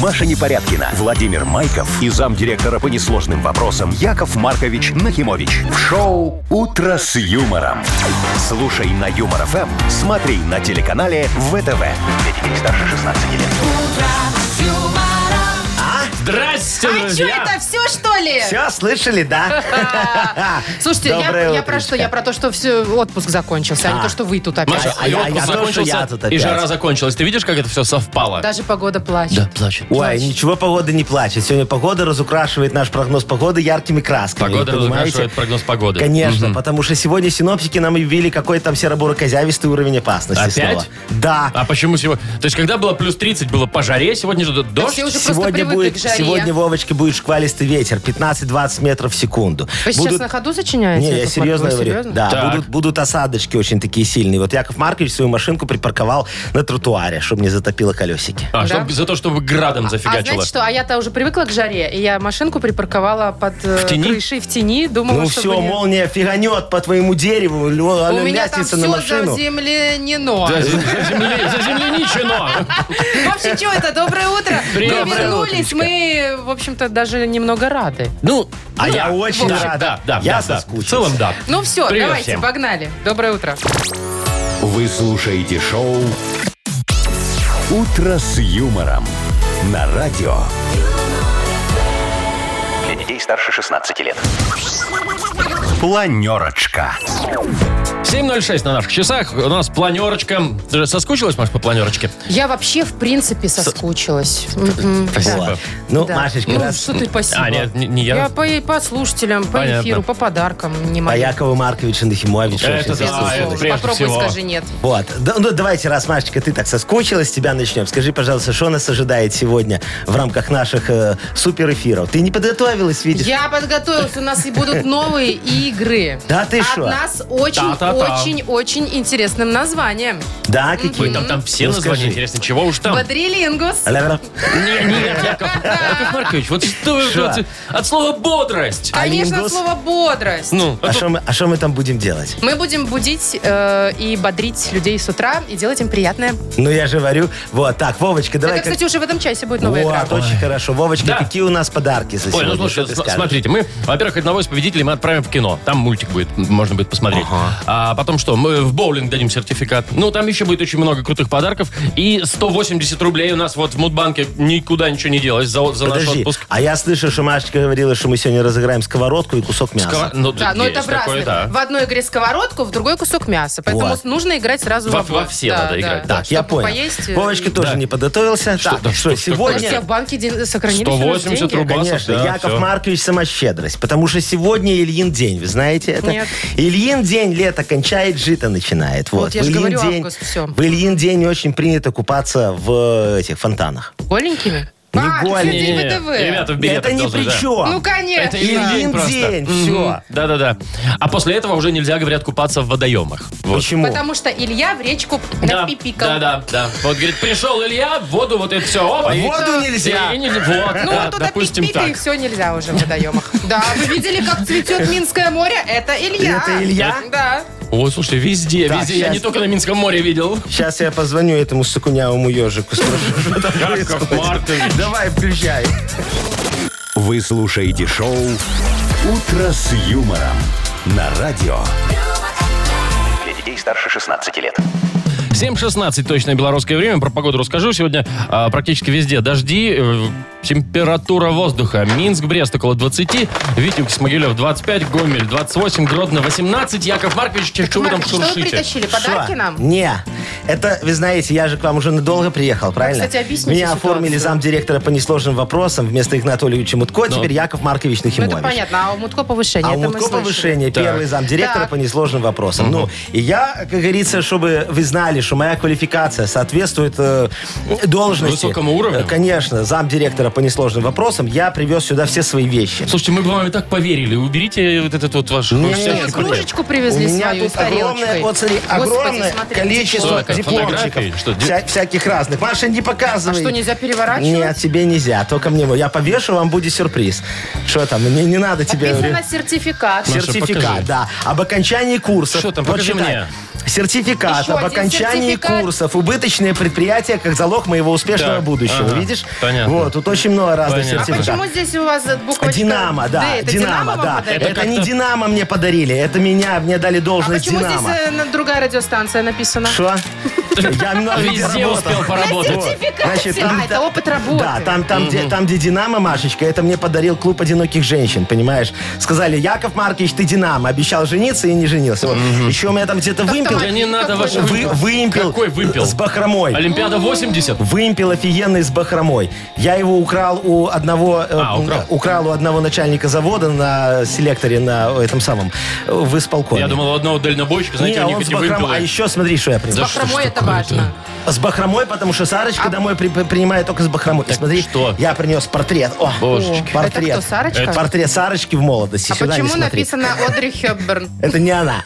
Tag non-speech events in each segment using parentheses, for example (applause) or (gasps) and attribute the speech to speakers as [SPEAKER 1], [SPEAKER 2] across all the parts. [SPEAKER 1] Маша Непорядкина, Владимир Майков и замдиректора по несложным вопросам Яков Маркович Нахимович. В шоу «Утро с юмором». Слушай на Юмор ФМ, смотри на телеканале ВТВ. Для детей старше 16 лет.
[SPEAKER 2] Здрасте,
[SPEAKER 3] А что
[SPEAKER 2] друзья!
[SPEAKER 3] это, все что ли? А,
[SPEAKER 4] Все, слышали, да?
[SPEAKER 3] (laughs) Слушайте, я,
[SPEAKER 4] А, Доброе
[SPEAKER 3] я про что?
[SPEAKER 4] утречко.
[SPEAKER 3] Я про то, что все, отпуск закончился, а не
[SPEAKER 4] А.
[SPEAKER 3] то, что вы тут опять.
[SPEAKER 2] Маша,
[SPEAKER 4] А
[SPEAKER 2] а
[SPEAKER 4] я-
[SPEAKER 2] я,
[SPEAKER 4] я тоже, я тут
[SPEAKER 2] и
[SPEAKER 4] опять.
[SPEAKER 2] жара закончилась. Ты видишь, как это все
[SPEAKER 4] а
[SPEAKER 2] совпало?
[SPEAKER 3] Даже погода плачет.
[SPEAKER 2] плачет.
[SPEAKER 4] Ой, ничего погода не плачет. Сегодня погода разукрашивает наш прогноз погоды яркими красками.
[SPEAKER 2] Погода
[SPEAKER 4] вы понимаете?
[SPEAKER 2] разукрашивает прогноз погоды.
[SPEAKER 4] Конечно, потому что сегодня синоптики нам объявили какой там серобуроказявистый уровень опасности
[SPEAKER 2] Опять?
[SPEAKER 4] снова. Да.
[SPEAKER 2] А почему сегодня? То есть, когда было плюс 30, было по жаре, сегодня же тут дождь?
[SPEAKER 3] все уже просто
[SPEAKER 4] Сегодня
[SPEAKER 3] привыкли
[SPEAKER 4] будет,
[SPEAKER 3] к жаре.
[SPEAKER 4] сегодня, Вовочка, будет шквалистый ветер, 15-20 метров в секунду.
[SPEAKER 3] Вы сейчас на ходу сочиняете?
[SPEAKER 4] Не, я
[SPEAKER 3] Яков
[SPEAKER 4] серьезно
[SPEAKER 3] Маркович,
[SPEAKER 4] говорю.
[SPEAKER 3] серьезно?
[SPEAKER 4] Да,
[SPEAKER 2] Так.
[SPEAKER 4] будут, будут осадочки очень такие сильные. Вот Яков Маркович свою машинку припарковал на тротуаре, чтобы не затопило колесики.
[SPEAKER 2] А,
[SPEAKER 3] Да.
[SPEAKER 2] чтоб- за то, чтобы градом
[SPEAKER 3] А
[SPEAKER 2] зафигачило.
[SPEAKER 3] знаете что, а я-то уже привыкла к жаре, и я машинку припарковала под э,
[SPEAKER 2] тени?
[SPEAKER 3] крышей в тени, думала,
[SPEAKER 4] Ну
[SPEAKER 3] чтобы
[SPEAKER 4] все,
[SPEAKER 3] не-
[SPEAKER 4] молния фиганет по твоему дереву, лё-
[SPEAKER 3] У меня там
[SPEAKER 4] ляснется
[SPEAKER 3] все
[SPEAKER 4] на машину.
[SPEAKER 3] заземлено.
[SPEAKER 2] Да, за- за- земля- Заземленичено.
[SPEAKER 3] В общем, что это? Доброе
[SPEAKER 4] (laughs)
[SPEAKER 3] утро.
[SPEAKER 2] Привет.
[SPEAKER 3] Мы вернулись, мы, в общем-то, даже немного рады.
[SPEAKER 2] Ну,
[SPEAKER 4] А я очень
[SPEAKER 2] да,
[SPEAKER 4] рад.
[SPEAKER 2] Да, да,
[SPEAKER 4] Я
[SPEAKER 2] да, да. В
[SPEAKER 4] соскучился.
[SPEAKER 2] целом, да.
[SPEAKER 3] Ну все,
[SPEAKER 2] Привет
[SPEAKER 3] давайте,
[SPEAKER 2] всем.
[SPEAKER 3] погнали. Доброе утро.
[SPEAKER 1] Вы слушаете шоу «Утро с юмором» на радио. Для детей старше 16 лет. Планерочка.
[SPEAKER 2] 7.06 на наших часах. У нас планерочка. Ты же соскучилась, Маш, по планерочке?
[SPEAKER 3] Я вообще, в принципе, соскучилась. Мгм.
[SPEAKER 2] Спасибо.
[SPEAKER 4] Вот. Ну,
[SPEAKER 3] Да.
[SPEAKER 4] Машечка,
[SPEAKER 3] Ну,
[SPEAKER 4] раз
[SPEAKER 3] что ты спасибо.
[SPEAKER 2] А, нет, не, не я.
[SPEAKER 3] Я по, по слушателям, по
[SPEAKER 2] Понятно.
[SPEAKER 3] эфиру, по подаркам не
[SPEAKER 4] по
[SPEAKER 3] могу.
[SPEAKER 4] Якову Марковичу Нахимовичу
[SPEAKER 2] Это
[SPEAKER 4] очень
[SPEAKER 2] да,
[SPEAKER 4] соскучилась.
[SPEAKER 2] это прежде
[SPEAKER 3] Попробуй
[SPEAKER 2] всего.
[SPEAKER 3] скажи нет.
[SPEAKER 4] Вот. Да, ну, давайте, раз, Машечка, ты так соскучилась, с тебя начнем. Скажи, пожалуйста, что нас ожидает сегодня в рамках наших э, суперэфиров? Ты не подготовилась, видишь?
[SPEAKER 3] Я подготовилась, у нас и
[SPEAKER 4] (laughs)
[SPEAKER 3] будут новые игры.
[SPEAKER 4] Да ты шо?
[SPEAKER 3] Одна с очень-очень-очень интересным названием.
[SPEAKER 4] Да, какие?
[SPEAKER 2] Ой, там, там все
[SPEAKER 4] Ну,
[SPEAKER 2] названия
[SPEAKER 4] скажи. А,
[SPEAKER 2] интересно. Чего уж там?
[SPEAKER 3] Бодрилингус.
[SPEAKER 4] Ля-ля-ля.
[SPEAKER 2] Не, нет, Яков, Яков Маркович, вот что вы
[SPEAKER 4] Шо?
[SPEAKER 2] вот- от слова бодрость.
[SPEAKER 3] Конечно,
[SPEAKER 4] лингус?
[SPEAKER 3] слово бодрость.
[SPEAKER 2] Ну,
[SPEAKER 4] А что мы, а шо мы там будем делать?
[SPEAKER 3] Мы будем будить э, и бодрить людей с утра и делать им приятное.
[SPEAKER 4] Ну, я же говорю. Вот, так, Вовочка, давай...
[SPEAKER 3] Это, кстати, уже в этом часе будет новая игра.
[SPEAKER 4] Вот, очень хорошо. Вовочка,
[SPEAKER 2] Да.
[SPEAKER 4] какие у нас подарки за
[SPEAKER 2] Ой,
[SPEAKER 4] сегодня?
[SPEAKER 2] ну слушай,
[SPEAKER 4] Что ты
[SPEAKER 2] см-
[SPEAKER 4] скажешь?
[SPEAKER 2] смотрите, мы, во-первых, одного из победителей мы отправим в кино. Там мультик будет, м, можно будет посмотреть. А потом что? Мы в боулинг дадим сертификат. Ну, там еще будет очень много крутых подарков. И 180 рублей у нас вот в Мудбанке никуда ничего не делось за, за наш
[SPEAKER 4] Подожди,
[SPEAKER 2] отпуск.
[SPEAKER 4] а я слышу, что Машечка говорила, что мы сегодня разыграем сковородку и кусок мяса.
[SPEAKER 2] Сковор- Ну,
[SPEAKER 3] Да, но
[SPEAKER 2] есть
[SPEAKER 3] это в
[SPEAKER 2] такое,
[SPEAKER 3] разных.
[SPEAKER 2] да.
[SPEAKER 3] В одной игре сковородку, в другой кусок мяса. Поэтому
[SPEAKER 4] Вот.
[SPEAKER 3] нужно играть сразу
[SPEAKER 2] Во-
[SPEAKER 3] во,
[SPEAKER 2] во все надо играть, да.
[SPEAKER 4] Так, я
[SPEAKER 3] Чтобы
[SPEAKER 4] понял.
[SPEAKER 3] поесть, э,
[SPEAKER 4] Вовочка тоже
[SPEAKER 2] Да.
[SPEAKER 4] не подготовился.
[SPEAKER 2] Что-
[SPEAKER 4] так,
[SPEAKER 2] да
[SPEAKER 4] что,
[SPEAKER 2] что ж такое?
[SPEAKER 3] У тебя
[SPEAKER 4] сегодня...
[SPEAKER 3] в банке ден- сохранились у нас
[SPEAKER 2] 180
[SPEAKER 3] деньги?
[SPEAKER 2] рублей. Рубасов,
[SPEAKER 4] Конечно,
[SPEAKER 2] да,
[SPEAKER 4] Яков
[SPEAKER 2] всё.
[SPEAKER 4] Маркович сама щедрость, потому что сегодня Ильин день, вы знаете это?
[SPEAKER 3] Нет.
[SPEAKER 4] Ильин день лето кончает, жито начинает. Вот,
[SPEAKER 3] Вот я
[SPEAKER 4] в
[SPEAKER 3] ж
[SPEAKER 4] Ильин
[SPEAKER 3] говорю,
[SPEAKER 4] день,
[SPEAKER 3] август, всё.
[SPEAKER 4] В Ильин день очень принято купаться в э, этих фонтанах.
[SPEAKER 3] Голенькими?
[SPEAKER 4] Не
[SPEAKER 3] а, ты
[SPEAKER 4] голенькими.
[SPEAKER 3] среди
[SPEAKER 2] Не-не-не,
[SPEAKER 3] ВДВ.
[SPEAKER 2] Ну, Ребята, в билетах
[SPEAKER 4] это не
[SPEAKER 2] должны,
[SPEAKER 4] при
[SPEAKER 2] да.
[SPEAKER 4] чем.
[SPEAKER 3] Ну, конечно.
[SPEAKER 2] Это Ильин
[SPEAKER 4] Ильин
[SPEAKER 2] просто.
[SPEAKER 4] день, все.
[SPEAKER 2] Да-да-да. А после этого уже нельзя, говорят, купаться в водоемах. Вот.
[SPEAKER 4] Почему?
[SPEAKER 3] Потому что Илья в речку
[SPEAKER 2] Да,
[SPEAKER 3] напипикал.
[SPEAKER 2] да, да, да. Вот, говорит, пришел Илья, в воду вот это все. Оп,
[SPEAKER 4] В
[SPEAKER 2] и-
[SPEAKER 4] воду нельзя.
[SPEAKER 2] И не- вот,
[SPEAKER 3] Ну,
[SPEAKER 2] да,
[SPEAKER 3] вот туда
[SPEAKER 2] допустим
[SPEAKER 3] пик-пик, и
[SPEAKER 2] так.
[SPEAKER 3] все нельзя уже в водоемах. Да, вы видели, как цветет Минское море? Это Илья.
[SPEAKER 4] Это Илья?
[SPEAKER 3] Да.
[SPEAKER 2] Ой, слушай, везде,
[SPEAKER 4] Так,
[SPEAKER 2] везде. Я
[SPEAKER 4] щас.
[SPEAKER 2] не только на Минском море видел.
[SPEAKER 4] Сейчас я позвоню этому сукунявому ежику. спрошу, (laughs) что там
[SPEAKER 2] Яков
[SPEAKER 4] происходит.
[SPEAKER 2] Маркович.
[SPEAKER 4] Давай, включай.
[SPEAKER 1] Вы слушаете шоу «Утро с юмором» на радио. Для детей старше 16 лет.
[SPEAKER 2] 7.16 точное белорусское время. Про погоду расскажу. Сегодня а, практически везде дожди. э, температура воздуха. Минск, Брест около 20. Витебск, Смогилев 25. Гомель 28. Гродно 18. Яков Маркович, че- что вы там
[SPEAKER 3] Маркович, что вы
[SPEAKER 2] шуршите?
[SPEAKER 3] притащили? Подарки
[SPEAKER 4] Шо?
[SPEAKER 3] нам?
[SPEAKER 4] Не. Это, вы знаете, я же к вам уже надолго приехал, правильно?
[SPEAKER 3] Кстати, объясните
[SPEAKER 4] Меня
[SPEAKER 3] ситуацию.
[SPEAKER 4] оформили замдиректора по несложным вопросам вместо Игнатольевича Мутко, теперь Яков Маркович
[SPEAKER 3] Ну,
[SPEAKER 4] Нахимович.
[SPEAKER 3] это понятно. А у Мутко повышение.
[SPEAKER 4] А у
[SPEAKER 3] это мы
[SPEAKER 4] Мутко
[SPEAKER 3] слышали.
[SPEAKER 4] повышение,
[SPEAKER 2] Так.
[SPEAKER 4] первый замдиректора
[SPEAKER 3] Так.
[SPEAKER 4] по несложным вопросам. Ну, и я, как говорится, чтобы вы знали, что моя квалификация соответствует э, должности.
[SPEAKER 2] Высокому уровню?
[SPEAKER 4] Э, Конечно, замдиректора по несложным вопросам, я привез сюда все свои вещи.
[SPEAKER 2] Слушайте, мы бы вам и так поверили. Уберите вот этот вот ваш...
[SPEAKER 4] Не-не-не,
[SPEAKER 2] всякий
[SPEAKER 3] Вы
[SPEAKER 4] Очень
[SPEAKER 2] прочий.
[SPEAKER 3] кружечку привезли
[SPEAKER 4] У меня
[SPEAKER 3] свою
[SPEAKER 4] тут
[SPEAKER 3] с тарелочкой.
[SPEAKER 4] огромное, вот смотри,
[SPEAKER 3] Господи,
[SPEAKER 4] огромное
[SPEAKER 3] смотрите,
[SPEAKER 4] количество
[SPEAKER 2] Что это, фотографии?
[SPEAKER 4] дипломчиков.
[SPEAKER 2] Что, ди-
[SPEAKER 4] вся- всяких разных. Маша, не показывай.
[SPEAKER 3] А что, нельзя переворачивать?
[SPEAKER 4] Нет, тебе нельзя. Только мне. Я повешу, вам будет сюрприз. Что там? Мне не надо тебе.
[SPEAKER 3] Подписано
[SPEAKER 4] говорю.
[SPEAKER 3] сертификат.
[SPEAKER 2] Маша,
[SPEAKER 4] Сертификат,
[SPEAKER 2] покажи.
[SPEAKER 4] да. Об окончании курса.
[SPEAKER 2] Что там? Покажи мне.
[SPEAKER 4] сертификат
[SPEAKER 3] Еще
[SPEAKER 4] об
[SPEAKER 3] один
[SPEAKER 4] окончании
[SPEAKER 3] сертификат.
[SPEAKER 4] курсов, убыточное предприятие как залог моего успешного
[SPEAKER 2] Так,
[SPEAKER 4] будущего.
[SPEAKER 2] ага,
[SPEAKER 4] Видишь?
[SPEAKER 2] понятно.
[SPEAKER 4] Вот, тут очень много разных
[SPEAKER 2] Понятно. А
[SPEAKER 3] А
[SPEAKER 4] сертификатов.
[SPEAKER 3] почему здесь у вас буквочка?
[SPEAKER 4] Динамо, да,
[SPEAKER 3] это
[SPEAKER 4] Динамо,
[SPEAKER 3] вам
[SPEAKER 4] да.
[SPEAKER 3] подарили?
[SPEAKER 4] Это,
[SPEAKER 2] Это
[SPEAKER 4] не
[SPEAKER 2] как-то-
[SPEAKER 4] Динамо мне подарили, это меня, мне дали
[SPEAKER 3] А
[SPEAKER 4] должность
[SPEAKER 3] почему
[SPEAKER 4] Динамо.
[SPEAKER 3] здесь э, на- другая радиостанция
[SPEAKER 2] (laughs)
[SPEAKER 3] написана?
[SPEAKER 4] Что? Я много где
[SPEAKER 2] Везде
[SPEAKER 4] работал.
[SPEAKER 2] успел
[SPEAKER 3] На
[SPEAKER 2] поработать.
[SPEAKER 3] сертификате. А, это опыт работы.
[SPEAKER 4] Да, там, там, где, там, где Динамо, Машечка, это мне подарил клуб одиноких женщин, понимаешь? Сказали, Яков Маркович, ты Динамо, обещал жениться и не женился. Вот. Еще у меня там где-то вымпел.
[SPEAKER 2] Да не надо ваше
[SPEAKER 4] Вы,
[SPEAKER 2] вымпел.
[SPEAKER 4] вымпел.
[SPEAKER 2] Какой вымпел?
[SPEAKER 4] С бахромой.
[SPEAKER 2] Олимпиада 80?
[SPEAKER 4] Вымпел офигенный с бахромой. Я его украл у одного... э,
[SPEAKER 2] А, украл.
[SPEAKER 4] у одного начальника завода на селекторе, на этом самом, э, в исполкоме.
[SPEAKER 2] Я думал, у одного дальнобойщика,
[SPEAKER 4] Не,
[SPEAKER 2] знаете, у
[SPEAKER 4] он
[SPEAKER 2] них
[SPEAKER 4] с
[SPEAKER 2] эти
[SPEAKER 4] бахром-
[SPEAKER 2] вымпелы.
[SPEAKER 4] А еще смотри, что я
[SPEAKER 3] С
[SPEAKER 4] принес.
[SPEAKER 3] бахромой это важно. А
[SPEAKER 4] С бахромой, потому что Сарочка домой при- при- принимает только с бахромой. И смотри,
[SPEAKER 2] что?
[SPEAKER 4] я принес портрет. О,
[SPEAKER 2] Божечки.
[SPEAKER 4] портрет.
[SPEAKER 3] Это кто, Сарочка? Это-
[SPEAKER 4] Портрет Сарочки в молодости.
[SPEAKER 3] А
[SPEAKER 4] Сюда не
[SPEAKER 3] почему
[SPEAKER 4] смотри.
[SPEAKER 3] написано Одри Хепберн?
[SPEAKER 4] Это не она.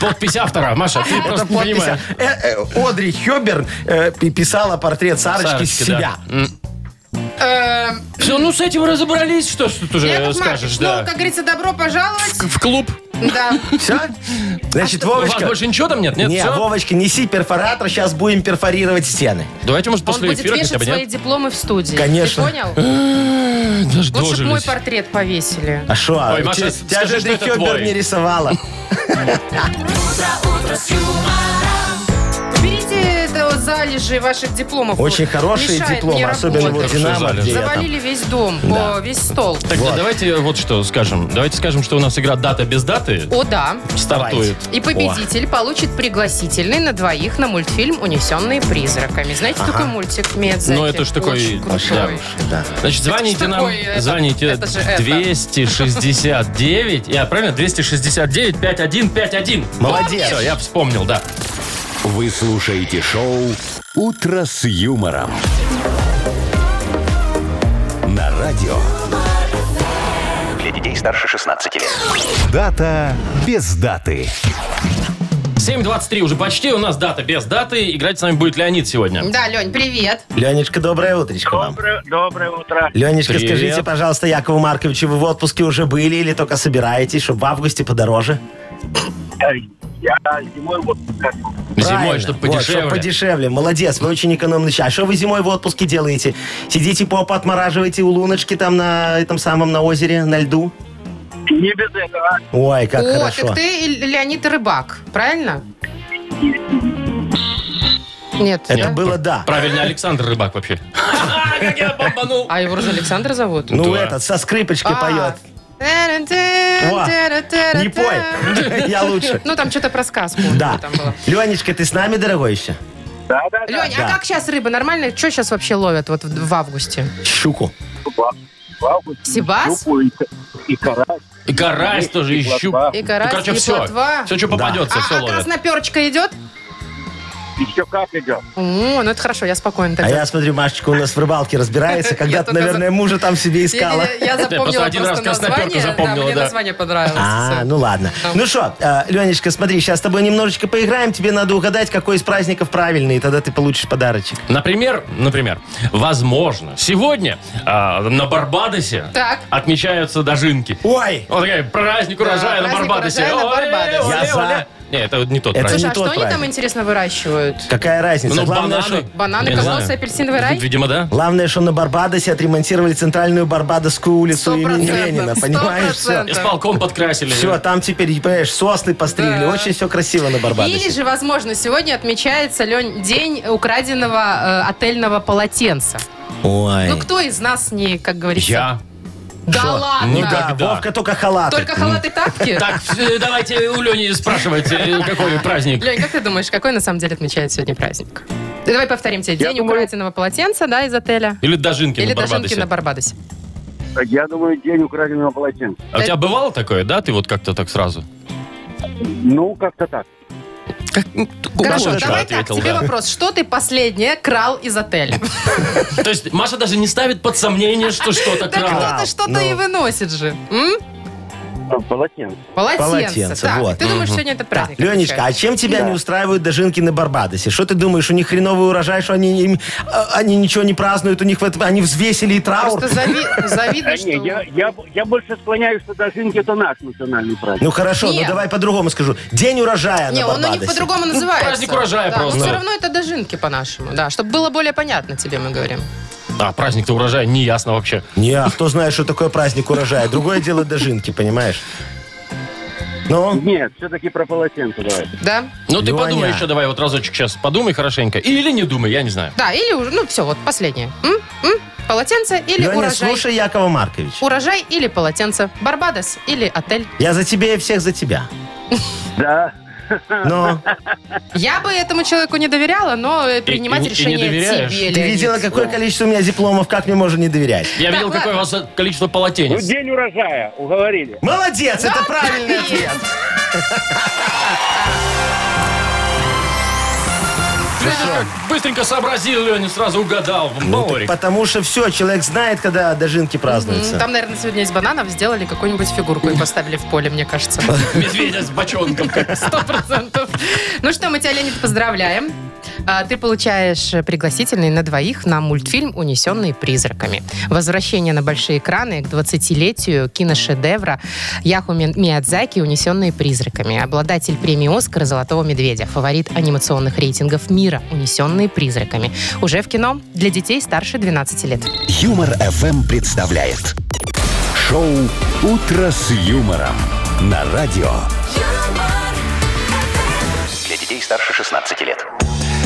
[SPEAKER 2] Подпись автора, Маша, ты
[SPEAKER 4] Это
[SPEAKER 2] просто не
[SPEAKER 4] подпись.
[SPEAKER 2] понимаешь.
[SPEAKER 4] Э, э, Одри Хёберн э, пи- писала портрет Сарочки с
[SPEAKER 2] Сарочки, да.
[SPEAKER 4] себя.
[SPEAKER 3] Эм,
[SPEAKER 2] Все, ну с этим разобрались, что ж тут уже
[SPEAKER 3] Яков
[SPEAKER 2] скажешь,
[SPEAKER 3] Маркович,
[SPEAKER 2] да.
[SPEAKER 3] ну, как говорится, добро
[SPEAKER 2] (laughs)
[SPEAKER 3] пожаловать.
[SPEAKER 2] В клуб.
[SPEAKER 3] Да.
[SPEAKER 4] Все?
[SPEAKER 3] А
[SPEAKER 4] Значит,
[SPEAKER 2] У вас
[SPEAKER 4] Вовочка...
[SPEAKER 2] больше ничего там нет? Нет,
[SPEAKER 4] Не,
[SPEAKER 2] всё?
[SPEAKER 4] Вовочка, неси перфоратор, сейчас будем перфорировать стены.
[SPEAKER 2] Давайте, может,
[SPEAKER 3] Он
[SPEAKER 2] после
[SPEAKER 3] будет
[SPEAKER 2] эфира хотя
[SPEAKER 3] вешать
[SPEAKER 2] бы,
[SPEAKER 3] свои
[SPEAKER 2] нет?
[SPEAKER 3] дипломы в студии.
[SPEAKER 4] Конечно.
[SPEAKER 3] Ты понял?
[SPEAKER 2] Даже
[SPEAKER 3] Лучше бы мой
[SPEAKER 2] дожились.
[SPEAKER 3] портрет повесили.
[SPEAKER 4] А шо?
[SPEAKER 2] Ой, Маша,
[SPEAKER 4] Тебя- тебя
[SPEAKER 2] скажи,
[SPEAKER 4] же
[SPEAKER 2] что
[SPEAKER 4] Одри
[SPEAKER 2] это
[SPEAKER 4] Хёберн
[SPEAKER 2] твой.
[SPEAKER 3] (laughs)
[SPEAKER 4] не рисовала.
[SPEAKER 3] Берите это залежи ваших дипломов.
[SPEAKER 4] Очень
[SPEAKER 3] Вот.
[SPEAKER 4] хорошие
[SPEAKER 3] Мешает мне
[SPEAKER 4] дипломы, особенно вот
[SPEAKER 3] работать.
[SPEAKER 2] Хорошие
[SPEAKER 4] Динамо.
[SPEAKER 2] залежи.
[SPEAKER 4] где я там.
[SPEAKER 3] Завалили весь дом, о, весь стол.
[SPEAKER 2] Так, да, давайте вот что скажем. Давайте скажем, что у нас игра «Дата без даты»
[SPEAKER 3] О, да.
[SPEAKER 2] стартует.
[SPEAKER 3] И победитель получит пригласительный на двоих на мультфильм «Унесенные призраками». Знаете, такой мультик медзаки?
[SPEAKER 2] Ну, это ж такой,
[SPEAKER 3] Очень крутой.
[SPEAKER 4] Да.
[SPEAKER 2] Значит, звоните
[SPEAKER 3] Что
[SPEAKER 2] нам,
[SPEAKER 3] такое это?
[SPEAKER 2] звоните
[SPEAKER 3] Это же это.
[SPEAKER 2] 269, я правильно, 269 5151.
[SPEAKER 4] Молодец.
[SPEAKER 2] Все, я вспомнил, да.
[SPEAKER 1] Вы слушаете шоу «Утро с юмором». На радио.
[SPEAKER 5] Для детей старше 16 лет.
[SPEAKER 1] Дата без даты.
[SPEAKER 2] 7.23 уже почти, у нас дата без даты. Играть с нами будет Леонид сегодня.
[SPEAKER 3] Да, Лень, привет.
[SPEAKER 4] Ленечка, доброе утречко вам.
[SPEAKER 6] Доброе, доброе утро.
[SPEAKER 4] Ленечка,
[SPEAKER 2] Привет.
[SPEAKER 4] скажите, пожалуйста, Якову Марковичу, вы в отпуске уже были или только собираетесь, чтобы в августе подороже?
[SPEAKER 6] Э, Я зимой вот как
[SPEAKER 2] Зимой,
[SPEAKER 4] Правильно.
[SPEAKER 2] чтобы
[SPEAKER 4] Вот, чтоб
[SPEAKER 2] подешевле.
[SPEAKER 4] подешевле. Молодец, вы очень экономный человек. А что вы зимой в отпуске делаете? Сидите попу отмораживаете у луночки там на этом самом, на озере, на льду?
[SPEAKER 6] не без этого.
[SPEAKER 4] Ой, как
[SPEAKER 3] О,
[SPEAKER 4] хорошо.
[SPEAKER 3] так ты и Леонид Рыбак, правильно? Нет,
[SPEAKER 4] Это
[SPEAKER 3] да?
[SPEAKER 4] было да.
[SPEAKER 2] Правильно, Александр Рыбак вообще. Ха-ха, Как я бомбанул.
[SPEAKER 3] А его же Александр зовут?
[SPEAKER 4] Ну,
[SPEAKER 2] Да.
[SPEAKER 4] этот, со скрипочкой
[SPEAKER 3] А.
[SPEAKER 4] поет. Во. Не
[SPEAKER 3] Не
[SPEAKER 4] пой, (laughs) я лучше.
[SPEAKER 3] Ну, там что-то про сказку. у
[SPEAKER 4] Да.
[SPEAKER 3] него Там было.
[SPEAKER 4] Ленечка, ты с нами, дорогой, еще?
[SPEAKER 6] Да, да, да.
[SPEAKER 3] Лень,
[SPEAKER 4] Да.
[SPEAKER 3] а как сейчас рыбы? Нормально? Что сейчас вообще ловят вот в, в августе?
[SPEAKER 4] Щуку.
[SPEAKER 6] Баб- бабу,
[SPEAKER 3] Сибас?
[SPEAKER 6] щуку и, и карась.
[SPEAKER 2] И карась тоже, и щуп.
[SPEAKER 3] И
[SPEAKER 2] Ну,
[SPEAKER 3] карась,
[SPEAKER 2] короче,
[SPEAKER 3] и
[SPEAKER 2] все.
[SPEAKER 3] плотва?
[SPEAKER 2] Все, что попадется,
[SPEAKER 3] а,
[SPEAKER 2] все
[SPEAKER 3] а
[SPEAKER 2] ловят.
[SPEAKER 3] красноперочка идет?
[SPEAKER 6] Еще как идет.
[SPEAKER 3] О, ну это хорошо, я спокойно
[SPEAKER 4] А
[SPEAKER 3] тогда.
[SPEAKER 4] я смотрю, Машечка у нас в рыбалке
[SPEAKER 3] (laughs)
[SPEAKER 4] разбирается,
[SPEAKER 3] Я
[SPEAKER 4] когда-то,
[SPEAKER 3] только за-
[SPEAKER 4] наверное, мужа там себе искала. (laughs)
[SPEAKER 3] Я- Я
[SPEAKER 2] Я
[SPEAKER 3] запомнила
[SPEAKER 2] просто один раз красноперку
[SPEAKER 3] название.
[SPEAKER 2] запомнила,
[SPEAKER 3] да. Мне
[SPEAKER 2] да.
[SPEAKER 3] название понравилось.
[SPEAKER 4] А,
[SPEAKER 3] Всё.
[SPEAKER 4] ну ладно.
[SPEAKER 3] Да.
[SPEAKER 4] Ну что, Ленечка, смотри, сейчас с тобой немножечко поиграем. Тебе надо угадать, какой из праздников правильный, и тогда ты получишь подарочек.
[SPEAKER 2] Например, например, возможно, сегодня а, на Барбадосе
[SPEAKER 3] Так.
[SPEAKER 2] отмечаются дожинки.
[SPEAKER 4] Ой!
[SPEAKER 2] Вот такая праздник урожая на
[SPEAKER 3] праздник
[SPEAKER 2] Барбадосе.
[SPEAKER 3] урожая на
[SPEAKER 2] Оле,
[SPEAKER 3] Барбадосе.
[SPEAKER 2] оле,
[SPEAKER 4] Я за.
[SPEAKER 2] оле. Не, это не тот
[SPEAKER 4] Это
[SPEAKER 2] праздник.
[SPEAKER 3] Слушай,
[SPEAKER 4] не
[SPEAKER 3] а
[SPEAKER 4] тот
[SPEAKER 3] что они там,
[SPEAKER 4] праздник.
[SPEAKER 3] интересно, выращивают?
[SPEAKER 4] Какая разница?
[SPEAKER 2] Ну,
[SPEAKER 4] главное,
[SPEAKER 2] бананы.
[SPEAKER 4] что...
[SPEAKER 3] Бананы,
[SPEAKER 2] Не
[SPEAKER 3] кокосы,
[SPEAKER 2] знаю.
[SPEAKER 3] апельсиновый рай?
[SPEAKER 2] Вид- Видимо, да.
[SPEAKER 4] Главное, что на Барбадосе отремонтировали центральную Барбадосскую улицу имени
[SPEAKER 3] Стопроцентно,
[SPEAKER 4] Ленина. Понимаешь? Все.
[SPEAKER 3] стопроцентно.
[SPEAKER 2] Исполком подкрасили.
[SPEAKER 4] Все, там теперь, понимаешь, сосны постригли.
[SPEAKER 3] Да.
[SPEAKER 4] Очень все красиво на
[SPEAKER 3] Или
[SPEAKER 4] Барбадосе.
[SPEAKER 3] же, возможно, сегодня отмечается, Лень, день украденного э, отельного полотенца.
[SPEAKER 4] Ой.
[SPEAKER 3] Ну, кто из нас не, как говорится...
[SPEAKER 2] Я.
[SPEAKER 3] Да
[SPEAKER 4] Шо?
[SPEAKER 3] ладно!
[SPEAKER 4] Ну да,
[SPEAKER 2] Никогда.
[SPEAKER 4] Вовка только халаты.
[SPEAKER 3] Только халаты тапки?
[SPEAKER 2] (laughs) Так, э, давайте у Лени спрашивать,
[SPEAKER 3] (laughs)
[SPEAKER 2] э, какой праздник.
[SPEAKER 3] Лень, как ты думаешь, какой на самом деле отмечает сегодня праздник? Ты Давай повторим тебе. День
[SPEAKER 6] думаю-
[SPEAKER 3] украденного полотенца, да, из отеля?
[SPEAKER 2] Или дожинки
[SPEAKER 3] Или
[SPEAKER 2] на
[SPEAKER 3] дожинки
[SPEAKER 2] Барбадосе.
[SPEAKER 3] на Барбадосе.
[SPEAKER 6] Я думаю, день украденного полотенца.
[SPEAKER 2] А у тебя бывало такое, да? Ты вот как-то так сразу.
[SPEAKER 6] Ну, как-то так.
[SPEAKER 3] Хорошо,
[SPEAKER 2] Умножил,
[SPEAKER 3] давай так,
[SPEAKER 2] ответил,
[SPEAKER 3] тебе
[SPEAKER 2] да.
[SPEAKER 3] вопрос. Что ты последнее крал из отеля?
[SPEAKER 2] То есть Маша даже не ставит под сомнение, что что-то
[SPEAKER 3] Да
[SPEAKER 2] крала.
[SPEAKER 3] кто-то что-то
[SPEAKER 4] ну.
[SPEAKER 3] и выносит же. М?
[SPEAKER 6] Полотенце.
[SPEAKER 3] Полотенце.
[SPEAKER 4] Полотенце,
[SPEAKER 3] так,
[SPEAKER 4] вот.
[SPEAKER 3] ты думаешь, сегодня этот праздник?
[SPEAKER 4] Ленечка, а
[SPEAKER 3] отмечают?
[SPEAKER 4] чем тебя не устраивают дожинки на Барбадосе? Что ты думаешь, у них хреновый урожай, что они, им- а, они ничего не празднуют, у них в этом- они взвесили и траур?
[SPEAKER 3] Просто зави- завидно,
[SPEAKER 6] Да
[SPEAKER 3] что...
[SPEAKER 6] А не, я, я, я больше склоняюсь, что дожинки это наш национальный праздник.
[SPEAKER 4] Ну хорошо,
[SPEAKER 3] Нет.
[SPEAKER 4] ну давай по-другому скажу. День урожая
[SPEAKER 3] Не,
[SPEAKER 4] на
[SPEAKER 3] он у
[SPEAKER 4] Барбадосе.
[SPEAKER 3] них по-другому называется.
[SPEAKER 2] праздник урожая
[SPEAKER 3] Да,
[SPEAKER 2] просто.
[SPEAKER 3] Но все равно это дожинки по-нашему, да. Чтобы было более понятно тебе, мы говорим.
[SPEAKER 2] А, праздник-то урожая, не ясно вообще.
[SPEAKER 4] Не, а кто знает, что такое праздник урожая? Другое дело дожинки, понимаешь? Ну,
[SPEAKER 6] Нет, все-таки про полотенце давай.
[SPEAKER 3] Да?
[SPEAKER 2] Ну, ты
[SPEAKER 4] Леня.
[SPEAKER 2] подумай еще, давай, вот разочек сейчас подумай хорошенько. Или не думай, я не знаю.
[SPEAKER 3] Да, или уже, ну все, вот последнее. М? М? Полотенце или
[SPEAKER 4] Леня,
[SPEAKER 3] урожай?
[SPEAKER 4] слушай Якова Марковича.
[SPEAKER 3] Урожай или полотенце? Барбадос или отель?
[SPEAKER 4] Я за тебя и всех за тебя. Ну,
[SPEAKER 6] Да.
[SPEAKER 4] Но
[SPEAKER 3] Я бы этому человеку не доверяла, но э, принимать
[SPEAKER 2] и не
[SPEAKER 3] решение
[SPEAKER 2] доверяешь?
[SPEAKER 3] тебе,
[SPEAKER 4] ты
[SPEAKER 3] Леонид.
[SPEAKER 4] видела, какое количество у меня дипломов, как мне можно не доверять?
[SPEAKER 2] Я видел, какое у вас количество
[SPEAKER 6] Ну,
[SPEAKER 2] полотенец.
[SPEAKER 6] день урожая, уговорили.
[SPEAKER 4] Молодец, это правильный ответ.
[SPEAKER 3] Ну,
[SPEAKER 2] Видишь, как быстренько сообразил, Леня, сразу угадал. Баурик.
[SPEAKER 4] Потому что все, человек знает, когда дожинки празднуются.
[SPEAKER 3] М, Там, наверное, сегодня из бананов сделали какую-нибудь фигурку и поставили в поле, мне кажется.
[SPEAKER 2] Медведя с бочонком. как.
[SPEAKER 3] Сто процентов. Ну что, мы тебя, Леонид, поздравляем. А, Ты получаешь пригласительный на двоих на мультфильм «Унесенные призраками». Возвращение на большие экраны к 20-летию киношедевра Яху Ми- Миядзаки «Унесенные призраками». Обладатель премии «Оскар» «Золотого медведя». Фаворит анимационных рейтингов мира «Унесенные призраками». Уже в кино для детей старше 12 лет.
[SPEAKER 1] Юмор FM представляет шоу Утро с юмором на радио.
[SPEAKER 5] Для детей старше 16 лет.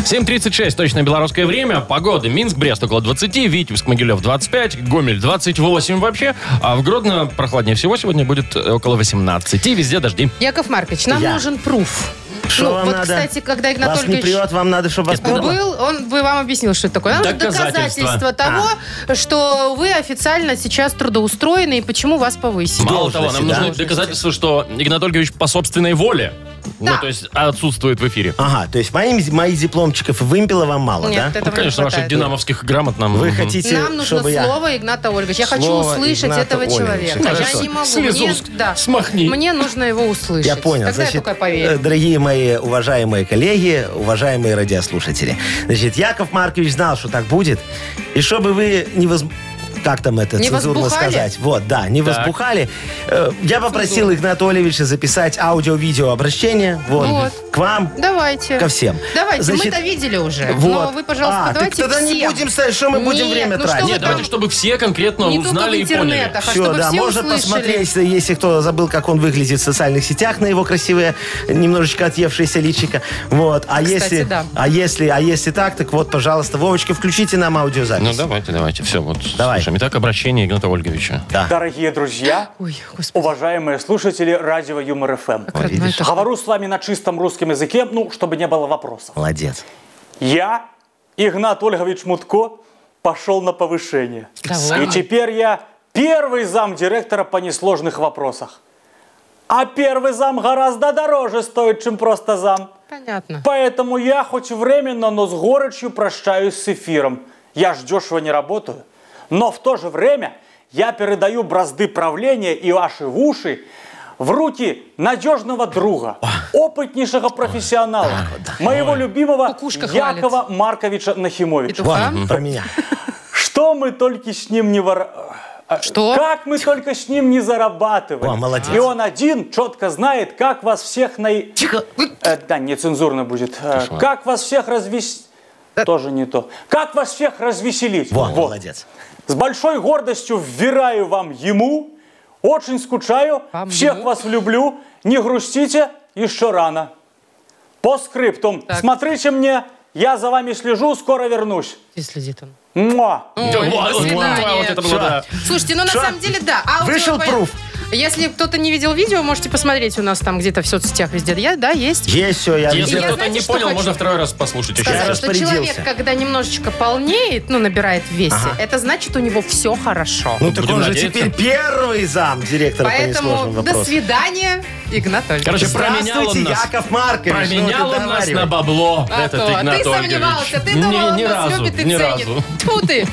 [SPEAKER 2] 7.36, точное белорусское время. Погода. Минск, Брест около 20, Витебск, Могилев 25, Гомель 28 вообще. А в Гродно прохладнее всего сегодня будет э, около 18. И везде дожди.
[SPEAKER 3] Яков Маркович, нам
[SPEAKER 4] Я.
[SPEAKER 3] нужен пруф.
[SPEAKER 4] Что
[SPEAKER 3] Ну,
[SPEAKER 4] вам
[SPEAKER 3] вот,
[SPEAKER 4] надо?
[SPEAKER 3] кстати, когда Игнат
[SPEAKER 4] Вас не
[SPEAKER 3] Ольгович-
[SPEAKER 4] прет, вам надо, чтобы вас было.
[SPEAKER 3] был, он бы вам объяснил, что это такое. Нам нужно
[SPEAKER 2] Доказательство.
[SPEAKER 4] А.
[SPEAKER 3] доказательство того, что вы официально сейчас трудоустроены и почему вас повысили.
[SPEAKER 2] Мало того, нам
[SPEAKER 4] да?
[SPEAKER 2] нужны
[SPEAKER 3] Должности.
[SPEAKER 2] доказательства, что Игнат Ольгович по собственной воле, ну,
[SPEAKER 3] Да.
[SPEAKER 2] то есть отсутствует в эфире.
[SPEAKER 4] Ага, то есть моим- моих дипломчиков и вымпела вам мало,
[SPEAKER 3] Нет,
[SPEAKER 4] да?
[SPEAKER 2] Ну,
[SPEAKER 3] этого
[SPEAKER 2] конечно,
[SPEAKER 3] не
[SPEAKER 2] ваших
[SPEAKER 3] хватает.
[SPEAKER 2] динамовских грамот нам...
[SPEAKER 4] Вы
[SPEAKER 2] мгм.
[SPEAKER 4] хотите,
[SPEAKER 3] Нам нужно
[SPEAKER 4] чтобы я...
[SPEAKER 3] слово Игната Ольговича. Я хочу
[SPEAKER 4] Слово
[SPEAKER 3] услышать
[SPEAKER 4] Игната
[SPEAKER 3] этого
[SPEAKER 4] Ольговича.
[SPEAKER 3] человека.
[SPEAKER 2] Хорошо.
[SPEAKER 3] Я не могу.
[SPEAKER 2] Снизу
[SPEAKER 3] Мне,
[SPEAKER 2] с-
[SPEAKER 3] да.
[SPEAKER 2] смахни.
[SPEAKER 3] Мне нужно его услышать.
[SPEAKER 4] Я понял.
[SPEAKER 3] Тогда
[SPEAKER 4] Значит,
[SPEAKER 3] я только
[SPEAKER 4] э,
[SPEAKER 3] поверю.
[SPEAKER 4] дорогие мои уважаемые коллеги, уважаемые радиослушатели. Значит, Яков Маркович знал, что так будет. И чтобы вы не воз... Как там это
[SPEAKER 3] Не
[SPEAKER 4] цензурно
[SPEAKER 3] возбухали?
[SPEAKER 4] сказать? Вот, да, не
[SPEAKER 2] Так.
[SPEAKER 4] возбухали. Э, Я попросил
[SPEAKER 3] Цензура.
[SPEAKER 4] Игната Олевича записать аудио-видео обращение. Вот.
[SPEAKER 3] Вот.
[SPEAKER 4] К вам,
[SPEAKER 3] Давайте.
[SPEAKER 4] э, ко всем.
[SPEAKER 3] Давайте.
[SPEAKER 4] Значит,
[SPEAKER 3] Мы-то видели уже.
[SPEAKER 4] вот.
[SPEAKER 3] Но вы, пожалуйста,
[SPEAKER 4] а, так
[SPEAKER 3] давайте
[SPEAKER 4] тогда не
[SPEAKER 3] всем.
[SPEAKER 4] будем ставить, что мы будем
[SPEAKER 3] Нет,
[SPEAKER 4] время
[SPEAKER 3] ну что
[SPEAKER 4] тратить.
[SPEAKER 3] вы
[SPEAKER 2] Нет, давайте,
[SPEAKER 3] там-
[SPEAKER 2] чтобы все конкретно
[SPEAKER 3] Не только в
[SPEAKER 2] узнали и поняли.
[SPEAKER 3] интернетах, а
[SPEAKER 4] Все,
[SPEAKER 3] чтобы
[SPEAKER 4] да,
[SPEAKER 3] все
[SPEAKER 4] можно
[SPEAKER 3] услышали.
[SPEAKER 4] посмотреть, если- если кто забыл, как он выглядит в социальных сетях на его красивое, немножечко отъевшееся личико. Вот. А
[SPEAKER 3] Кстати,
[SPEAKER 4] если,
[SPEAKER 3] да.
[SPEAKER 4] а если, а если так, так вот, пожалуйста, Вовочка, включите нам аудиозапись.
[SPEAKER 2] Ну, давайте, давайте. Все, вот
[SPEAKER 4] Давай.
[SPEAKER 2] слушаем. Итак, обращение Игната Ольговича.
[SPEAKER 7] Дорогие друзья,
[SPEAKER 3] Ой, господи.
[SPEAKER 7] уважаемые слушатели радио Юмор ФМ.
[SPEAKER 3] как родной это.
[SPEAKER 7] Говорю с вами на чистом русском языке, ну, чтобы не было вопросов.
[SPEAKER 4] Молодец.
[SPEAKER 7] Я, Игнат Ольгович Мутко, пошел на повышение.
[SPEAKER 3] Давай.
[SPEAKER 7] И теперь я первый зам директора по несложных вопросах. А первый зам гораздо дороже стоит, чем просто зам.
[SPEAKER 3] Понятно.
[SPEAKER 7] Поэтому я хоть временно, но с горечью прощаюсь с эфиром. Я ж дешево не работаю. Но в то же время я передаю бразды правления и ваши в уши в руки надежного друга, опытнейшего профессионала, моего любимого
[SPEAKER 3] Кукушка хвалит.
[SPEAKER 7] Якова Марковича Нахимовича.
[SPEAKER 3] Петуха.
[SPEAKER 4] Вот, про меня.
[SPEAKER 7] Что мы только с ним не вор... а,
[SPEAKER 3] Что?
[SPEAKER 7] Как мы только с ним не зарабатываем.
[SPEAKER 4] О, молодец.
[SPEAKER 7] И он один четко знает, как вас всех наи...
[SPEAKER 4] Тихо.
[SPEAKER 7] Э, да, нецензурно будет. Э,
[SPEAKER 2] Кошмар.
[SPEAKER 7] как вас всех развес... Тоже не то. Как вас всех развеселить?
[SPEAKER 4] Во,
[SPEAKER 7] Вот.
[SPEAKER 4] молодец.
[SPEAKER 7] С большой гордостью вверяю вам ему. Очень скучаю.
[SPEAKER 3] Вам
[SPEAKER 7] всех
[SPEAKER 3] ему?
[SPEAKER 7] вас люблю. Не грустите. Еще рано. По скриптум.
[SPEAKER 3] Так.
[SPEAKER 7] Смотрите мне. Я за вами слежу. Скоро вернусь.
[SPEAKER 3] Здесь следит он.
[SPEAKER 7] Муа.
[SPEAKER 2] Да, вот,
[SPEAKER 3] Ой, до
[SPEAKER 2] вот,
[SPEAKER 3] свидания.
[SPEAKER 2] вот это было, да.
[SPEAKER 3] Слушайте, ну на
[SPEAKER 4] Шо?
[SPEAKER 3] самом деле, да. аудио
[SPEAKER 4] Вышел
[SPEAKER 3] по-
[SPEAKER 4] пруф.
[SPEAKER 3] Если кто-то не видел видео, можете посмотреть у нас там где-то в соцсетях везде. Я, да, есть.
[SPEAKER 4] Есть все, я
[SPEAKER 2] Если
[SPEAKER 3] Я,
[SPEAKER 4] везде-
[SPEAKER 2] кто-то
[SPEAKER 3] знаете,
[SPEAKER 2] не
[SPEAKER 3] что
[SPEAKER 2] понял,
[SPEAKER 3] хочу?
[SPEAKER 2] можно второй раз послушать еще
[SPEAKER 4] Сказала,
[SPEAKER 2] раз.
[SPEAKER 3] что
[SPEAKER 4] распорядился.
[SPEAKER 3] человек, когда немножечко полнеет, ну, набирает в весе, это значит, у него все хорошо.
[SPEAKER 4] Ну, так
[SPEAKER 2] Будем
[SPEAKER 4] он же
[SPEAKER 2] надеяться.
[SPEAKER 4] теперь первый зам директора по несложным
[SPEAKER 3] Поэтому до
[SPEAKER 4] вопросам.
[SPEAKER 3] свидания, Игнат Ольгович.
[SPEAKER 2] Короче, променял он
[SPEAKER 4] Здравствуйте,
[SPEAKER 2] нас.
[SPEAKER 4] Яков Маркович. ну,
[SPEAKER 2] Променял
[SPEAKER 4] ты
[SPEAKER 2] он нас
[SPEAKER 4] договаривай.
[SPEAKER 2] на бабло,
[SPEAKER 3] А
[SPEAKER 2] этот
[SPEAKER 3] то,
[SPEAKER 2] Игнат
[SPEAKER 3] ты
[SPEAKER 2] Ольгович.
[SPEAKER 3] сомневался, ты
[SPEAKER 2] Не,
[SPEAKER 3] думал, он
[SPEAKER 2] ни
[SPEAKER 3] нас
[SPEAKER 2] разу,
[SPEAKER 3] любит и
[SPEAKER 2] ни
[SPEAKER 3] ценит.
[SPEAKER 2] разу.
[SPEAKER 3] Тьфу ты.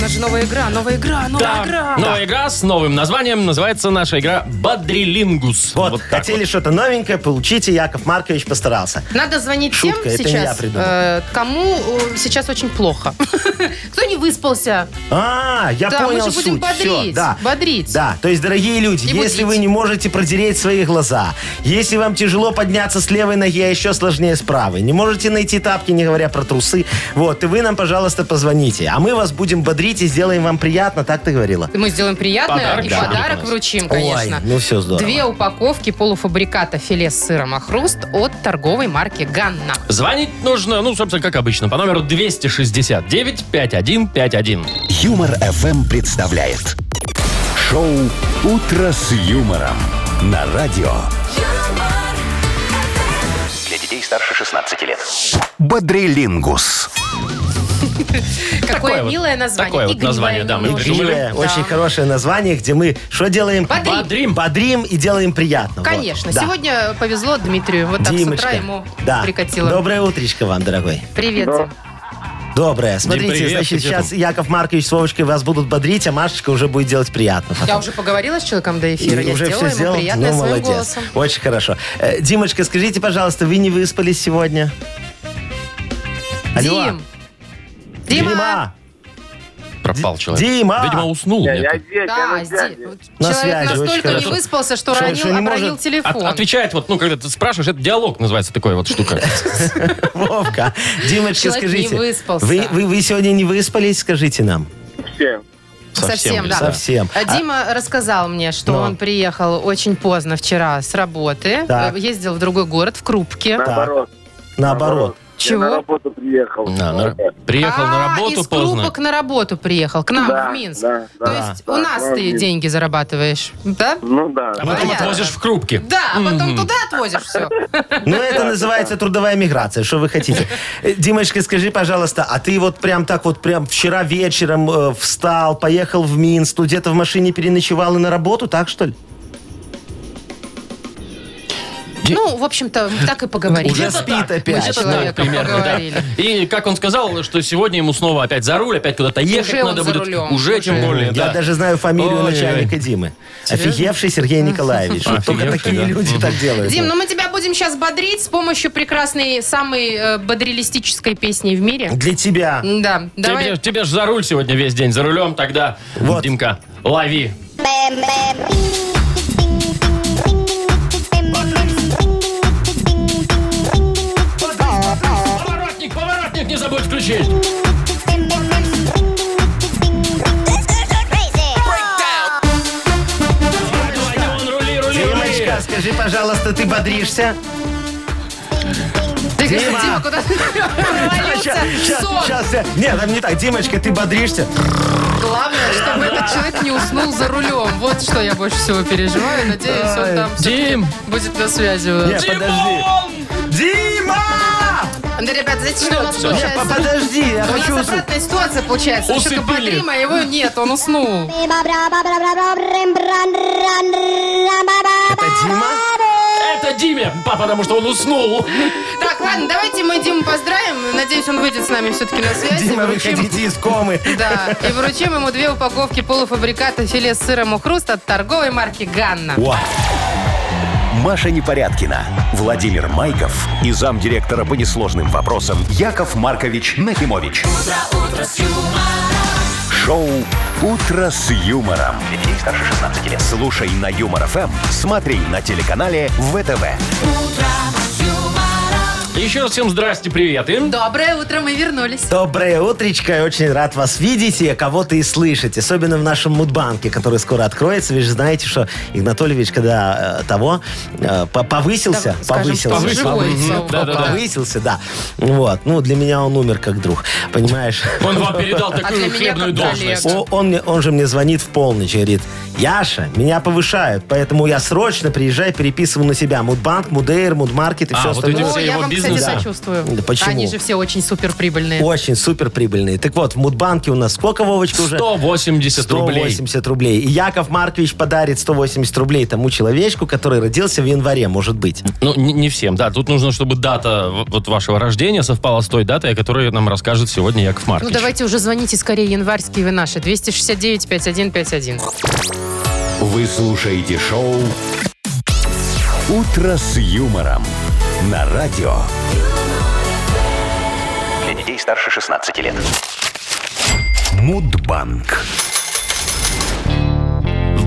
[SPEAKER 3] нас же новая игра, новая игра, новая
[SPEAKER 2] Да. Ну,
[SPEAKER 3] игра.
[SPEAKER 2] Новая игра с новым названием. Называется наша игра «Бодрилингус».
[SPEAKER 4] Вот,
[SPEAKER 2] так
[SPEAKER 4] хотели что-то новенькое, получите, Яков Маркович постарался.
[SPEAKER 3] Надо звонить
[SPEAKER 4] Шутка,
[SPEAKER 3] тем
[SPEAKER 4] это не я
[SPEAKER 3] сейчас,
[SPEAKER 4] придумал.
[SPEAKER 3] э, кому э, сейчас очень
[SPEAKER 2] (laughs)
[SPEAKER 3] плохо. Кто не выспался,
[SPEAKER 4] А, я
[SPEAKER 3] Да, мы
[SPEAKER 4] понял
[SPEAKER 3] же будем
[SPEAKER 4] суть. Всё,
[SPEAKER 3] бодрить,
[SPEAKER 4] да.
[SPEAKER 3] бодрить.
[SPEAKER 4] Да, то есть, дорогие люди,
[SPEAKER 3] И
[SPEAKER 4] если
[SPEAKER 3] будить.
[SPEAKER 4] вы не можете продереть свои глаза, если вам тяжело подняться с левой ноги, а еще сложнее с правой, не можете найти тапки, не говоря про трусы, вот, и вы нам, пожалуйста, позвоните. А мы вас будем бодрить и сделаем вам приятно, так ты говорила?
[SPEAKER 3] мы сделаем приятное
[SPEAKER 2] Подарок,
[SPEAKER 3] и
[SPEAKER 2] да.
[SPEAKER 3] подарок вручим, конечно.
[SPEAKER 4] Ой, ну все здорово.
[SPEAKER 3] Две упаковки полуфабриката филе с сыром «Ахруст» от торговой марки «Ганна».
[SPEAKER 2] Звонить нужно, ну, собственно, как обычно, по номеру 269-5151.
[SPEAKER 1] Юмор FM представляет шоу Утро с юмором на радио
[SPEAKER 8] юмор,
[SPEAKER 5] Для детей старше 16 лет.
[SPEAKER 1] Бодрилингус.
[SPEAKER 3] Какое
[SPEAKER 2] вот-
[SPEAKER 3] милое название.
[SPEAKER 2] такое вот
[SPEAKER 3] Игривое
[SPEAKER 2] название, да, мы
[SPEAKER 3] немножко.
[SPEAKER 2] придумали.
[SPEAKER 4] Игривое,
[SPEAKER 3] Да.
[SPEAKER 4] Очень хорошее название, где мы что делаем?
[SPEAKER 3] Бодрим.
[SPEAKER 4] Бодрим. Бодрим и делаем приятно.
[SPEAKER 3] Конечно.
[SPEAKER 4] Вот, да.
[SPEAKER 3] Сегодня повезло Дмитрию. Вот так с утра
[SPEAKER 4] Димочка,
[SPEAKER 3] ему
[SPEAKER 4] да.
[SPEAKER 3] прикатило.
[SPEAKER 4] Доброе утречко вам, дорогой.
[SPEAKER 3] Привет, Дим.
[SPEAKER 4] Доброе. Смотрите,
[SPEAKER 2] привет,
[SPEAKER 4] значит,
[SPEAKER 2] ты где там?
[SPEAKER 4] сейчас Яков Маркович с Вовочкой вас будут бодрить, а Машечка уже будет делать приятно.
[SPEAKER 3] Я уже поговорила с человеком до эфира. Я
[SPEAKER 4] уже
[SPEAKER 3] сделала ему
[SPEAKER 4] все сделал,
[SPEAKER 3] приятное
[SPEAKER 4] ну,
[SPEAKER 3] своим
[SPEAKER 4] молодец.
[SPEAKER 3] голосом.
[SPEAKER 4] Очень хорошо. Э, Димочка, скажите, пожалуйста, вы не выспались сегодня? Алло.
[SPEAKER 3] Дим. Дима.
[SPEAKER 4] Дима! (laughs)
[SPEAKER 2] Пропал человек.
[SPEAKER 4] Дима!
[SPEAKER 2] Видимо, уснул. мне
[SPEAKER 6] Я
[SPEAKER 2] кажется.
[SPEAKER 6] здесь,
[SPEAKER 3] Да,
[SPEAKER 6] я
[SPEAKER 3] Ди-
[SPEAKER 6] здесь.
[SPEAKER 3] вот
[SPEAKER 4] На
[SPEAKER 3] Человек
[SPEAKER 4] связи, очень
[SPEAKER 3] настолько не
[SPEAKER 4] хорошо.
[SPEAKER 3] выспался, что
[SPEAKER 4] Что,
[SPEAKER 3] ронил,
[SPEAKER 4] что не
[SPEAKER 3] обронил
[SPEAKER 4] может?
[SPEAKER 3] телефон.
[SPEAKER 2] От- отвечает вот, ну, когда ты спрашиваешь, это диалог называется такая вот
[SPEAKER 3] (laughs)
[SPEAKER 2] штука.
[SPEAKER 4] Вовка. Димочка,
[SPEAKER 3] Человек не
[SPEAKER 4] скажите.
[SPEAKER 3] выспался.
[SPEAKER 4] Вы, вы, вы сегодня не выспались, скажите нам.
[SPEAKER 6] Все.
[SPEAKER 3] Совсем, да.
[SPEAKER 4] Совсем.
[SPEAKER 3] А
[SPEAKER 4] А- Ну.
[SPEAKER 3] Дима рассказал мне, что
[SPEAKER 4] Но.
[SPEAKER 3] он приехал очень поздно вчера с работы,
[SPEAKER 4] Так.
[SPEAKER 3] э, ездил в другой город, в Крупке.
[SPEAKER 6] Наоборот.
[SPEAKER 4] Наоборот.
[SPEAKER 3] Чего?
[SPEAKER 6] Я на работу приехал.
[SPEAKER 2] На, на- Приехал на
[SPEAKER 3] А,
[SPEAKER 2] работу
[SPEAKER 3] из Крупок
[SPEAKER 2] поздно.
[SPEAKER 3] на работу приехал, к нам,
[SPEAKER 6] Да,
[SPEAKER 3] в Минск.
[SPEAKER 6] да, да.
[SPEAKER 3] То есть
[SPEAKER 6] Да,
[SPEAKER 3] у нас
[SPEAKER 6] да, в
[SPEAKER 3] ты
[SPEAKER 6] Минск.
[SPEAKER 3] деньги зарабатываешь, да?
[SPEAKER 6] Ну да.
[SPEAKER 2] А потом
[SPEAKER 3] Понятно.
[SPEAKER 2] отвозишь в крупки.
[SPEAKER 3] Да, а потом туда отвозишь все.
[SPEAKER 4] Ну, это называется трудовая миграция, что вы хотите. Э, Димочка, скажи, пожалуйста, а ты вот прям так вот прям вчера вечером э, встал, поехал в Минск, тут где-то в машине переночевал и на работу, так что ли?
[SPEAKER 3] Ну, в общем-то, так и поговорили.
[SPEAKER 4] Уже
[SPEAKER 3] Где-то
[SPEAKER 4] спит
[SPEAKER 3] так.
[SPEAKER 4] опять.
[SPEAKER 3] Мы с
[SPEAKER 4] Да,
[SPEAKER 3] человеком
[SPEAKER 2] примерно, да.
[SPEAKER 3] поговорили.
[SPEAKER 2] И как он сказал, что сегодня ему снова опять за руль, опять куда-то ехать
[SPEAKER 3] Уже он
[SPEAKER 2] надо
[SPEAKER 3] за
[SPEAKER 2] будет.
[SPEAKER 3] рулем.
[SPEAKER 2] Уже тем
[SPEAKER 3] Уже.
[SPEAKER 2] более,
[SPEAKER 4] Я
[SPEAKER 2] да.
[SPEAKER 4] даже знаю фамилию
[SPEAKER 2] Ой-ой-ой.
[SPEAKER 4] начальника Димы. Офигевший Сергей Николаевич. Вот Только
[SPEAKER 2] Офигевший, да.
[SPEAKER 4] такие люди так делают.
[SPEAKER 3] Дим, ну мы тебя будем сейчас бодрить с помощью прекрасной, самой э, бодрилистической песни в мире.
[SPEAKER 4] Для тебя.
[SPEAKER 3] Да, давай.
[SPEAKER 2] Тебе, тебе ж за руль сегодня весь день, за рулем тогда,
[SPEAKER 4] Вот.
[SPEAKER 2] Димка, лови. Поворотник, поворотник не забудь включить. Давай, давай, вон, рули, рули, рули.
[SPEAKER 4] Димочка, скажи, пожалуйста, ты бодришься?
[SPEAKER 3] Ты,
[SPEAKER 4] Дима!
[SPEAKER 3] Дима, куда
[SPEAKER 4] (laughs)
[SPEAKER 3] ты (laughs) провалился?
[SPEAKER 4] Сейчас,
[SPEAKER 3] Сон.
[SPEAKER 4] сейчас. Нет, там не так. Димочка, ты бодришься?
[SPEAKER 3] Главное, чтобы этот человек не уснул за рулем. Вот что я больше всего переживаю. Надеюсь, он там всё-таки
[SPEAKER 2] Дим!
[SPEAKER 3] будет на связи. у нас.
[SPEAKER 4] Нет, подожди. Дима!
[SPEAKER 3] Ну, ребят, знаете, что у нас
[SPEAKER 4] Нет, по-
[SPEAKER 3] получается?
[SPEAKER 4] подожди, я
[SPEAKER 3] У нас
[SPEAKER 4] хочу... услышать.
[SPEAKER 3] обратная ситуация получается. Мы Человека
[SPEAKER 2] Усыпили.
[SPEAKER 3] бодрим, а его нет, он уснул.
[SPEAKER 4] Это Дима?
[SPEAKER 2] Это Диме, па, потому что он уснул.
[SPEAKER 3] Так, ладно, давайте мы Диму поздравим. Надеюсь, он выйдет с нами все-таки на связь.
[SPEAKER 4] Дима,
[SPEAKER 3] И вручим-
[SPEAKER 4] выходите из комы.
[SPEAKER 3] Да, и вручим ему две упаковки полуфабриката филе с сыром и хруст от торговой марки «Ганна».
[SPEAKER 1] Маша Непорядкина, Владимир Майков и замдиректора по несложным вопросам Яков Маркович Нахимович. Шоу Утро с юмором.
[SPEAKER 5] Для детей старше 16 лет.
[SPEAKER 1] Слушай на Юмор ФМ, смотри на телеканале ВТВ.
[SPEAKER 2] Еще раз всем здрасте, привет. И
[SPEAKER 3] Доброе утро, мы вернулись.
[SPEAKER 4] Доброе утречко, я очень рад вас видеть и кого-то и слышать, особенно в нашем Мудбанке, который скоро откроется. Вы же знаете, что Игнатольевич, когда э, того, э, по- повысился,
[SPEAKER 3] Да, скажем, что
[SPEAKER 4] повысился,
[SPEAKER 3] он живой,
[SPEAKER 4] повысился,
[SPEAKER 3] слава богу.
[SPEAKER 4] да, повысился, да. Вот, ну для меня он умер как друг, понимаешь?
[SPEAKER 2] он вам передал
[SPEAKER 3] А для
[SPEAKER 2] такую
[SPEAKER 3] меня
[SPEAKER 2] хлебную
[SPEAKER 3] как
[SPEAKER 2] должность.
[SPEAKER 3] коллега.
[SPEAKER 4] О, он, мне- он же мне звонит в полночь и говорит, Яша, меня повышают, поэтому я срочно приезжай, переписываю на себя Мудбанк, Мудейр, Мудмаркет и
[SPEAKER 2] А,
[SPEAKER 4] все
[SPEAKER 2] вот
[SPEAKER 4] остальное.
[SPEAKER 2] эти
[SPEAKER 3] О,
[SPEAKER 2] все
[SPEAKER 3] я
[SPEAKER 2] его
[SPEAKER 3] вам, кстати, кстати,
[SPEAKER 4] Да.
[SPEAKER 3] сочувствую.
[SPEAKER 4] Да почему?
[SPEAKER 3] Они же все очень суперприбыльные.
[SPEAKER 4] Очень супер прибыльные. Так вот, в Мудбанке у нас сколько, Вовочка, уже?
[SPEAKER 2] 180 рублей.
[SPEAKER 4] 180 рублей. И Яков Маркович подарит 180 рублей тому человечку, который родился в январе, может быть.
[SPEAKER 2] Ну, не, не всем, да. Тут нужно, чтобы дата в- вот вашего рождения совпала с той датой, о которой нам расскажет сегодня Яков
[SPEAKER 3] Ну
[SPEAKER 2] Маркович.
[SPEAKER 3] давайте уже звоните скорее январьские вы наши. 269-5151.
[SPEAKER 1] Вы слушаете шоу «Утро с юмором» на радио.
[SPEAKER 5] Для детей старше 16 лет.
[SPEAKER 1] Мудбанк.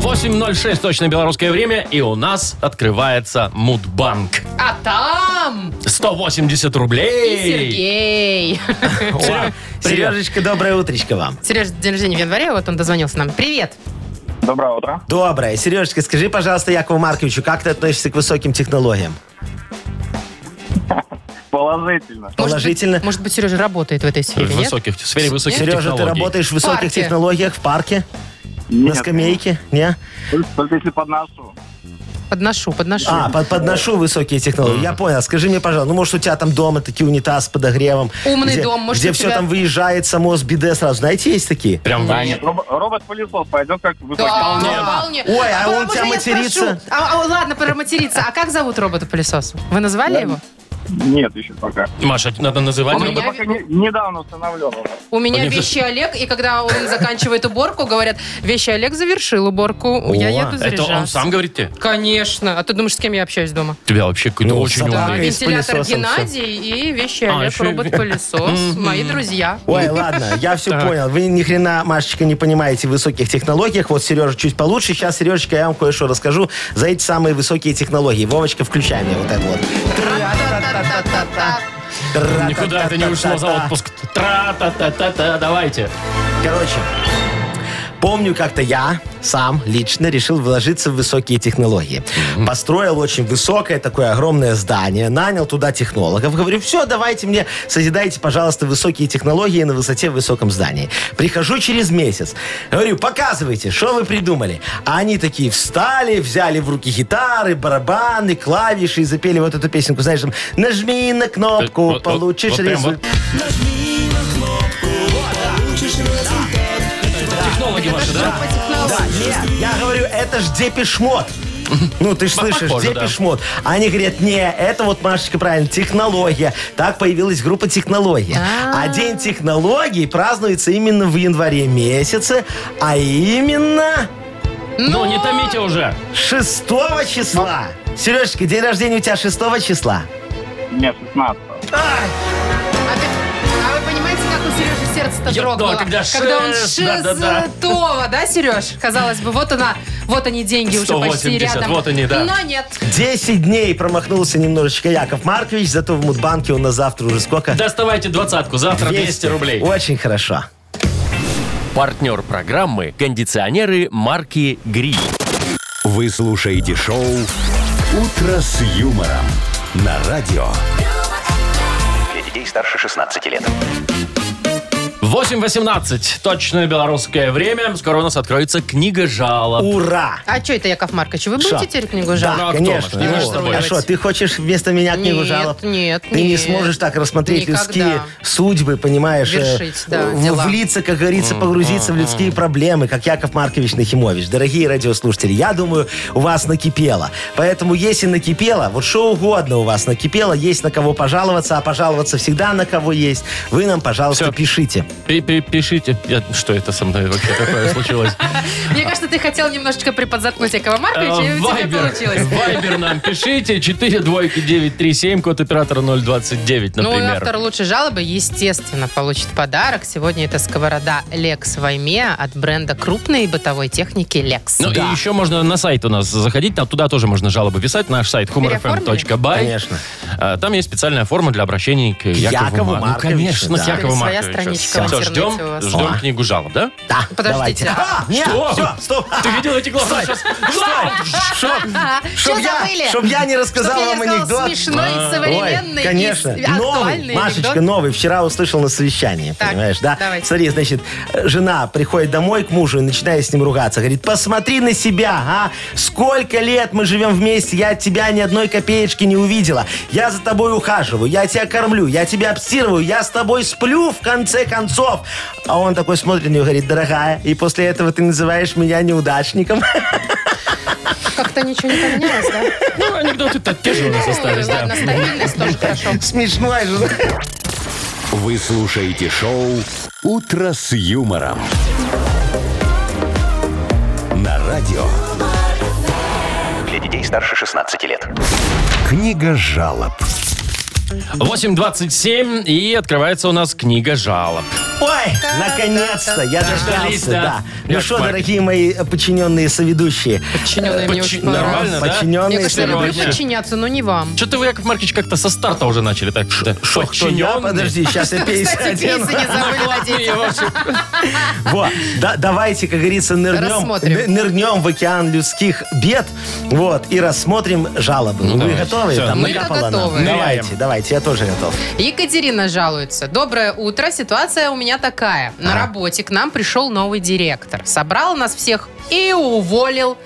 [SPEAKER 2] 8.06 точно белорусское время, и у нас открывается Мудбанк.
[SPEAKER 3] А там
[SPEAKER 2] 180
[SPEAKER 3] и
[SPEAKER 2] рублей.
[SPEAKER 3] Сергей. (laughs)
[SPEAKER 2] Серег, привет.
[SPEAKER 4] Сережечка, доброе утречко вам.
[SPEAKER 3] Сереж, день рождения в январе, вот он дозвонился нам. Привет.
[SPEAKER 6] Доброе утро.
[SPEAKER 4] Доброе. Сережечка, скажи, пожалуйста, Якову Марковичу, как ты относишься к высоким технологиям?
[SPEAKER 6] (laughs) Положительно.
[SPEAKER 4] Положительно.
[SPEAKER 3] Может быть, Сережа работает в этой сфере,
[SPEAKER 2] В
[SPEAKER 3] нет?
[SPEAKER 2] высоких, в сфере высоких
[SPEAKER 4] Сережа, ты
[SPEAKER 2] технологий.
[SPEAKER 4] работаешь в
[SPEAKER 3] В
[SPEAKER 4] высоких
[SPEAKER 3] парке.
[SPEAKER 4] технологиях в парке? На
[SPEAKER 6] Нет,
[SPEAKER 4] скамейке? Не?
[SPEAKER 6] Только, только если подношу.
[SPEAKER 3] Подношу, подношу.
[SPEAKER 4] А, под- подношу высокие технологии. Я понял. Скажи мне, пожалуйста, ну, может, у тебя там дома такие унитаз с подогревом.
[SPEAKER 3] Умный
[SPEAKER 4] где-
[SPEAKER 3] дом, может,
[SPEAKER 4] Где
[SPEAKER 3] у
[SPEAKER 4] все
[SPEAKER 3] тебя-
[SPEAKER 4] там выезжает само с биде сразу. Знаете, есть такие?
[SPEAKER 2] Прям
[SPEAKER 6] Да,
[SPEAKER 2] вы-
[SPEAKER 6] нет, робо- робот-пылесос пойдет как высокий.
[SPEAKER 3] Да, вполне.
[SPEAKER 4] Ой, а он
[SPEAKER 3] можно
[SPEAKER 4] тебя
[SPEAKER 3] я
[SPEAKER 4] матерится?
[SPEAKER 3] спрошу? А, а, ладно, про материться. А как зовут робота-пылесоса? Вы назвали его?
[SPEAKER 6] Нет, еще пока.
[SPEAKER 2] Маша, надо
[SPEAKER 4] А
[SPEAKER 2] называть.
[SPEAKER 3] У
[SPEAKER 6] Ну,
[SPEAKER 2] его.
[SPEAKER 6] это
[SPEAKER 3] меня
[SPEAKER 6] пока не- недавно установлен. уже.
[SPEAKER 3] У меня
[SPEAKER 2] Они все-
[SPEAKER 3] вещи Олег, и когда он заканчивает уборку, говорят, вещи Олег завершил уборку, я
[SPEAKER 4] О,
[SPEAKER 3] еду
[SPEAKER 2] Это он
[SPEAKER 3] заряжаться».
[SPEAKER 2] сам говорит тебе?
[SPEAKER 3] Конечно. А ты думаешь, с кем я общаюсь дома?
[SPEAKER 2] У Тебя вообще какой-то
[SPEAKER 4] Ну,
[SPEAKER 2] очень
[SPEAKER 4] собака.
[SPEAKER 2] умный.
[SPEAKER 4] и с
[SPEAKER 3] Вентилятор
[SPEAKER 4] пылесосом
[SPEAKER 3] Геннадий и вещи
[SPEAKER 2] А,
[SPEAKER 3] Олег,
[SPEAKER 2] еще и-
[SPEAKER 3] робот-пылесос, мои друзья.
[SPEAKER 4] Ой, ладно, я все
[SPEAKER 2] Так.
[SPEAKER 4] понял. Вы ни хрена, Машечка, не понимаете в высоких технологиях. Вот Сережа чуть получше. Сейчас, Сережечка, я вам кое-что расскажу за эти самые высокие технологии. Вовочка, включай мне вот это вот.
[SPEAKER 2] Никуда это не ушло за отпуск. Тра-та-та-та-та, давайте.
[SPEAKER 4] Короче, помню, как-то я сам лично решил вложиться в высокие технологии. Построил очень высокое такое огромное здание, нанял туда технологов. Говорю, все, давайте мне созидайте, пожалуйста, высокие технологии на высоте в высоком здании. Прихожу через месяц. Говорю, показывайте, что вы придумали. А они такие встали, взяли в руки гитары, барабаны, клавиши и запели вот эту песенку. Знаешь, там, нажми на кнопку,
[SPEAKER 2] Вот- вот-
[SPEAKER 4] получишь
[SPEAKER 2] вот прям
[SPEAKER 4] результат.
[SPEAKER 2] вот. Технологи ваши, Ну, да?
[SPEAKER 4] Да, нет, я говорю, это ж депешмот. Ну, ты ж слышишь,
[SPEAKER 2] похоже, да.
[SPEAKER 4] депешмот. Они говорят, не, это вот, Машечка, правильно, технология. Так появилась группа технология. А День технологий празднуется именно в январе месяце, а именно
[SPEAKER 2] Ну, не томите уже.
[SPEAKER 4] 6 числа. Сережечка, день рождения у тебя 6 числа.
[SPEAKER 6] Нет, 16
[SPEAKER 3] А, ты- а вы понимаете, как у Сережи сердце-то
[SPEAKER 2] Я-
[SPEAKER 3] дрогнуло?
[SPEAKER 2] да, когда
[SPEAKER 3] он
[SPEAKER 2] шесть, да-да-да.
[SPEAKER 3] шестого, да, Сереж? Казалось бы, вот она, вот они деньги уже почти
[SPEAKER 2] 180,
[SPEAKER 3] рядом.
[SPEAKER 2] вот они, да.
[SPEAKER 3] Но нет.
[SPEAKER 4] 10 дней промахнулся немножечко Яков Маркович, зато в Мудбанке у нас завтра уже сколько?
[SPEAKER 2] Доставайте двадцатку, завтра 200 рублей.
[SPEAKER 4] Очень хорошо.
[SPEAKER 8] Партнер программы кондиционеры марки Гри.
[SPEAKER 1] Вы слушаете шоу «Утро с юмором» на радио.
[SPEAKER 5] Для детей старше 16 лет.
[SPEAKER 2] 8.18, точное белорусское время. Скоро у нас откроется книга жалоб.
[SPEAKER 4] Ура!
[SPEAKER 3] А что это, Яков Маркович, вы будете
[SPEAKER 4] Шо?
[SPEAKER 3] теперь книгу жалоб?
[SPEAKER 2] Ну, а
[SPEAKER 4] Да,
[SPEAKER 2] кто
[SPEAKER 4] конечно.
[SPEAKER 2] ж, не мы ж с
[SPEAKER 4] О,
[SPEAKER 2] тобой.
[SPEAKER 4] а что, ты хочешь вместо меня книгу
[SPEAKER 3] Нет,
[SPEAKER 4] жалоб?
[SPEAKER 3] нет,
[SPEAKER 4] Ты не
[SPEAKER 3] нет.
[SPEAKER 4] сможешь так рассмотреть
[SPEAKER 3] Никогда.
[SPEAKER 4] людские судьбы, понимаешь? э,
[SPEAKER 3] Вершить, да,
[SPEAKER 4] в-
[SPEAKER 3] дела.
[SPEAKER 4] Влиться, как говорится, погрузиться
[SPEAKER 2] М-м-м.
[SPEAKER 4] в людские проблемы, как Яков Маркович Нахимович. Дорогие радиослушатели, я думаю, у вас накипело. Поэтому, если накипело, вот что угодно у вас накипело, есть на кого пожаловаться, а пожаловаться всегда на кого есть. Вы нам, пожалуйста,
[SPEAKER 2] Всё.
[SPEAKER 4] пишите.
[SPEAKER 2] Пи- пи- Пишите, Я- что это со мной вообще такое случилось? (laughs)
[SPEAKER 3] Мне кажется, ты хотел немножечко приподзаткнуть Якова Марковича, и у тебя получилось.
[SPEAKER 2] Вайбер нам пишите. 4 двойки 937, код оператора 029,
[SPEAKER 3] Ну, и автор
[SPEAKER 2] например.
[SPEAKER 3] лучшей жалобы, естественно, получит подарок. Сегодня это сковорода Lex Вайме от бренда крупной бытовой техники Lex.
[SPEAKER 2] Ну и еще можно на сайт у нас заходить, там туда тоже можно жалобы писать. Наш сайт humorfm.by.
[SPEAKER 4] Конечно.
[SPEAKER 2] А, Там есть Э, специальная форма для обращения к Якову,
[SPEAKER 4] Якову
[SPEAKER 2] Мар- Ну,
[SPEAKER 4] Марковичу,
[SPEAKER 2] конечно,
[SPEAKER 4] да.
[SPEAKER 2] к Якову
[SPEAKER 3] Своя
[SPEAKER 2] Марковичу.
[SPEAKER 3] страничка у
[SPEAKER 2] Все,
[SPEAKER 3] интернете
[SPEAKER 2] ждем,
[SPEAKER 3] у вас.
[SPEAKER 2] ждем книгу жалоб, да?
[SPEAKER 4] Да,
[SPEAKER 3] Подождите.
[SPEAKER 4] давайте. А, нет,
[SPEAKER 2] Что?
[SPEAKER 4] всё, стоп.
[SPEAKER 2] Ты видел эти глаза?
[SPEAKER 4] Стой,
[SPEAKER 2] Сейчас- Ла!
[SPEAKER 3] (laughs) Что
[SPEAKER 4] Чтоб я,
[SPEAKER 3] забыли?
[SPEAKER 4] чтоб я не
[SPEAKER 3] Чтоб
[SPEAKER 4] рассказал
[SPEAKER 3] я
[SPEAKER 4] вам
[SPEAKER 3] не сказала,
[SPEAKER 4] анекдот.
[SPEAKER 3] смешной,
[SPEAKER 4] Ой,
[SPEAKER 3] современный и
[SPEAKER 4] конечно.
[SPEAKER 3] с- актуальный
[SPEAKER 4] новый, Машечка,
[SPEAKER 3] анекдот.
[SPEAKER 4] новый. Вчера услышал на совещании,
[SPEAKER 3] Так,
[SPEAKER 4] понимаешь, да?
[SPEAKER 3] давай.
[SPEAKER 4] Смотри, значит, э, жена приходит домой к мужу и начинает с ним ругаться. Говорит, посмотри на себя, а? Сколько лет мы живем вместе, я от тебя ни одной копеечки не увидела. Я за тобой ухаживаю, я тебя кормлю, я тебя обстирываю, я с тобой сплю в конце концов. А он такой смотрит на нее и говорит, дорогая, и после этого ты называешь меня неудачником. (laughs)
[SPEAKER 3] А Как-то ничего не поменялось, да?
[SPEAKER 2] Ну, анекдоты-то те же у нас остались, да.
[SPEAKER 3] (laughs) Ладно, стабильность тоже хорошо.
[SPEAKER 4] Смешной же.
[SPEAKER 1] Вы слушаете шоу «Утро с юмором». На радио
[SPEAKER 5] Для детей старше 16 лет.
[SPEAKER 1] «Книга жалоб».
[SPEAKER 2] 8.27, и открывается у нас книга жалоб.
[SPEAKER 4] Ой, наконец-то, я
[SPEAKER 2] Дождались,
[SPEAKER 4] дождался,
[SPEAKER 2] да.
[SPEAKER 4] да. Ну
[SPEAKER 2] Яков
[SPEAKER 4] что,
[SPEAKER 2] Маркович.
[SPEAKER 4] дорогие мои э, подчиненные соведущие,
[SPEAKER 3] Подчиненные мне
[SPEAKER 2] Подчи-
[SPEAKER 3] очень
[SPEAKER 2] Нормально,
[SPEAKER 3] понравились.
[SPEAKER 2] да?
[SPEAKER 3] Я,
[SPEAKER 4] подчиненные...
[SPEAKER 3] конечно,
[SPEAKER 2] Здорово,
[SPEAKER 3] люблю
[SPEAKER 2] нет.
[SPEAKER 3] подчиняться, но не вам.
[SPEAKER 2] Что-то вы, Яков Маркович, как-то со старта уже начали так. да.
[SPEAKER 4] Я,
[SPEAKER 2] Подчиненный.
[SPEAKER 4] подожди, сейчас я
[SPEAKER 3] Кстати,
[SPEAKER 4] переодену.
[SPEAKER 3] пейсы не
[SPEAKER 4] (laughs)
[SPEAKER 3] забыли надеть.
[SPEAKER 2] Накладные вообще.
[SPEAKER 4] Вот, да- давайте, как говорится, нырнем,
[SPEAKER 3] Рассмотрим.
[SPEAKER 4] ны- нырнем в океан людских бед, вот, и рассмотрим жалобы. Вы
[SPEAKER 2] Ну, давайте.
[SPEAKER 4] готовы?
[SPEAKER 2] Всё.
[SPEAKER 4] Там
[SPEAKER 3] Мы-то
[SPEAKER 4] накапало нам.
[SPEAKER 3] готовы.
[SPEAKER 4] Давайте, давайте, я тоже готов.
[SPEAKER 3] Екатерина жалуется. Доброе утро. Ситуация у меня такая. На работе к нам пришел новый директор. Собрал нас всех и уволил.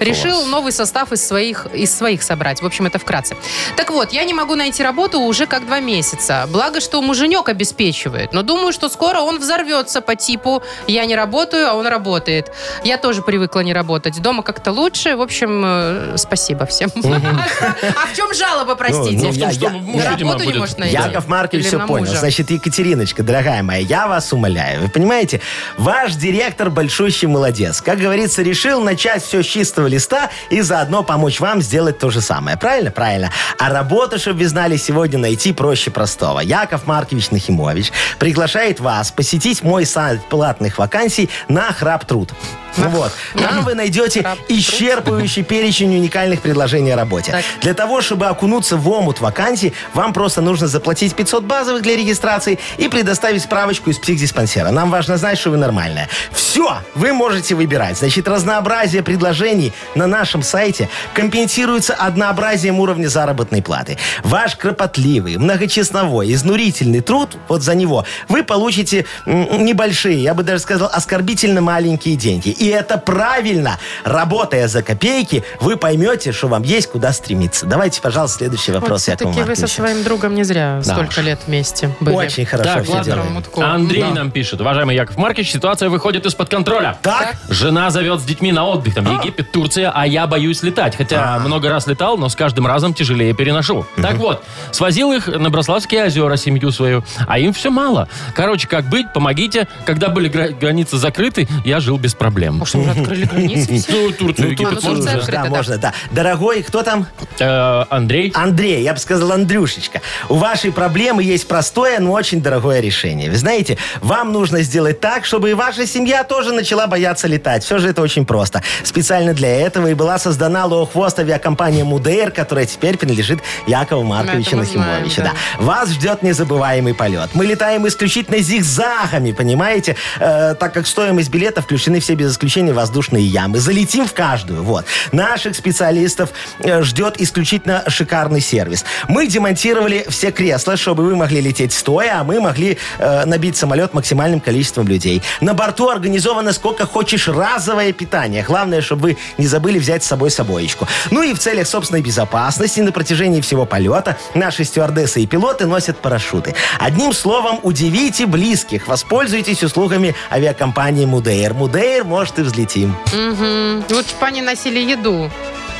[SPEAKER 3] Решил новый состав из своих, из своих собрать. В общем, это вкратце. Так вот, я не могу найти работу уже как два месяца. Благо, что муженек обеспечивает. Но думаю, что скоро он взорвется по типу «я не работаю, а он работает». Я тоже привыкла не работать. Дома как-то лучше. В общем, э, спасибо всем. (laughs) А в чем жалоба, простите?
[SPEAKER 4] ну,
[SPEAKER 2] В том,
[SPEAKER 4] Я-
[SPEAKER 2] что
[SPEAKER 4] я-
[SPEAKER 2] муж,
[SPEAKER 4] я-
[SPEAKER 2] видимо,
[SPEAKER 3] Работу не
[SPEAKER 2] будет.
[SPEAKER 3] может найти.
[SPEAKER 2] Да.
[SPEAKER 4] Яков Маркович
[SPEAKER 3] Или
[SPEAKER 4] все
[SPEAKER 3] на
[SPEAKER 4] понял.
[SPEAKER 3] мужа.
[SPEAKER 4] Значит, Екатериночка, дорогая моя, я вас умоляю. Вы понимаете, ваш директор большущий молодец. Как говорится, решил начать все с чистого листа и заодно помочь вам сделать то же самое. Правильно? Правильно. А работу, чтобы вы знали, сегодня найти проще простого. Яков Маркович Нахимович приглашает вас посетить мой сайт платных вакансий на Храбтруд. Ну вот, там вы найдете
[SPEAKER 3] Храбтруд.
[SPEAKER 4] исчерпывающий перечень уникальных предложений о работе.
[SPEAKER 3] Так.
[SPEAKER 4] Для того, чтобы окунуться в омут вакансий, вам просто нужно заплатить 500 базовых для регистрации и предоставить справочку из психдиспансера. Нам важно знать, что вы нормальная. Все, вы можете выбирать. Значит, разнообразие предложений на нашем сайте компенсируется однообразием уровня заработной платы. Ваш кропотливый, многочестновой, изнурительный труд, вот за него, вы получите м, небольшие, я бы даже сказал, оскорбительно маленькие деньги. И это правильно. Работая за копейки, вы поймете, что вам есть куда стремиться. Давайте, пожалуйста, следующий
[SPEAKER 3] Вот
[SPEAKER 4] вопрос, Якову
[SPEAKER 3] все-таки вы со
[SPEAKER 4] Марковичу.
[SPEAKER 3] своим другом не зря столько лет вместе были.
[SPEAKER 4] Очень хорошо
[SPEAKER 2] Так,
[SPEAKER 4] все
[SPEAKER 2] ладно.
[SPEAKER 4] делаем.
[SPEAKER 3] Мутко.
[SPEAKER 2] Андрей нам пишет. Уважаемый Яков Маркович, ситуация выходит из-под контроля.
[SPEAKER 4] Так?
[SPEAKER 2] Жена зовет с детьми на отдых, там Египет, Турция, а я боюсь летать.
[SPEAKER 3] А.
[SPEAKER 2] Хотя много раз летал, но с каждым разом тяжелее переношу. Так вот, свозил их на Брославские озера, семью свою, а им все мало. Короче, как быть, помогите. Когда были гра- границы закрыты, я жил без проблем.
[SPEAKER 3] Может, уже открыли
[SPEAKER 4] (laughs)
[SPEAKER 3] границы все?
[SPEAKER 2] Ну, Турцию, Египет,
[SPEAKER 3] Турция
[SPEAKER 2] можно же.
[SPEAKER 3] открыта,
[SPEAKER 4] да,
[SPEAKER 3] да.
[SPEAKER 4] можно, да. Дорогой, кто там?
[SPEAKER 2] Э, Андрей,
[SPEAKER 4] Андрей, я бы сказал, Андрюшечка, у вашей проблемы есть простое, но очень дорогое решение. Вы знаете, вам нужно сделать так, чтобы и ваша семья тоже начала бояться летать. Все же это очень просто. Специально для этого и была создана лоухвост авиакомпания «Мудейр», которая теперь принадлежит Якову Марковичу
[SPEAKER 3] мы знаем,
[SPEAKER 4] Нахимовичу.
[SPEAKER 3] да.
[SPEAKER 4] Да. Вас ждет незабываемый полет. Мы летаем исключительно зигзагами, понимаете? Э, так как в стоимость билета включены все без исключения воздушные ямы. Залетим в каждую. Вот. Наших специалистов э, ждет исключительно шикарный сервис. Мы демонтировали все кресла, чтобы вы могли лететь стоя, а мы могли э, набить самолет максимальным количеством людей. На борту организовано сколько хочешь разовое питание. Главное, чтобы вы не забыли взять с собой собоечку. Ну и в целях собственной безопасности на протяжении всего полета наши стюардессы и пилоты носят парашюты. Одним словом, удивите близких. Воспользуйтесь услугами авиакомпании Мудейр. Мудейр, может, и взлетим.
[SPEAKER 3] Мгм. Лучше бы они носили еду.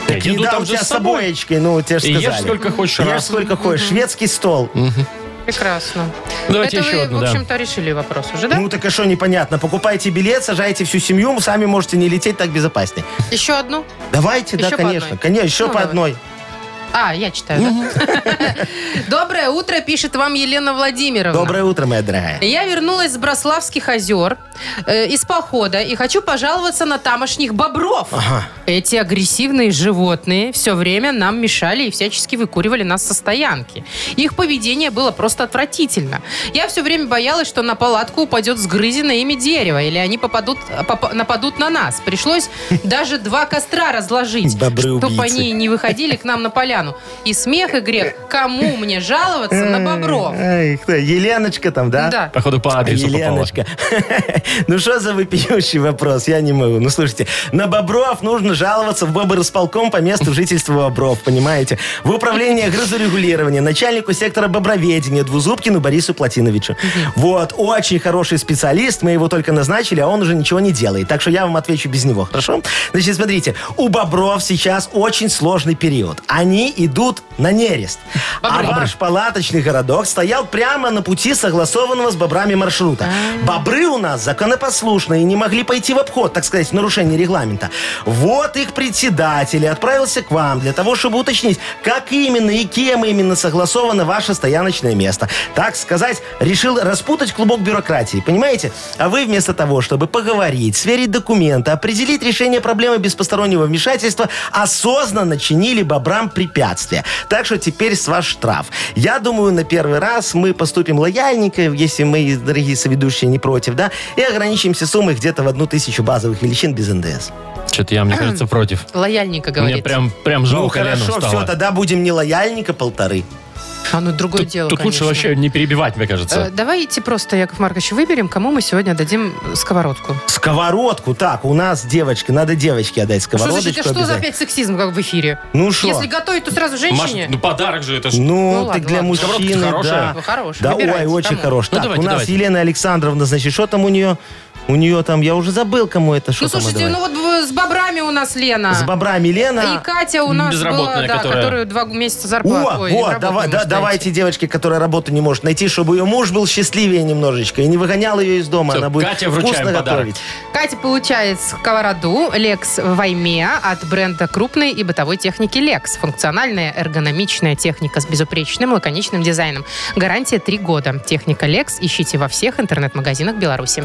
[SPEAKER 2] я
[SPEAKER 4] Еда
[SPEAKER 2] еду там
[SPEAKER 4] у
[SPEAKER 2] же
[SPEAKER 4] тебя
[SPEAKER 2] с собой.
[SPEAKER 4] собоечкой, ну, тебе же
[SPEAKER 2] И ешь
[SPEAKER 4] сказали.
[SPEAKER 2] сколько хочешь
[SPEAKER 4] Ешь
[SPEAKER 2] раз.
[SPEAKER 4] сколько хочешь. Шведский стол.
[SPEAKER 3] Прекрасно.
[SPEAKER 2] Давайте
[SPEAKER 3] Это
[SPEAKER 2] еще
[SPEAKER 3] вы,
[SPEAKER 2] одну,
[SPEAKER 3] в
[SPEAKER 2] да.
[SPEAKER 3] общем-то, решили вопрос уже, да?
[SPEAKER 4] Ну, так и что, непонятно. Покупайте билет, сажайте всю семью, сами можете не лететь, так безопасней.
[SPEAKER 3] Еще одну?
[SPEAKER 4] Давайте,
[SPEAKER 3] Еще
[SPEAKER 4] да,
[SPEAKER 3] по
[SPEAKER 4] конечно.
[SPEAKER 3] одной.
[SPEAKER 4] Конечно, еще
[SPEAKER 3] Ну,
[SPEAKER 4] по
[SPEAKER 3] давай.
[SPEAKER 4] одной.
[SPEAKER 3] А, я читаю, да? (laughs) Доброе утро, пишет вам Елена Владимировна.
[SPEAKER 4] Доброе утро, моя дорогая.
[SPEAKER 3] Я вернулась с Брославских озер э, из похода и хочу пожаловаться на тамошних бобров. Эти агрессивные животные все время нам мешали и всячески выкуривали нас со стоянки. Их поведение было просто отвратительно. Я все время боялась, что на палатку упадет сгрызенное ими дерево, или они попадут, поп- нападут на нас. Пришлось даже два костра разложить, чтобы
[SPEAKER 4] Бобры-убийцы.
[SPEAKER 3] они не выходили к нам на поляну. И смех, и грех. Кому мне жаловаться на бобров?
[SPEAKER 4] (laughs) Эй, кто? Еленочка там, да?
[SPEAKER 3] Да.
[SPEAKER 2] Походу, по адресу попало.
[SPEAKER 4] Еленочка. (laughs) Ну что за вопиющий вопрос? Я не могу. Ну слушайте, на Бобров нужно жаловаться в Бобросполком по месту жительства Бобров, понимаете? В управление грызорегулирования, начальнику сектора боброведения Двузубкину Борису Платиновичу. Вот, очень хороший специалист, мы его только назначили, а он уже ничего не делает. Так что я вам отвечу без него, хорошо? Значит, смотрите, у Бобров сейчас очень сложный период. Они идут на нерест. А ваш палаточный городок стоял прямо на пути согласованного с бобрами маршрута. Бобры у нас законопослушные, не могли пойти в обход, так сказать, в нарушение регламента. Вот их председатель отправился к вам для того, чтобы уточнить, как именно и кем именно согласовано ваше стояночное место. Так сказать, решил распутать клубок бюрократии, понимаете? А вы вместо того, чтобы поговорить, сверить документы, определить решение проблемы без постороннего вмешательства, осознанно чинили бобрам препятствия. Так что теперь с вас штраф. Я думаю, на первый раз мы поступим лояльненько, если мы, дорогие соведущие, не против, да, и ограничимся суммой где-то в одну тысячу базовых величин без НДС.
[SPEAKER 2] Что-то я, мне кажется, против.
[SPEAKER 3] Лояльненько
[SPEAKER 2] Мне
[SPEAKER 3] говорит.
[SPEAKER 2] прям, прям
[SPEAKER 4] ну
[SPEAKER 2] жалко Лену
[SPEAKER 4] хорошо, все,
[SPEAKER 2] стало.
[SPEAKER 4] тогда будем не лояльника полторы.
[SPEAKER 3] А ну другое
[SPEAKER 2] Тут,
[SPEAKER 3] дело,
[SPEAKER 2] тут лучше
[SPEAKER 3] конечно.
[SPEAKER 2] вообще не перебивать, мне кажется.
[SPEAKER 3] Э, Давайте просто, Яков Маркович, выберем, кому мы сегодня дадим сковородку. Ну,
[SPEAKER 4] Сковородку, так, у нас девочки, надо девочке отдать
[SPEAKER 3] Что,
[SPEAKER 4] сковородочку.
[SPEAKER 3] значит, а что за
[SPEAKER 4] обязательно.
[SPEAKER 3] опять сексизм, как в эфире?
[SPEAKER 4] Ну что?
[SPEAKER 3] Если готовить, то сразу
[SPEAKER 2] Маш,
[SPEAKER 3] женщине.
[SPEAKER 2] ну подарок же это ж.
[SPEAKER 4] Ну,
[SPEAKER 3] Ну,
[SPEAKER 4] так
[SPEAKER 3] ладно,
[SPEAKER 4] для
[SPEAKER 3] ладно.
[SPEAKER 4] мужчины,
[SPEAKER 2] Коробка-то хорошая.
[SPEAKER 4] да.
[SPEAKER 3] Ну, хорошая,
[SPEAKER 4] Да, ой,
[SPEAKER 3] выбирайте,
[SPEAKER 4] очень
[SPEAKER 3] кому.
[SPEAKER 4] хорош.
[SPEAKER 2] Ну,
[SPEAKER 4] так,
[SPEAKER 2] давайте,
[SPEAKER 4] у нас
[SPEAKER 2] давайте.
[SPEAKER 4] Елена Александровна, значит, что там у нее? У нее там, я уже забыл, кому это, что
[SPEAKER 3] Ну,
[SPEAKER 4] там
[SPEAKER 3] слушайте, ну
[SPEAKER 4] отдавать.
[SPEAKER 3] вот э, с бобрами у нас Лена.
[SPEAKER 4] С бобрами Лена.
[SPEAKER 3] И Катя у нас
[SPEAKER 2] Безработная,
[SPEAKER 3] была, да,
[SPEAKER 2] которая-
[SPEAKER 3] которую два месяца зарплаты.
[SPEAKER 4] О, вот, давай- да- давайте девочке, которая работу не может найти, чтобы ее муж был счастливее немножечко и не выгонял ее из дома.
[SPEAKER 2] Всё,
[SPEAKER 4] Она будет
[SPEAKER 2] Катя, вручаем
[SPEAKER 4] вкусно
[SPEAKER 2] подарок.
[SPEAKER 4] готовить.
[SPEAKER 3] Катя получает сковороду Lex Ваймеа от бренда крупной и бытовой техники Lex. Функциональная эргономичная техника с безупречным лаконичным дизайном. Гарантия 3 года. Техника Lex ищите во всех интернет-магазинах Беларуси.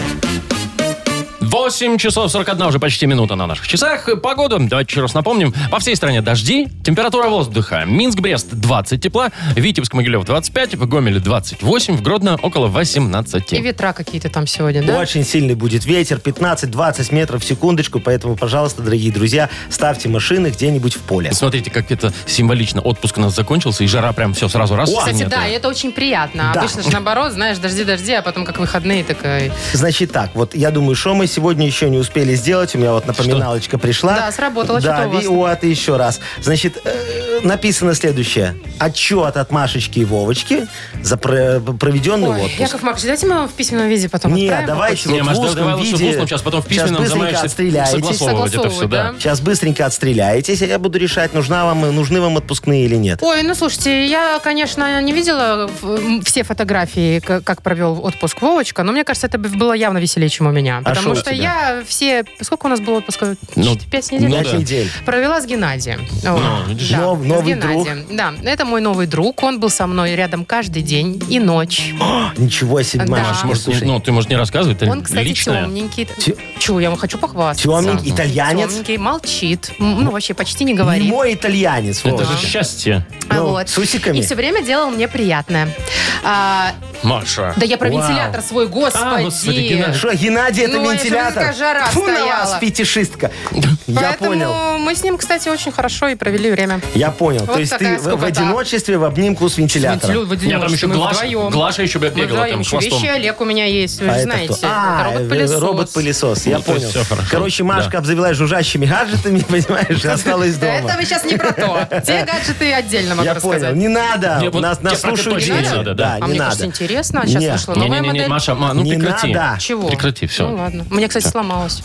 [SPEAKER 2] 8 часов 41, уже почти минута на наших часах. Погода, давайте еще раз напомним. По всей стране дожди, температура воздуха. Минск-Брест 20 тепла, Витебск-Могилев 25, в Гомеле 28, в Гродно около
[SPEAKER 3] И
[SPEAKER 2] 18.
[SPEAKER 3] ветра какие-то там сегодня, да?
[SPEAKER 4] Очень сильный будет ветер, 15-20 метров в секундочку, поэтому, пожалуйста, дорогие друзья, ставьте машины где-нибудь в поле.
[SPEAKER 2] Смотрите, как это символично. Отпуск у нас закончился, и жара прям все сразу раз.
[SPEAKER 3] Кстати,
[SPEAKER 2] нет.
[SPEAKER 3] да, и это очень приятно.
[SPEAKER 4] Да.
[SPEAKER 3] Обычно же наоборот, знаешь, дожди-дожди, а потом как выходные такая.
[SPEAKER 4] Значит так, вот я думаю, что мы сегодня еще не успели сделать. У меня вот напоминалочка пришла.
[SPEAKER 3] Да, сработало,
[SPEAKER 4] Да,
[SPEAKER 3] что-то у вас.
[SPEAKER 4] ви- о, а ты еще раз. Значит, э, написано следующее. Отчет от Машечки и Вовочки за про- проведенный
[SPEAKER 3] Ой,
[SPEAKER 4] отпуск.
[SPEAKER 3] Яков Маркович, дайте мы вам в письменном виде потом
[SPEAKER 4] Не,
[SPEAKER 3] отправим.
[SPEAKER 4] давайте
[SPEAKER 2] Не,
[SPEAKER 4] вот
[SPEAKER 2] Маш,
[SPEAKER 4] в узком
[SPEAKER 2] давай лучше в
[SPEAKER 4] виде.
[SPEAKER 2] узком, сейчас потом в
[SPEAKER 4] Сейчас
[SPEAKER 2] письменном
[SPEAKER 4] быстренько
[SPEAKER 2] замаешься
[SPEAKER 4] отстреляетесь.
[SPEAKER 2] согласовывать это все,
[SPEAKER 3] Согласовывать,
[SPEAKER 2] да.
[SPEAKER 4] Сейчас быстренько отстреляетесь, а я буду решать, нужна вам, нужны вам отпускные или нет.
[SPEAKER 3] Ой, ну слушайте, я, конечно, не видела м, все фотографии, к- как провел отпуск Вовочка, но мне кажется, это б- было явно веселее, чем у меня.
[SPEAKER 4] шо у
[SPEAKER 3] потому что
[SPEAKER 4] А тебя?
[SPEAKER 3] я все... Сколько у нас было отпуска?
[SPEAKER 2] Ну,
[SPEAKER 3] Четыре- Пять недель?
[SPEAKER 2] ну
[SPEAKER 4] Пять
[SPEAKER 2] да.
[SPEAKER 4] недель.
[SPEAKER 3] Провела с Геннадием. Вот.
[SPEAKER 2] видишь.
[SPEAKER 3] Да,
[SPEAKER 4] Ну, Нов-
[SPEAKER 3] с
[SPEAKER 4] новый
[SPEAKER 3] Геннадием. Да, это мой новый друг. Он был со мной рядом каждый день и ночь.
[SPEAKER 4] О, ничего себе,
[SPEAKER 3] Да.
[SPEAKER 4] Маш,
[SPEAKER 3] Маш,
[SPEAKER 2] Может,
[SPEAKER 4] слушай.
[SPEAKER 2] ну, ты, может, не рассказывать, это
[SPEAKER 3] Он, кстати,
[SPEAKER 2] личное.
[SPEAKER 3] темненький. Чего, я вам хочу похвастаться.
[SPEAKER 4] Темненький итальянец.
[SPEAKER 3] Темненький, молчит. М, Ну, вообще почти не
[SPEAKER 4] Не
[SPEAKER 3] говорит.
[SPEAKER 4] мой итальянец,
[SPEAKER 2] Ну, Это
[SPEAKER 4] Вовочка.
[SPEAKER 2] же счастье,
[SPEAKER 3] А
[SPEAKER 4] Ну,
[SPEAKER 3] вот.
[SPEAKER 4] с усиками.
[SPEAKER 3] И все время делал мне приятное. А,
[SPEAKER 2] Маша.
[SPEAKER 3] да я про
[SPEAKER 4] Вау.
[SPEAKER 3] вентилятор свой, господи.
[SPEAKER 2] А, господи, Геннадий.
[SPEAKER 4] Что, Геннадий, это
[SPEAKER 3] Ну, это же
[SPEAKER 4] вентилятор?
[SPEAKER 3] такая жара
[SPEAKER 4] Фу на
[SPEAKER 3] стояла.
[SPEAKER 4] вас, фетишистка. Я
[SPEAKER 3] Поэтому
[SPEAKER 4] понял.
[SPEAKER 3] мы с ним, кстати, очень хорошо и провели время.
[SPEAKER 4] Я понял.
[SPEAKER 3] Вот
[SPEAKER 4] То есть
[SPEAKER 3] такая
[SPEAKER 4] ты в- в,
[SPEAKER 3] скукота.
[SPEAKER 4] одиночестве в обнимку с
[SPEAKER 3] Вентилю-
[SPEAKER 4] вентилятором.
[SPEAKER 3] в
[SPEAKER 2] Я там
[SPEAKER 3] одиночку,
[SPEAKER 2] еще
[SPEAKER 3] мы
[SPEAKER 2] Глаш-
[SPEAKER 3] вдвоем.
[SPEAKER 2] Глаша еще бегала
[SPEAKER 3] Мы вдвоем
[SPEAKER 2] там
[SPEAKER 3] еще.
[SPEAKER 2] хвостом.
[SPEAKER 3] Вещи Олег у меня есть, вы
[SPEAKER 4] А
[SPEAKER 3] же
[SPEAKER 4] это
[SPEAKER 3] знаете.
[SPEAKER 4] кто? А,
[SPEAKER 3] робот-пылесос.
[SPEAKER 4] э, робот-пылесос. Я
[SPEAKER 2] Ну, то есть
[SPEAKER 4] понял.
[SPEAKER 2] всё хорошо.
[SPEAKER 4] Короче, Машка
[SPEAKER 2] Да.
[SPEAKER 4] обзавелась жужжащими гаджетами, (laughs) понимаешь, и осталась
[SPEAKER 3] Да это
[SPEAKER 4] дома.
[SPEAKER 3] вы сейчас не про
[SPEAKER 2] (laughs)
[SPEAKER 3] то. Те гаджеты отдельно могу
[SPEAKER 4] Я понял.
[SPEAKER 3] рассказать.
[SPEAKER 4] Не надо.
[SPEAKER 2] Не, вот
[SPEAKER 4] Нас, нас
[SPEAKER 2] тебе про это
[SPEAKER 4] слушают
[SPEAKER 2] точно не
[SPEAKER 4] дети.
[SPEAKER 2] надо, да.
[SPEAKER 3] А
[SPEAKER 4] не
[SPEAKER 3] мне
[SPEAKER 4] надо.
[SPEAKER 3] кажется, интересно. а Сейчас
[SPEAKER 4] Не.
[SPEAKER 3] вышла новая
[SPEAKER 2] Не-не-не,
[SPEAKER 3] модель.
[SPEAKER 2] Маша, Ма, ну
[SPEAKER 4] Не
[SPEAKER 2] прекрати.
[SPEAKER 4] надо.
[SPEAKER 3] Чего?
[SPEAKER 2] Прекрати, всё.
[SPEAKER 3] Ну ладно. Мне, кстати, сломалось.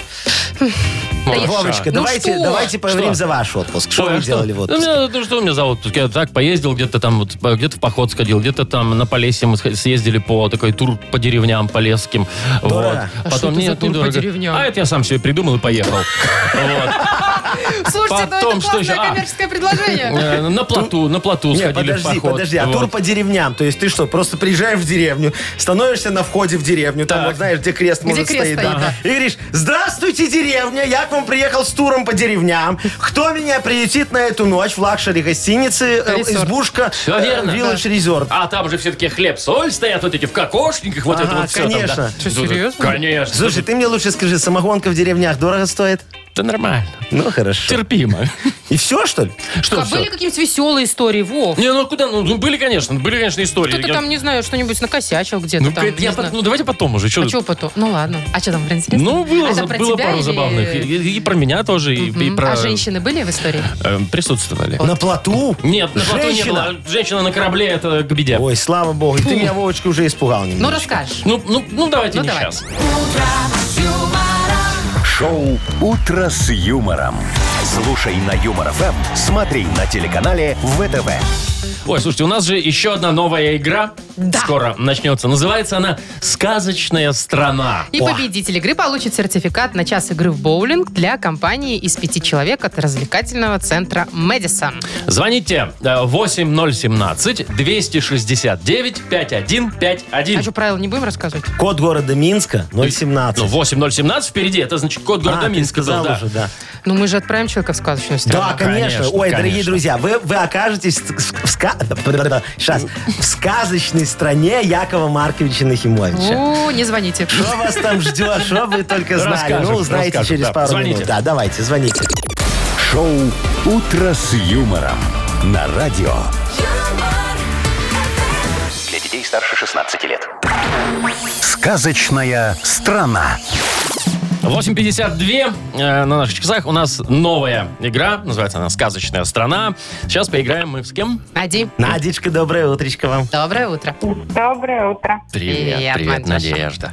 [SPEAKER 2] Маша.
[SPEAKER 4] Вовочка,
[SPEAKER 3] Ну
[SPEAKER 4] давайте,
[SPEAKER 3] что?
[SPEAKER 4] давайте поговорим
[SPEAKER 2] Что?
[SPEAKER 4] за ваш отпуск. Что
[SPEAKER 2] Ой,
[SPEAKER 4] вы
[SPEAKER 2] а
[SPEAKER 4] делали в
[SPEAKER 2] Ну,
[SPEAKER 4] отпуске?
[SPEAKER 2] меня- ну, что у меня за отпуск? Я так поездил где-то там, вот, по- где-то в поход сходил, где-то там на Полесье мы сх- съездили по такой тур по деревням полесским.
[SPEAKER 4] Дорого?
[SPEAKER 2] Вот.
[SPEAKER 3] А что это за тур по
[SPEAKER 2] недорого.
[SPEAKER 3] деревням?
[SPEAKER 2] А это я сам себе придумал и поехал. Вот.
[SPEAKER 3] Слушайте, ну
[SPEAKER 2] Потом
[SPEAKER 3] это
[SPEAKER 2] что
[SPEAKER 3] классное
[SPEAKER 2] еще? А. (laughs)
[SPEAKER 3] коммерческое предложение.
[SPEAKER 2] Э, На плоту, на плоту
[SPEAKER 4] Не,
[SPEAKER 2] сходили в
[SPEAKER 4] подожди,
[SPEAKER 2] поход.
[SPEAKER 4] подожди, а
[SPEAKER 2] Вот.
[SPEAKER 4] тур по деревням, то есть ты что, просто приезжаешь в деревню, становишься на входе в деревню, там
[SPEAKER 2] Так.
[SPEAKER 4] вот знаешь, где крест
[SPEAKER 3] Где
[SPEAKER 4] может
[SPEAKER 3] крест
[SPEAKER 4] стоит,
[SPEAKER 3] стоит,
[SPEAKER 4] да,
[SPEAKER 3] да.
[SPEAKER 4] и говоришь, здравствуйте, деревня, я к вам приехал с туром по деревням, кто меня приютит на эту ночь в лакшери гостинице, э,
[SPEAKER 3] Resort.
[SPEAKER 4] избушка,
[SPEAKER 2] Всё верно.
[SPEAKER 4] Village Resort.
[SPEAKER 2] А там же все-таки хлеб, соль стоят вот эти в кокошниках, вот это
[SPEAKER 4] Ага,
[SPEAKER 2] вот все
[SPEAKER 4] конечно.
[SPEAKER 2] там, да.
[SPEAKER 3] Что, серьезно?
[SPEAKER 2] Конечно.
[SPEAKER 4] Слушай, ты мне лучше скажи, самогонка в деревнях дорого стоит?
[SPEAKER 2] это нормально.
[SPEAKER 4] Ну, хорошо.
[SPEAKER 2] Терпимо.
[SPEAKER 4] И все, что ли?
[SPEAKER 2] Что
[SPEAKER 3] А
[SPEAKER 2] всё?
[SPEAKER 3] были какие-нибудь веселые истории, Вов?
[SPEAKER 2] Не, ну куда? Ну, были, конечно, были, конечно, истории.
[SPEAKER 3] Кто-то
[SPEAKER 2] Я-
[SPEAKER 3] там, не знаю, что-нибудь накосячил где-то
[SPEAKER 2] Ну,
[SPEAKER 3] там.
[SPEAKER 2] я
[SPEAKER 3] не
[SPEAKER 2] по-
[SPEAKER 3] знаю.
[SPEAKER 2] ну, давайте потом уже. чё
[SPEAKER 3] А
[SPEAKER 2] ты-
[SPEAKER 3] что потом? Ну ладно. А что там, блин, интересно?
[SPEAKER 2] Ну, было,
[SPEAKER 3] А
[SPEAKER 2] за-
[SPEAKER 3] это про
[SPEAKER 2] было
[SPEAKER 3] тебя
[SPEAKER 2] пару
[SPEAKER 3] или- э,
[SPEAKER 2] забавных. И, и- и про меня тоже, и- и,
[SPEAKER 3] М,
[SPEAKER 2] про...
[SPEAKER 3] А женщины были в истории?
[SPEAKER 2] э, присутствовали.
[SPEAKER 4] На плоту?
[SPEAKER 2] Нет, на плоту не
[SPEAKER 4] Женщина?
[SPEAKER 2] было. Женщина на корабле, это к беде.
[SPEAKER 4] Ой, слава богу, ты меня, Вовочка, уже испугал немного.
[SPEAKER 3] Ну, расскажешь.
[SPEAKER 2] Ну, ну, ну, давайте
[SPEAKER 3] Ну,
[SPEAKER 2] не
[SPEAKER 3] давай.
[SPEAKER 2] сейчас.
[SPEAKER 1] Шоу «Утро с юмором». Слушай на Юмор ФМ, смотри на телеканале ВТВ.
[SPEAKER 2] Ой, слушайте, у нас же еще одна новая игра скоро начнется. Называется она «Сказочная страна».
[SPEAKER 3] И
[SPEAKER 2] О,
[SPEAKER 3] победитель игры получит сертификат на час игры в боулинг для компании из пяти человек от развлекательного центра «Мэдисон».
[SPEAKER 2] Звоните э, 8017-269-5151.
[SPEAKER 3] А что, правила не будем рассказывать?
[SPEAKER 4] Код города Минска
[SPEAKER 2] Ну,
[SPEAKER 4] 017.
[SPEAKER 2] 8017 впереди, это значит код
[SPEAKER 4] А,
[SPEAKER 2] города
[SPEAKER 4] ты
[SPEAKER 2] Минска.
[SPEAKER 4] сказал
[SPEAKER 2] да.
[SPEAKER 4] уже, да.
[SPEAKER 3] Ну, мы же отправим человека в сказочную страну.
[SPEAKER 4] Да, конечно.
[SPEAKER 2] конечно,
[SPEAKER 4] Ой, дорогие
[SPEAKER 2] конечно.
[SPEAKER 4] друзья, вы, вы окажетесь в, ска- Щас. в сказочной стране Якова Марковича Нахимовича.
[SPEAKER 3] О, не звоните.
[SPEAKER 4] Что вас там ждет, что вы только знали.
[SPEAKER 2] Расскажем,
[SPEAKER 4] ну, узнаете
[SPEAKER 2] расскажем,
[SPEAKER 4] через
[SPEAKER 2] да.
[SPEAKER 4] пару
[SPEAKER 2] Звоните.
[SPEAKER 4] минут. Да, давайте, звоните.
[SPEAKER 1] Шоу «Утро с юмором» на радио.
[SPEAKER 5] Для детей старше 16 лет.
[SPEAKER 1] «Сказочная страна».
[SPEAKER 2] 8.52 э, на наших часах у нас новая игра. Называется она «Сказочная страна». Сейчас поиграем мы с кем?
[SPEAKER 3] Ади,
[SPEAKER 4] Надечка, доброе утречко вам.
[SPEAKER 3] доброе утро.
[SPEAKER 9] Доброе утро.
[SPEAKER 3] Привет, Маша.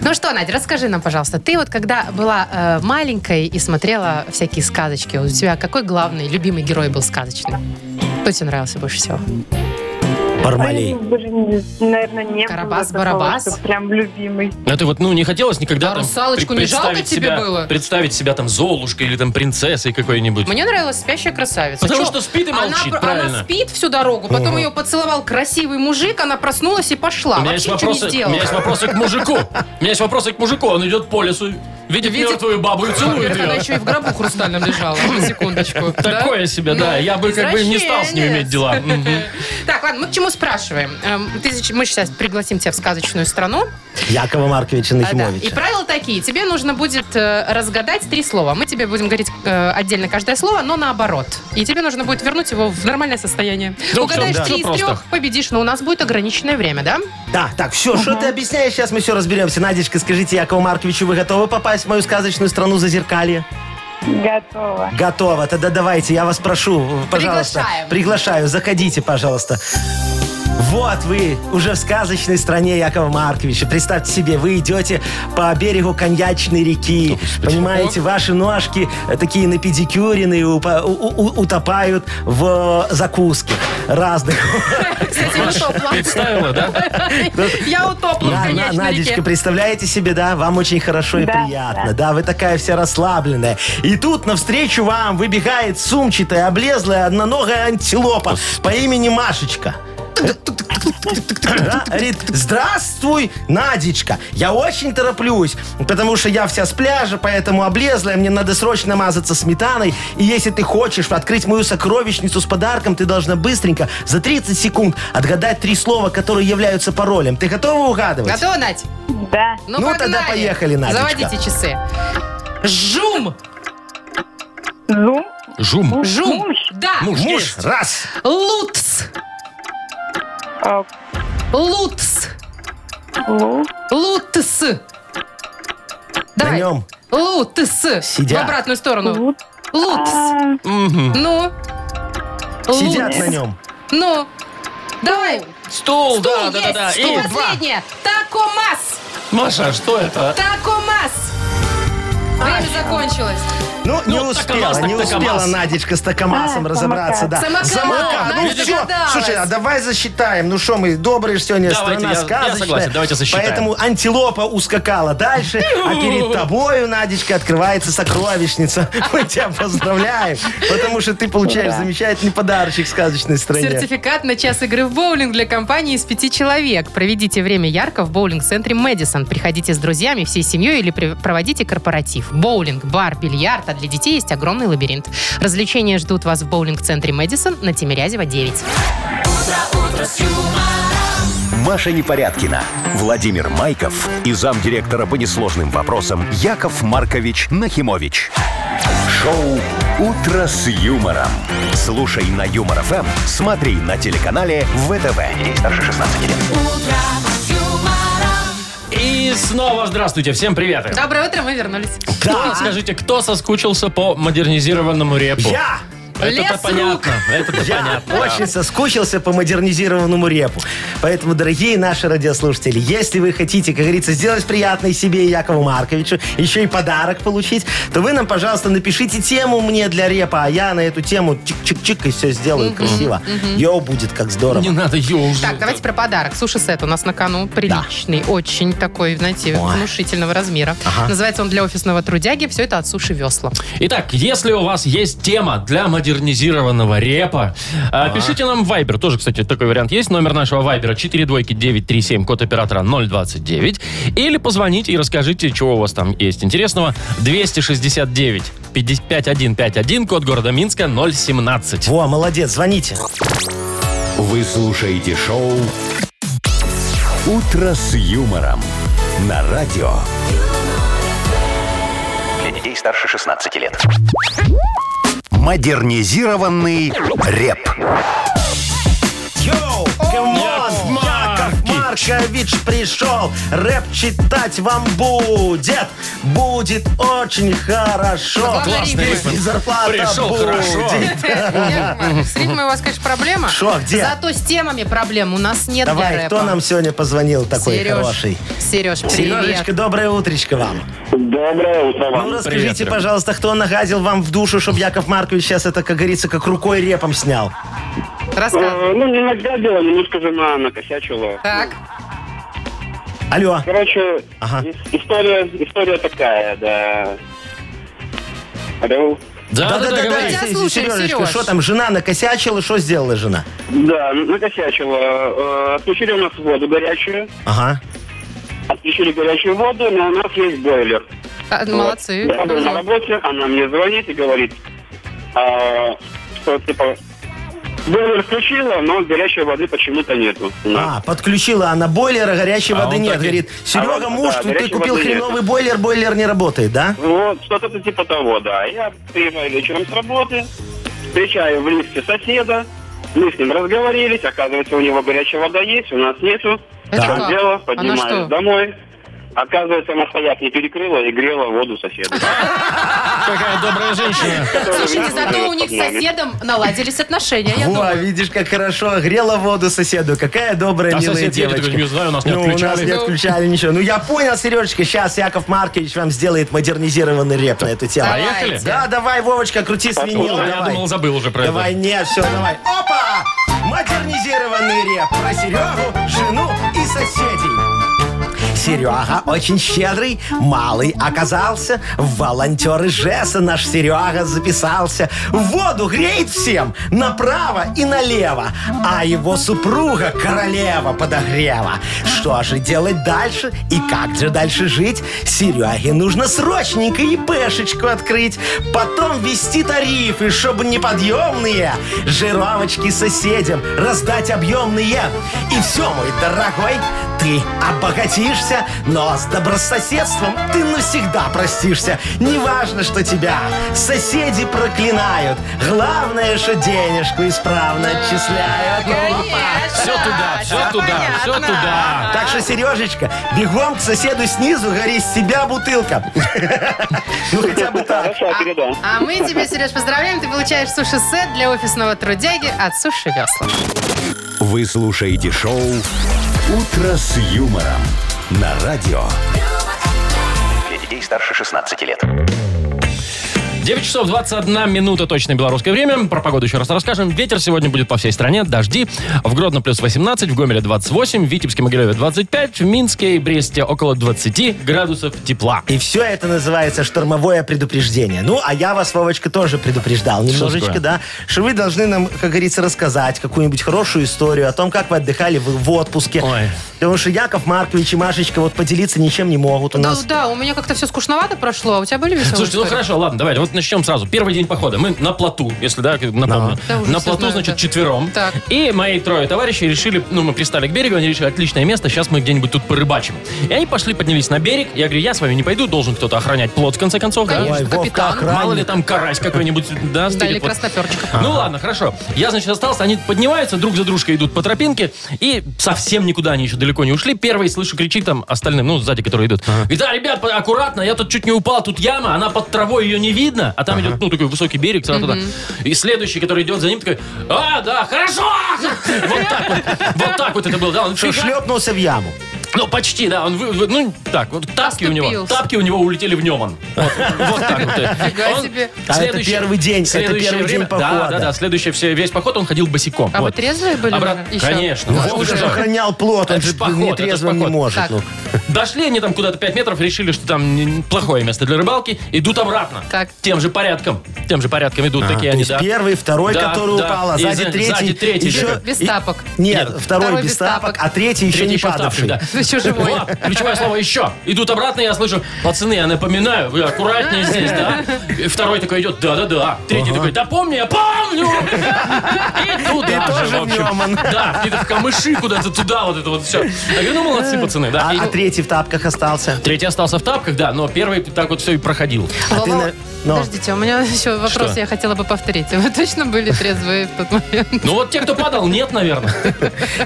[SPEAKER 3] Ну что, Надя, расскажи нам, пожалуйста, ты вот когда была э, маленькой и смотрела всякие сказочки, у тебя какой главный, любимый герой был сказочный? Кто тебе нравился больше всего?
[SPEAKER 4] Бармалей.
[SPEAKER 9] Ой, даже не- Наверное, не
[SPEAKER 3] Карабас,
[SPEAKER 9] было такого,
[SPEAKER 3] Барабас.
[SPEAKER 9] что Прям любимый.
[SPEAKER 2] Это вот, ну, не хотелось никогда
[SPEAKER 3] А
[SPEAKER 2] там
[SPEAKER 3] русалочку
[SPEAKER 2] пред-
[SPEAKER 3] не жалко
[SPEAKER 2] представить
[SPEAKER 3] тебе
[SPEAKER 2] себя-
[SPEAKER 3] было?
[SPEAKER 2] Представить себя там Золушкой или там принцессой какой-нибудь.
[SPEAKER 3] Мне нравилась спящая красавица.
[SPEAKER 2] Потому что спит и молчит,
[SPEAKER 3] она,
[SPEAKER 2] правильно.
[SPEAKER 3] Она спит всю дорогу, потом ее поцеловал красивый мужик, она проснулась и пошла.
[SPEAKER 2] У меня, есть
[SPEAKER 3] Вообще ничего
[SPEAKER 2] вопросы,
[SPEAKER 3] не
[SPEAKER 2] у
[SPEAKER 3] сделала.
[SPEAKER 2] меня
[SPEAKER 3] (laughs)
[SPEAKER 2] есть вопросы к мужику. У меня есть вопросы к мужику. Он идет по лесу, видит,
[SPEAKER 3] Видит-
[SPEAKER 2] мертвую бабу и целует
[SPEAKER 3] (laughs) Во-первых, Ну, она
[SPEAKER 2] ее.
[SPEAKER 3] еще и в гробу хрустальном лежала, на секундочку.
[SPEAKER 2] Хм. (laughs) Такое себе, да.
[SPEAKER 3] Ну,
[SPEAKER 2] Я бы как бы не стал с ним иметь дела. Мгм.
[SPEAKER 3] Так, ладно, мы к чему спрашиваем? Эм, ты зач- мы сейчас пригласим тебя в сказочную страну.
[SPEAKER 4] Якова Марковича
[SPEAKER 3] А, да. И
[SPEAKER 4] Нахимовича.
[SPEAKER 3] правила такие. Тебе нужно будет э, разгадать три слова. Мы тебе будем говорить э, отдельно каждое слово, но наоборот. И тебе нужно будет вернуть его в нормальное состояние.
[SPEAKER 2] Да,
[SPEAKER 3] Угадаешь
[SPEAKER 2] всё, да.
[SPEAKER 3] три
[SPEAKER 2] Всё
[SPEAKER 3] из
[SPEAKER 2] просто.
[SPEAKER 3] трех, победишь, но у нас будет ограниченное время, да?
[SPEAKER 4] Да, так, все, что ты объясняешь, сейчас мы все разберемся. Надечка, скажите, Якову Марковичу, вы готовы попасть в мою сказочную страну Зазеркалье?
[SPEAKER 9] Готово.
[SPEAKER 4] Готово. Тогда давайте, я вас прошу, пожалуйста.
[SPEAKER 3] Приглашаем.
[SPEAKER 4] Приглашаю, заходите, пожалуйста. Вот вы, уже в сказочной стране Якова Марковича. Представьте себе, вы идете по берегу коньячной реки. Понимаете, ваши ножки э, такие напедикюренные упа- у- у- утопают в э, закуске разных.
[SPEAKER 3] Кстати, утопла.
[SPEAKER 2] Представила, да?
[SPEAKER 3] (laughs) Я утопла в
[SPEAKER 4] На- на-
[SPEAKER 3] конечной
[SPEAKER 4] Надечка,
[SPEAKER 3] реке.
[SPEAKER 4] представляете себе, да? Вам очень хорошо и
[SPEAKER 9] Да,
[SPEAKER 4] приятно. Да. вы такая вся расслабленная. И тут навстречу вам выбегает сумчатая, облезлая, одноногая антилопа по имени Машечка. Да, Говорит, здравствуй, Надечка. Я очень тороплюсь, потому что я вся с пляжа, поэтому облезлая, мне надо срочно мазаться сметаной. И если ты хочешь открыть мою сокровищницу с подарком, ты должна быстренько за 30 секунд отгадать три слова, которые являются паролем. Ты готова угадывать?
[SPEAKER 3] Готова, Надь?
[SPEAKER 9] Да.
[SPEAKER 3] Ну,
[SPEAKER 4] Ну, тогда
[SPEAKER 3] погнали.
[SPEAKER 4] поехали, Надечка.
[SPEAKER 3] Заводите часы. Жум!
[SPEAKER 9] Зум.
[SPEAKER 2] Жум.
[SPEAKER 3] Жум!
[SPEAKER 9] Муж.
[SPEAKER 3] Да!
[SPEAKER 2] Муж.
[SPEAKER 4] Муж, раз.
[SPEAKER 3] Лутс!
[SPEAKER 2] А.
[SPEAKER 9] э,
[SPEAKER 3] Лутс!
[SPEAKER 9] лу-
[SPEAKER 3] Лутс!
[SPEAKER 4] На
[SPEAKER 3] Давай.
[SPEAKER 4] нем.
[SPEAKER 3] Лутс!
[SPEAKER 4] Сидят.
[SPEAKER 3] В обратную сторону.
[SPEAKER 9] лут-
[SPEAKER 3] Лутс!
[SPEAKER 9] а,
[SPEAKER 2] Мгм.
[SPEAKER 3] Ну?
[SPEAKER 4] Сидят
[SPEAKER 3] Лутс.
[SPEAKER 4] на нем.
[SPEAKER 3] Ну? Давай.
[SPEAKER 2] Стул, да, да, да, да.
[SPEAKER 3] есть. И
[SPEAKER 2] И два.
[SPEAKER 3] последнее. Такомас.
[SPEAKER 2] Маша, а что это?
[SPEAKER 3] Такомас.
[SPEAKER 2] А,
[SPEAKER 3] Время закончилось.
[SPEAKER 4] Ну, не
[SPEAKER 2] Ну,
[SPEAKER 4] успела,
[SPEAKER 2] Токамаз, так
[SPEAKER 4] не
[SPEAKER 2] Токамаз.
[SPEAKER 4] успела Надечка с Токамасом
[SPEAKER 9] А,
[SPEAKER 4] разобраться, да.
[SPEAKER 3] Самокат. Самокат.
[SPEAKER 4] Ну
[SPEAKER 3] Надя
[SPEAKER 4] все,
[SPEAKER 3] догадалась.
[SPEAKER 4] слушай, а давай засчитаем. Ну что мы, добрые ж сегодня
[SPEAKER 2] Давайте,
[SPEAKER 4] страна
[SPEAKER 2] я- я
[SPEAKER 4] сказочная.
[SPEAKER 2] согласен, давайте засчитаем.
[SPEAKER 4] Поэтому антилопа ускакала дальше, а
[SPEAKER 2] (laughs)
[SPEAKER 4] перед тобою, Надечка, открывается сокровищница. (laughs) Мы тебя поздравляем, потому что ты получаешь замечательный подарочек сказочной стране.
[SPEAKER 3] Сертификат на час игры в боулинг для компании из пяти человек. Проведите время ярко в боулинг-центре Мэдисон. Приходите с друзьями, всей семьей или при- проводите корпоратив. Боулинг, бар, бильярд, а для детей есть огромный лабиринт. Развлечения ждут вас в боулинг-центре Мэдисон на Тимирязева 9.
[SPEAKER 1] Маша Непорядкина, Владимир Майков и замдиректора по несложным вопросам Яков Маркович Нахимович. Шоу «Утро с юмором». Слушай на Юмор ФМ, смотри на телеканале ВТВ. Здесь старше 16 лет.
[SPEAKER 2] И снова здравствуйте, всем привет.
[SPEAKER 3] Доброе утро, мы вернулись.
[SPEAKER 2] Кто, скажите, кто соскучился по модернизированному репу?
[SPEAKER 4] Я!
[SPEAKER 2] Это
[SPEAKER 3] Лес
[SPEAKER 2] понятно. Это
[SPEAKER 4] Я
[SPEAKER 2] понятно.
[SPEAKER 4] очень соскучился по модернизированному репу. Поэтому, дорогие наши радиослушатели, если вы хотите, как говорится, сделать приятное себе и Якову Марковичу, еще и подарок получить, то вы нам, пожалуйста, напишите тему мне для репа, а я на эту тему чик-чик-чик и все сделаю красиво. Йоу, будет как здорово.
[SPEAKER 2] Не ну. надо, ё, уже.
[SPEAKER 3] Так, давайте про подарок. Суши-сет у нас на кону. Приличный, очень такой, знаете,
[SPEAKER 4] Ой.
[SPEAKER 3] внушительного размера. Называется он для офисного трудяги. Все это от суши весла.
[SPEAKER 2] Итак, если у вас есть тема для модернизированного репа, э, пишите нам в Viber. Тоже, кстати, такой вариант есть. Номер нашего Viber 42937, код оператора 029. Или позвоните и расскажите, чего у вас там есть интересного. 269 5151, код города Минска 017.
[SPEAKER 4] Во, молодец, звоните.
[SPEAKER 1] Вы слушаете шоу «Утро с юмором» на радио.
[SPEAKER 5] Для детей старше 16 лет.
[SPEAKER 1] Модернизированный реп.
[SPEAKER 4] Йоу, камон, Яков Маркович пришел, рэп читать вам будет. Будет очень хорошо.
[SPEAKER 3] Главное, Классный ритм.
[SPEAKER 4] И зарплата
[SPEAKER 2] Пришел
[SPEAKER 4] будет.
[SPEAKER 2] хорошо.
[SPEAKER 3] Яков Маркович, С ритмом у вас, конечно, проблема.
[SPEAKER 4] Шо, где?
[SPEAKER 3] Зато с темами проблем у нас нет для
[SPEAKER 4] Давай,
[SPEAKER 3] рэпа.
[SPEAKER 4] кто нам сегодня позвонил такой
[SPEAKER 3] Сереж.
[SPEAKER 4] хороший?
[SPEAKER 3] Сереж,
[SPEAKER 4] Сережечка,
[SPEAKER 3] привет.
[SPEAKER 4] доброе утречко вам.
[SPEAKER 6] Доброе утро
[SPEAKER 4] Ну, расскажите,
[SPEAKER 2] Сереж.
[SPEAKER 4] пожалуйста, кто нагадил вам в душу, чтобы Яков Маркович сейчас это, как говорится, как рукой репом снял?
[SPEAKER 3] Рассказывай.
[SPEAKER 6] ну, не нагадила, немножко жена накосячила.
[SPEAKER 3] Так,
[SPEAKER 4] Алло.
[SPEAKER 6] Короче,
[SPEAKER 4] Ага.
[SPEAKER 6] ис- история, история такая, да. Алло.
[SPEAKER 2] Да, да, да, говори.
[SPEAKER 3] да.
[SPEAKER 4] Се-
[SPEAKER 3] Я слушаю,
[SPEAKER 4] Сережечка,
[SPEAKER 3] Сереж.
[SPEAKER 4] что там, жена накосячила, что сделала жена?
[SPEAKER 6] Да, накосячила. Э, Отключили у нас воду горячую.
[SPEAKER 4] Ага.
[SPEAKER 6] Отключили горячую воду, но у нас есть бойлер.
[SPEAKER 3] а, молодцы.
[SPEAKER 6] Я был на работе, она мне звонит и говорит, а, что типа бойлер включила, но горячей воды почему-то нету.
[SPEAKER 4] А, подключила она бойлера, горячей
[SPEAKER 2] А
[SPEAKER 4] воды
[SPEAKER 2] он
[SPEAKER 4] нет.
[SPEAKER 2] так и-
[SPEAKER 4] Говорит, Серега,
[SPEAKER 6] вот,
[SPEAKER 4] муж,
[SPEAKER 6] да,
[SPEAKER 4] ты- ты
[SPEAKER 6] горячей
[SPEAKER 4] купил
[SPEAKER 6] воды нет.
[SPEAKER 4] хреновый бойлер, бойлер не работает, да?
[SPEAKER 6] Вот, что-то типа того, да. Я приезжаю вечером с работы, встречаю в лифте соседа, мы с ним разговорились, оказывается, у него горячая вода есть, у нас нету.
[SPEAKER 3] Это
[SPEAKER 6] В чем
[SPEAKER 3] как?
[SPEAKER 6] дело,
[SPEAKER 3] Она
[SPEAKER 6] поднимаюсь
[SPEAKER 3] что?
[SPEAKER 6] домой. Оказывается, мостояк не перекрыла и грела воду соседа.
[SPEAKER 2] Какая добрая женщина.
[SPEAKER 3] Слушайте, зато у них с
[SPEAKER 6] Под нами.
[SPEAKER 3] соседом наладились отношения, я
[SPEAKER 4] Во,
[SPEAKER 3] думаю.
[SPEAKER 4] видишь, как хорошо. Грела воду соседу. Какая добрая,
[SPEAKER 2] А
[SPEAKER 4] милая
[SPEAKER 2] сосед едет,
[SPEAKER 4] девочка.
[SPEAKER 2] говорит, не знаю, у нас не
[SPEAKER 4] ну, у нас
[SPEAKER 2] отключали.
[SPEAKER 4] не
[SPEAKER 2] Ну.
[SPEAKER 4] отключали ничего. Ну, я понял, Сережечка, сейчас Яков Маркович вам сделает модернизированный реп на эту тему.
[SPEAKER 3] Давайте.
[SPEAKER 2] Поехали?
[SPEAKER 4] Да, давай, Вовочка, крути свинил,
[SPEAKER 2] Ой,
[SPEAKER 4] давай.
[SPEAKER 2] Ну, Я думал, забыл уже про
[SPEAKER 4] Давай,
[SPEAKER 2] это.
[SPEAKER 4] нет, все, давай. Опа! Модернизированный реп про Серегу, жену и соседей. Серега очень щедрый, малый оказался. В волонтеры ЖЭСа наш Серега записался. Воду греет всем направо и налево. А его супруга королева подогрева. Что же делать дальше и как же дальше жить? Сереге нужно срочненько ИПшечку открыть. Потом вести тарифы, чтобы неподъемные. Жировочки соседям раздать объемные. И все, мой дорогой, ты обогатишься, но с добрососедством ты навсегда простишься. Неважно, что тебя соседи проклинают. Главное, что денежку исправно отчисляют. Ну,
[SPEAKER 3] Конечно.
[SPEAKER 2] Все туда, все
[SPEAKER 3] Да,
[SPEAKER 2] туда, все
[SPEAKER 3] понятно.
[SPEAKER 2] туда.
[SPEAKER 4] Так что, Сережечка, бегом к соседу снизу, гори с тебя бутылка. (laughs) Ну, хотя бы так.
[SPEAKER 6] Хорошо, передам.
[SPEAKER 3] А мы тебя, Сереж, поздравляем. Ты получаешь суши-сет для офисного трудяги от Суши Весла.
[SPEAKER 1] Вы слушаете шоу «Утро с юмором» на радио.
[SPEAKER 5] Для детей старше 16 лет.
[SPEAKER 2] 9 часов 21 минута точное белорусское время. Про погоду еще раз расскажем. Ветер сегодня будет по всей стране, дожди. В Гродно плюс 18, в Гомеле 28, в Витебске, Могилеве 25, в Минске и Бресте около 20 градусов тепла.
[SPEAKER 4] И все это называется штормовое предупреждение. Ну, а я вас, Вовочка, тоже предупреждал немножечко,
[SPEAKER 2] такое?
[SPEAKER 4] да, что вы должны нам, как говорится, рассказать какую-нибудь хорошую историю о том, как вы отдыхали в, в отпуске.
[SPEAKER 2] Ой.
[SPEAKER 4] Потому что Яков Маркович и Машечка вот поделиться ничем не могут у
[SPEAKER 3] Да,
[SPEAKER 4] нас.
[SPEAKER 3] да, у меня как-то все скучновато прошло, а у тебя были веселые
[SPEAKER 2] Слушайте, ну
[SPEAKER 3] истории?
[SPEAKER 2] хорошо, ладно, давайте, вот начнем сразу. Первый день похода. Мы на плоту, если да, как напомню.
[SPEAKER 3] Да, уже
[SPEAKER 2] на
[SPEAKER 3] все
[SPEAKER 2] плоту,
[SPEAKER 3] знают,
[SPEAKER 2] значит,
[SPEAKER 3] да.
[SPEAKER 2] четвером.
[SPEAKER 3] Так.
[SPEAKER 2] И мои трое товарищей решили, ну, мы пристали к берегу, они решили, отличное место, сейчас мы где-нибудь тут порыбачим. И они пошли, поднялись на берег. Я говорю, я с вами не пойду, должен кто-то охранять плот, в конце концов, да?
[SPEAKER 3] Конечно,
[SPEAKER 4] Ой, Вов,
[SPEAKER 3] ну, капитан.
[SPEAKER 4] как
[SPEAKER 2] Мало
[SPEAKER 4] ранен.
[SPEAKER 2] ли там карась какой-нибудь, да,
[SPEAKER 3] Да, или
[SPEAKER 2] стелет.
[SPEAKER 3] красноперчика.
[SPEAKER 2] Ну ладно, хорошо. Я, значит, остался. Они поднимаются, друг за дружкой идут по тропинке, и совсем никуда они еще далеко не ушли. Первый, слышу, кричит там остальным, ну, сзади, которые идут. Говорит, да, ребят, по- аккуратно, я тут чуть не упал, тут яма, она под травой, ее не видно. А там идет, ну, такой высокий берег, сразу туда. И следующий, который идет за ним, такой, а, да, хорошо! (laughs) Вот так вот, вот так вот это было, да. Он
[SPEAKER 4] Что
[SPEAKER 2] фига-
[SPEAKER 4] шлепнулся в яму.
[SPEAKER 2] ну, почти, да. Он, вы- вы- ну, так, вот тапки у него,
[SPEAKER 3] Оступился.
[SPEAKER 2] тапки у него улетели в нем он. Вот, вот так вот.
[SPEAKER 3] Фига
[SPEAKER 2] Он
[SPEAKER 3] себе.
[SPEAKER 4] А это первый день, это
[SPEAKER 2] следующее
[SPEAKER 4] первый день
[SPEAKER 2] Да,
[SPEAKER 4] похода.
[SPEAKER 2] да, да. Следующий все, весь поход он ходил босиком.
[SPEAKER 3] А вы
[SPEAKER 2] вот.
[SPEAKER 3] трезвые были?
[SPEAKER 2] Обратно-
[SPEAKER 3] наверное, еще?
[SPEAKER 2] Конечно.
[SPEAKER 3] Ну,
[SPEAKER 2] Вов,
[SPEAKER 4] Он же
[SPEAKER 2] уже.
[SPEAKER 4] охранял плот, он
[SPEAKER 2] Это ж
[SPEAKER 4] же
[SPEAKER 2] поход, это ж
[SPEAKER 4] нетрезвым не
[SPEAKER 2] поход.
[SPEAKER 4] может.
[SPEAKER 3] Так.
[SPEAKER 4] ну.
[SPEAKER 2] Дошли они там куда-то 5 метров, решили, что там не- плохое место для рыбалки, идут обратно.
[SPEAKER 3] Так.
[SPEAKER 2] Тем же порядком. Тем же порядком идут такие
[SPEAKER 4] А, То
[SPEAKER 2] они,
[SPEAKER 4] есть
[SPEAKER 2] да.
[SPEAKER 4] первый, второй,
[SPEAKER 2] Да,
[SPEAKER 4] который
[SPEAKER 2] да.
[SPEAKER 4] упал, а
[SPEAKER 2] И
[SPEAKER 4] сзади
[SPEAKER 2] за-
[SPEAKER 4] третий.
[SPEAKER 2] сзади третий.
[SPEAKER 4] еще-
[SPEAKER 3] Без
[SPEAKER 4] и-
[SPEAKER 3] тапок.
[SPEAKER 2] Нет.
[SPEAKER 4] Нет, второй,
[SPEAKER 3] Второй без
[SPEAKER 4] без тапок,
[SPEAKER 3] тапок.
[SPEAKER 4] а третий еще
[SPEAKER 2] Третий
[SPEAKER 4] не
[SPEAKER 2] еще
[SPEAKER 4] падавший.
[SPEAKER 2] оставший, да.
[SPEAKER 3] Еще живой.
[SPEAKER 2] Вот, ключевое слово еще. Идут обратно, я слышу, пацаны, я напоминаю, вы аккуратнее здесь, да? И второй такой идет, да-да-да. Третий такой, да помню, я помню! И туда
[SPEAKER 4] тоже
[SPEAKER 2] же, в
[SPEAKER 4] в нем
[SPEAKER 2] общем.
[SPEAKER 4] он.
[SPEAKER 2] Да, где-то в камыши куда-то туда вот это вот все. Я говорю, ну молодцы, пацаны, да.
[SPEAKER 4] А,
[SPEAKER 2] И
[SPEAKER 4] а третий в тапках остался.
[SPEAKER 2] Третий остался в тапках, да, но первый так вот все и проходил.
[SPEAKER 4] А ты
[SPEAKER 3] Вова,
[SPEAKER 4] на- но.
[SPEAKER 3] Подождите, у меня (laughs) еще вопрос,
[SPEAKER 2] Что?
[SPEAKER 3] я хотела бы повторить. Вы точно были трезвые в тот момент?
[SPEAKER 2] Ну вот те, кто падал, нет, наверное.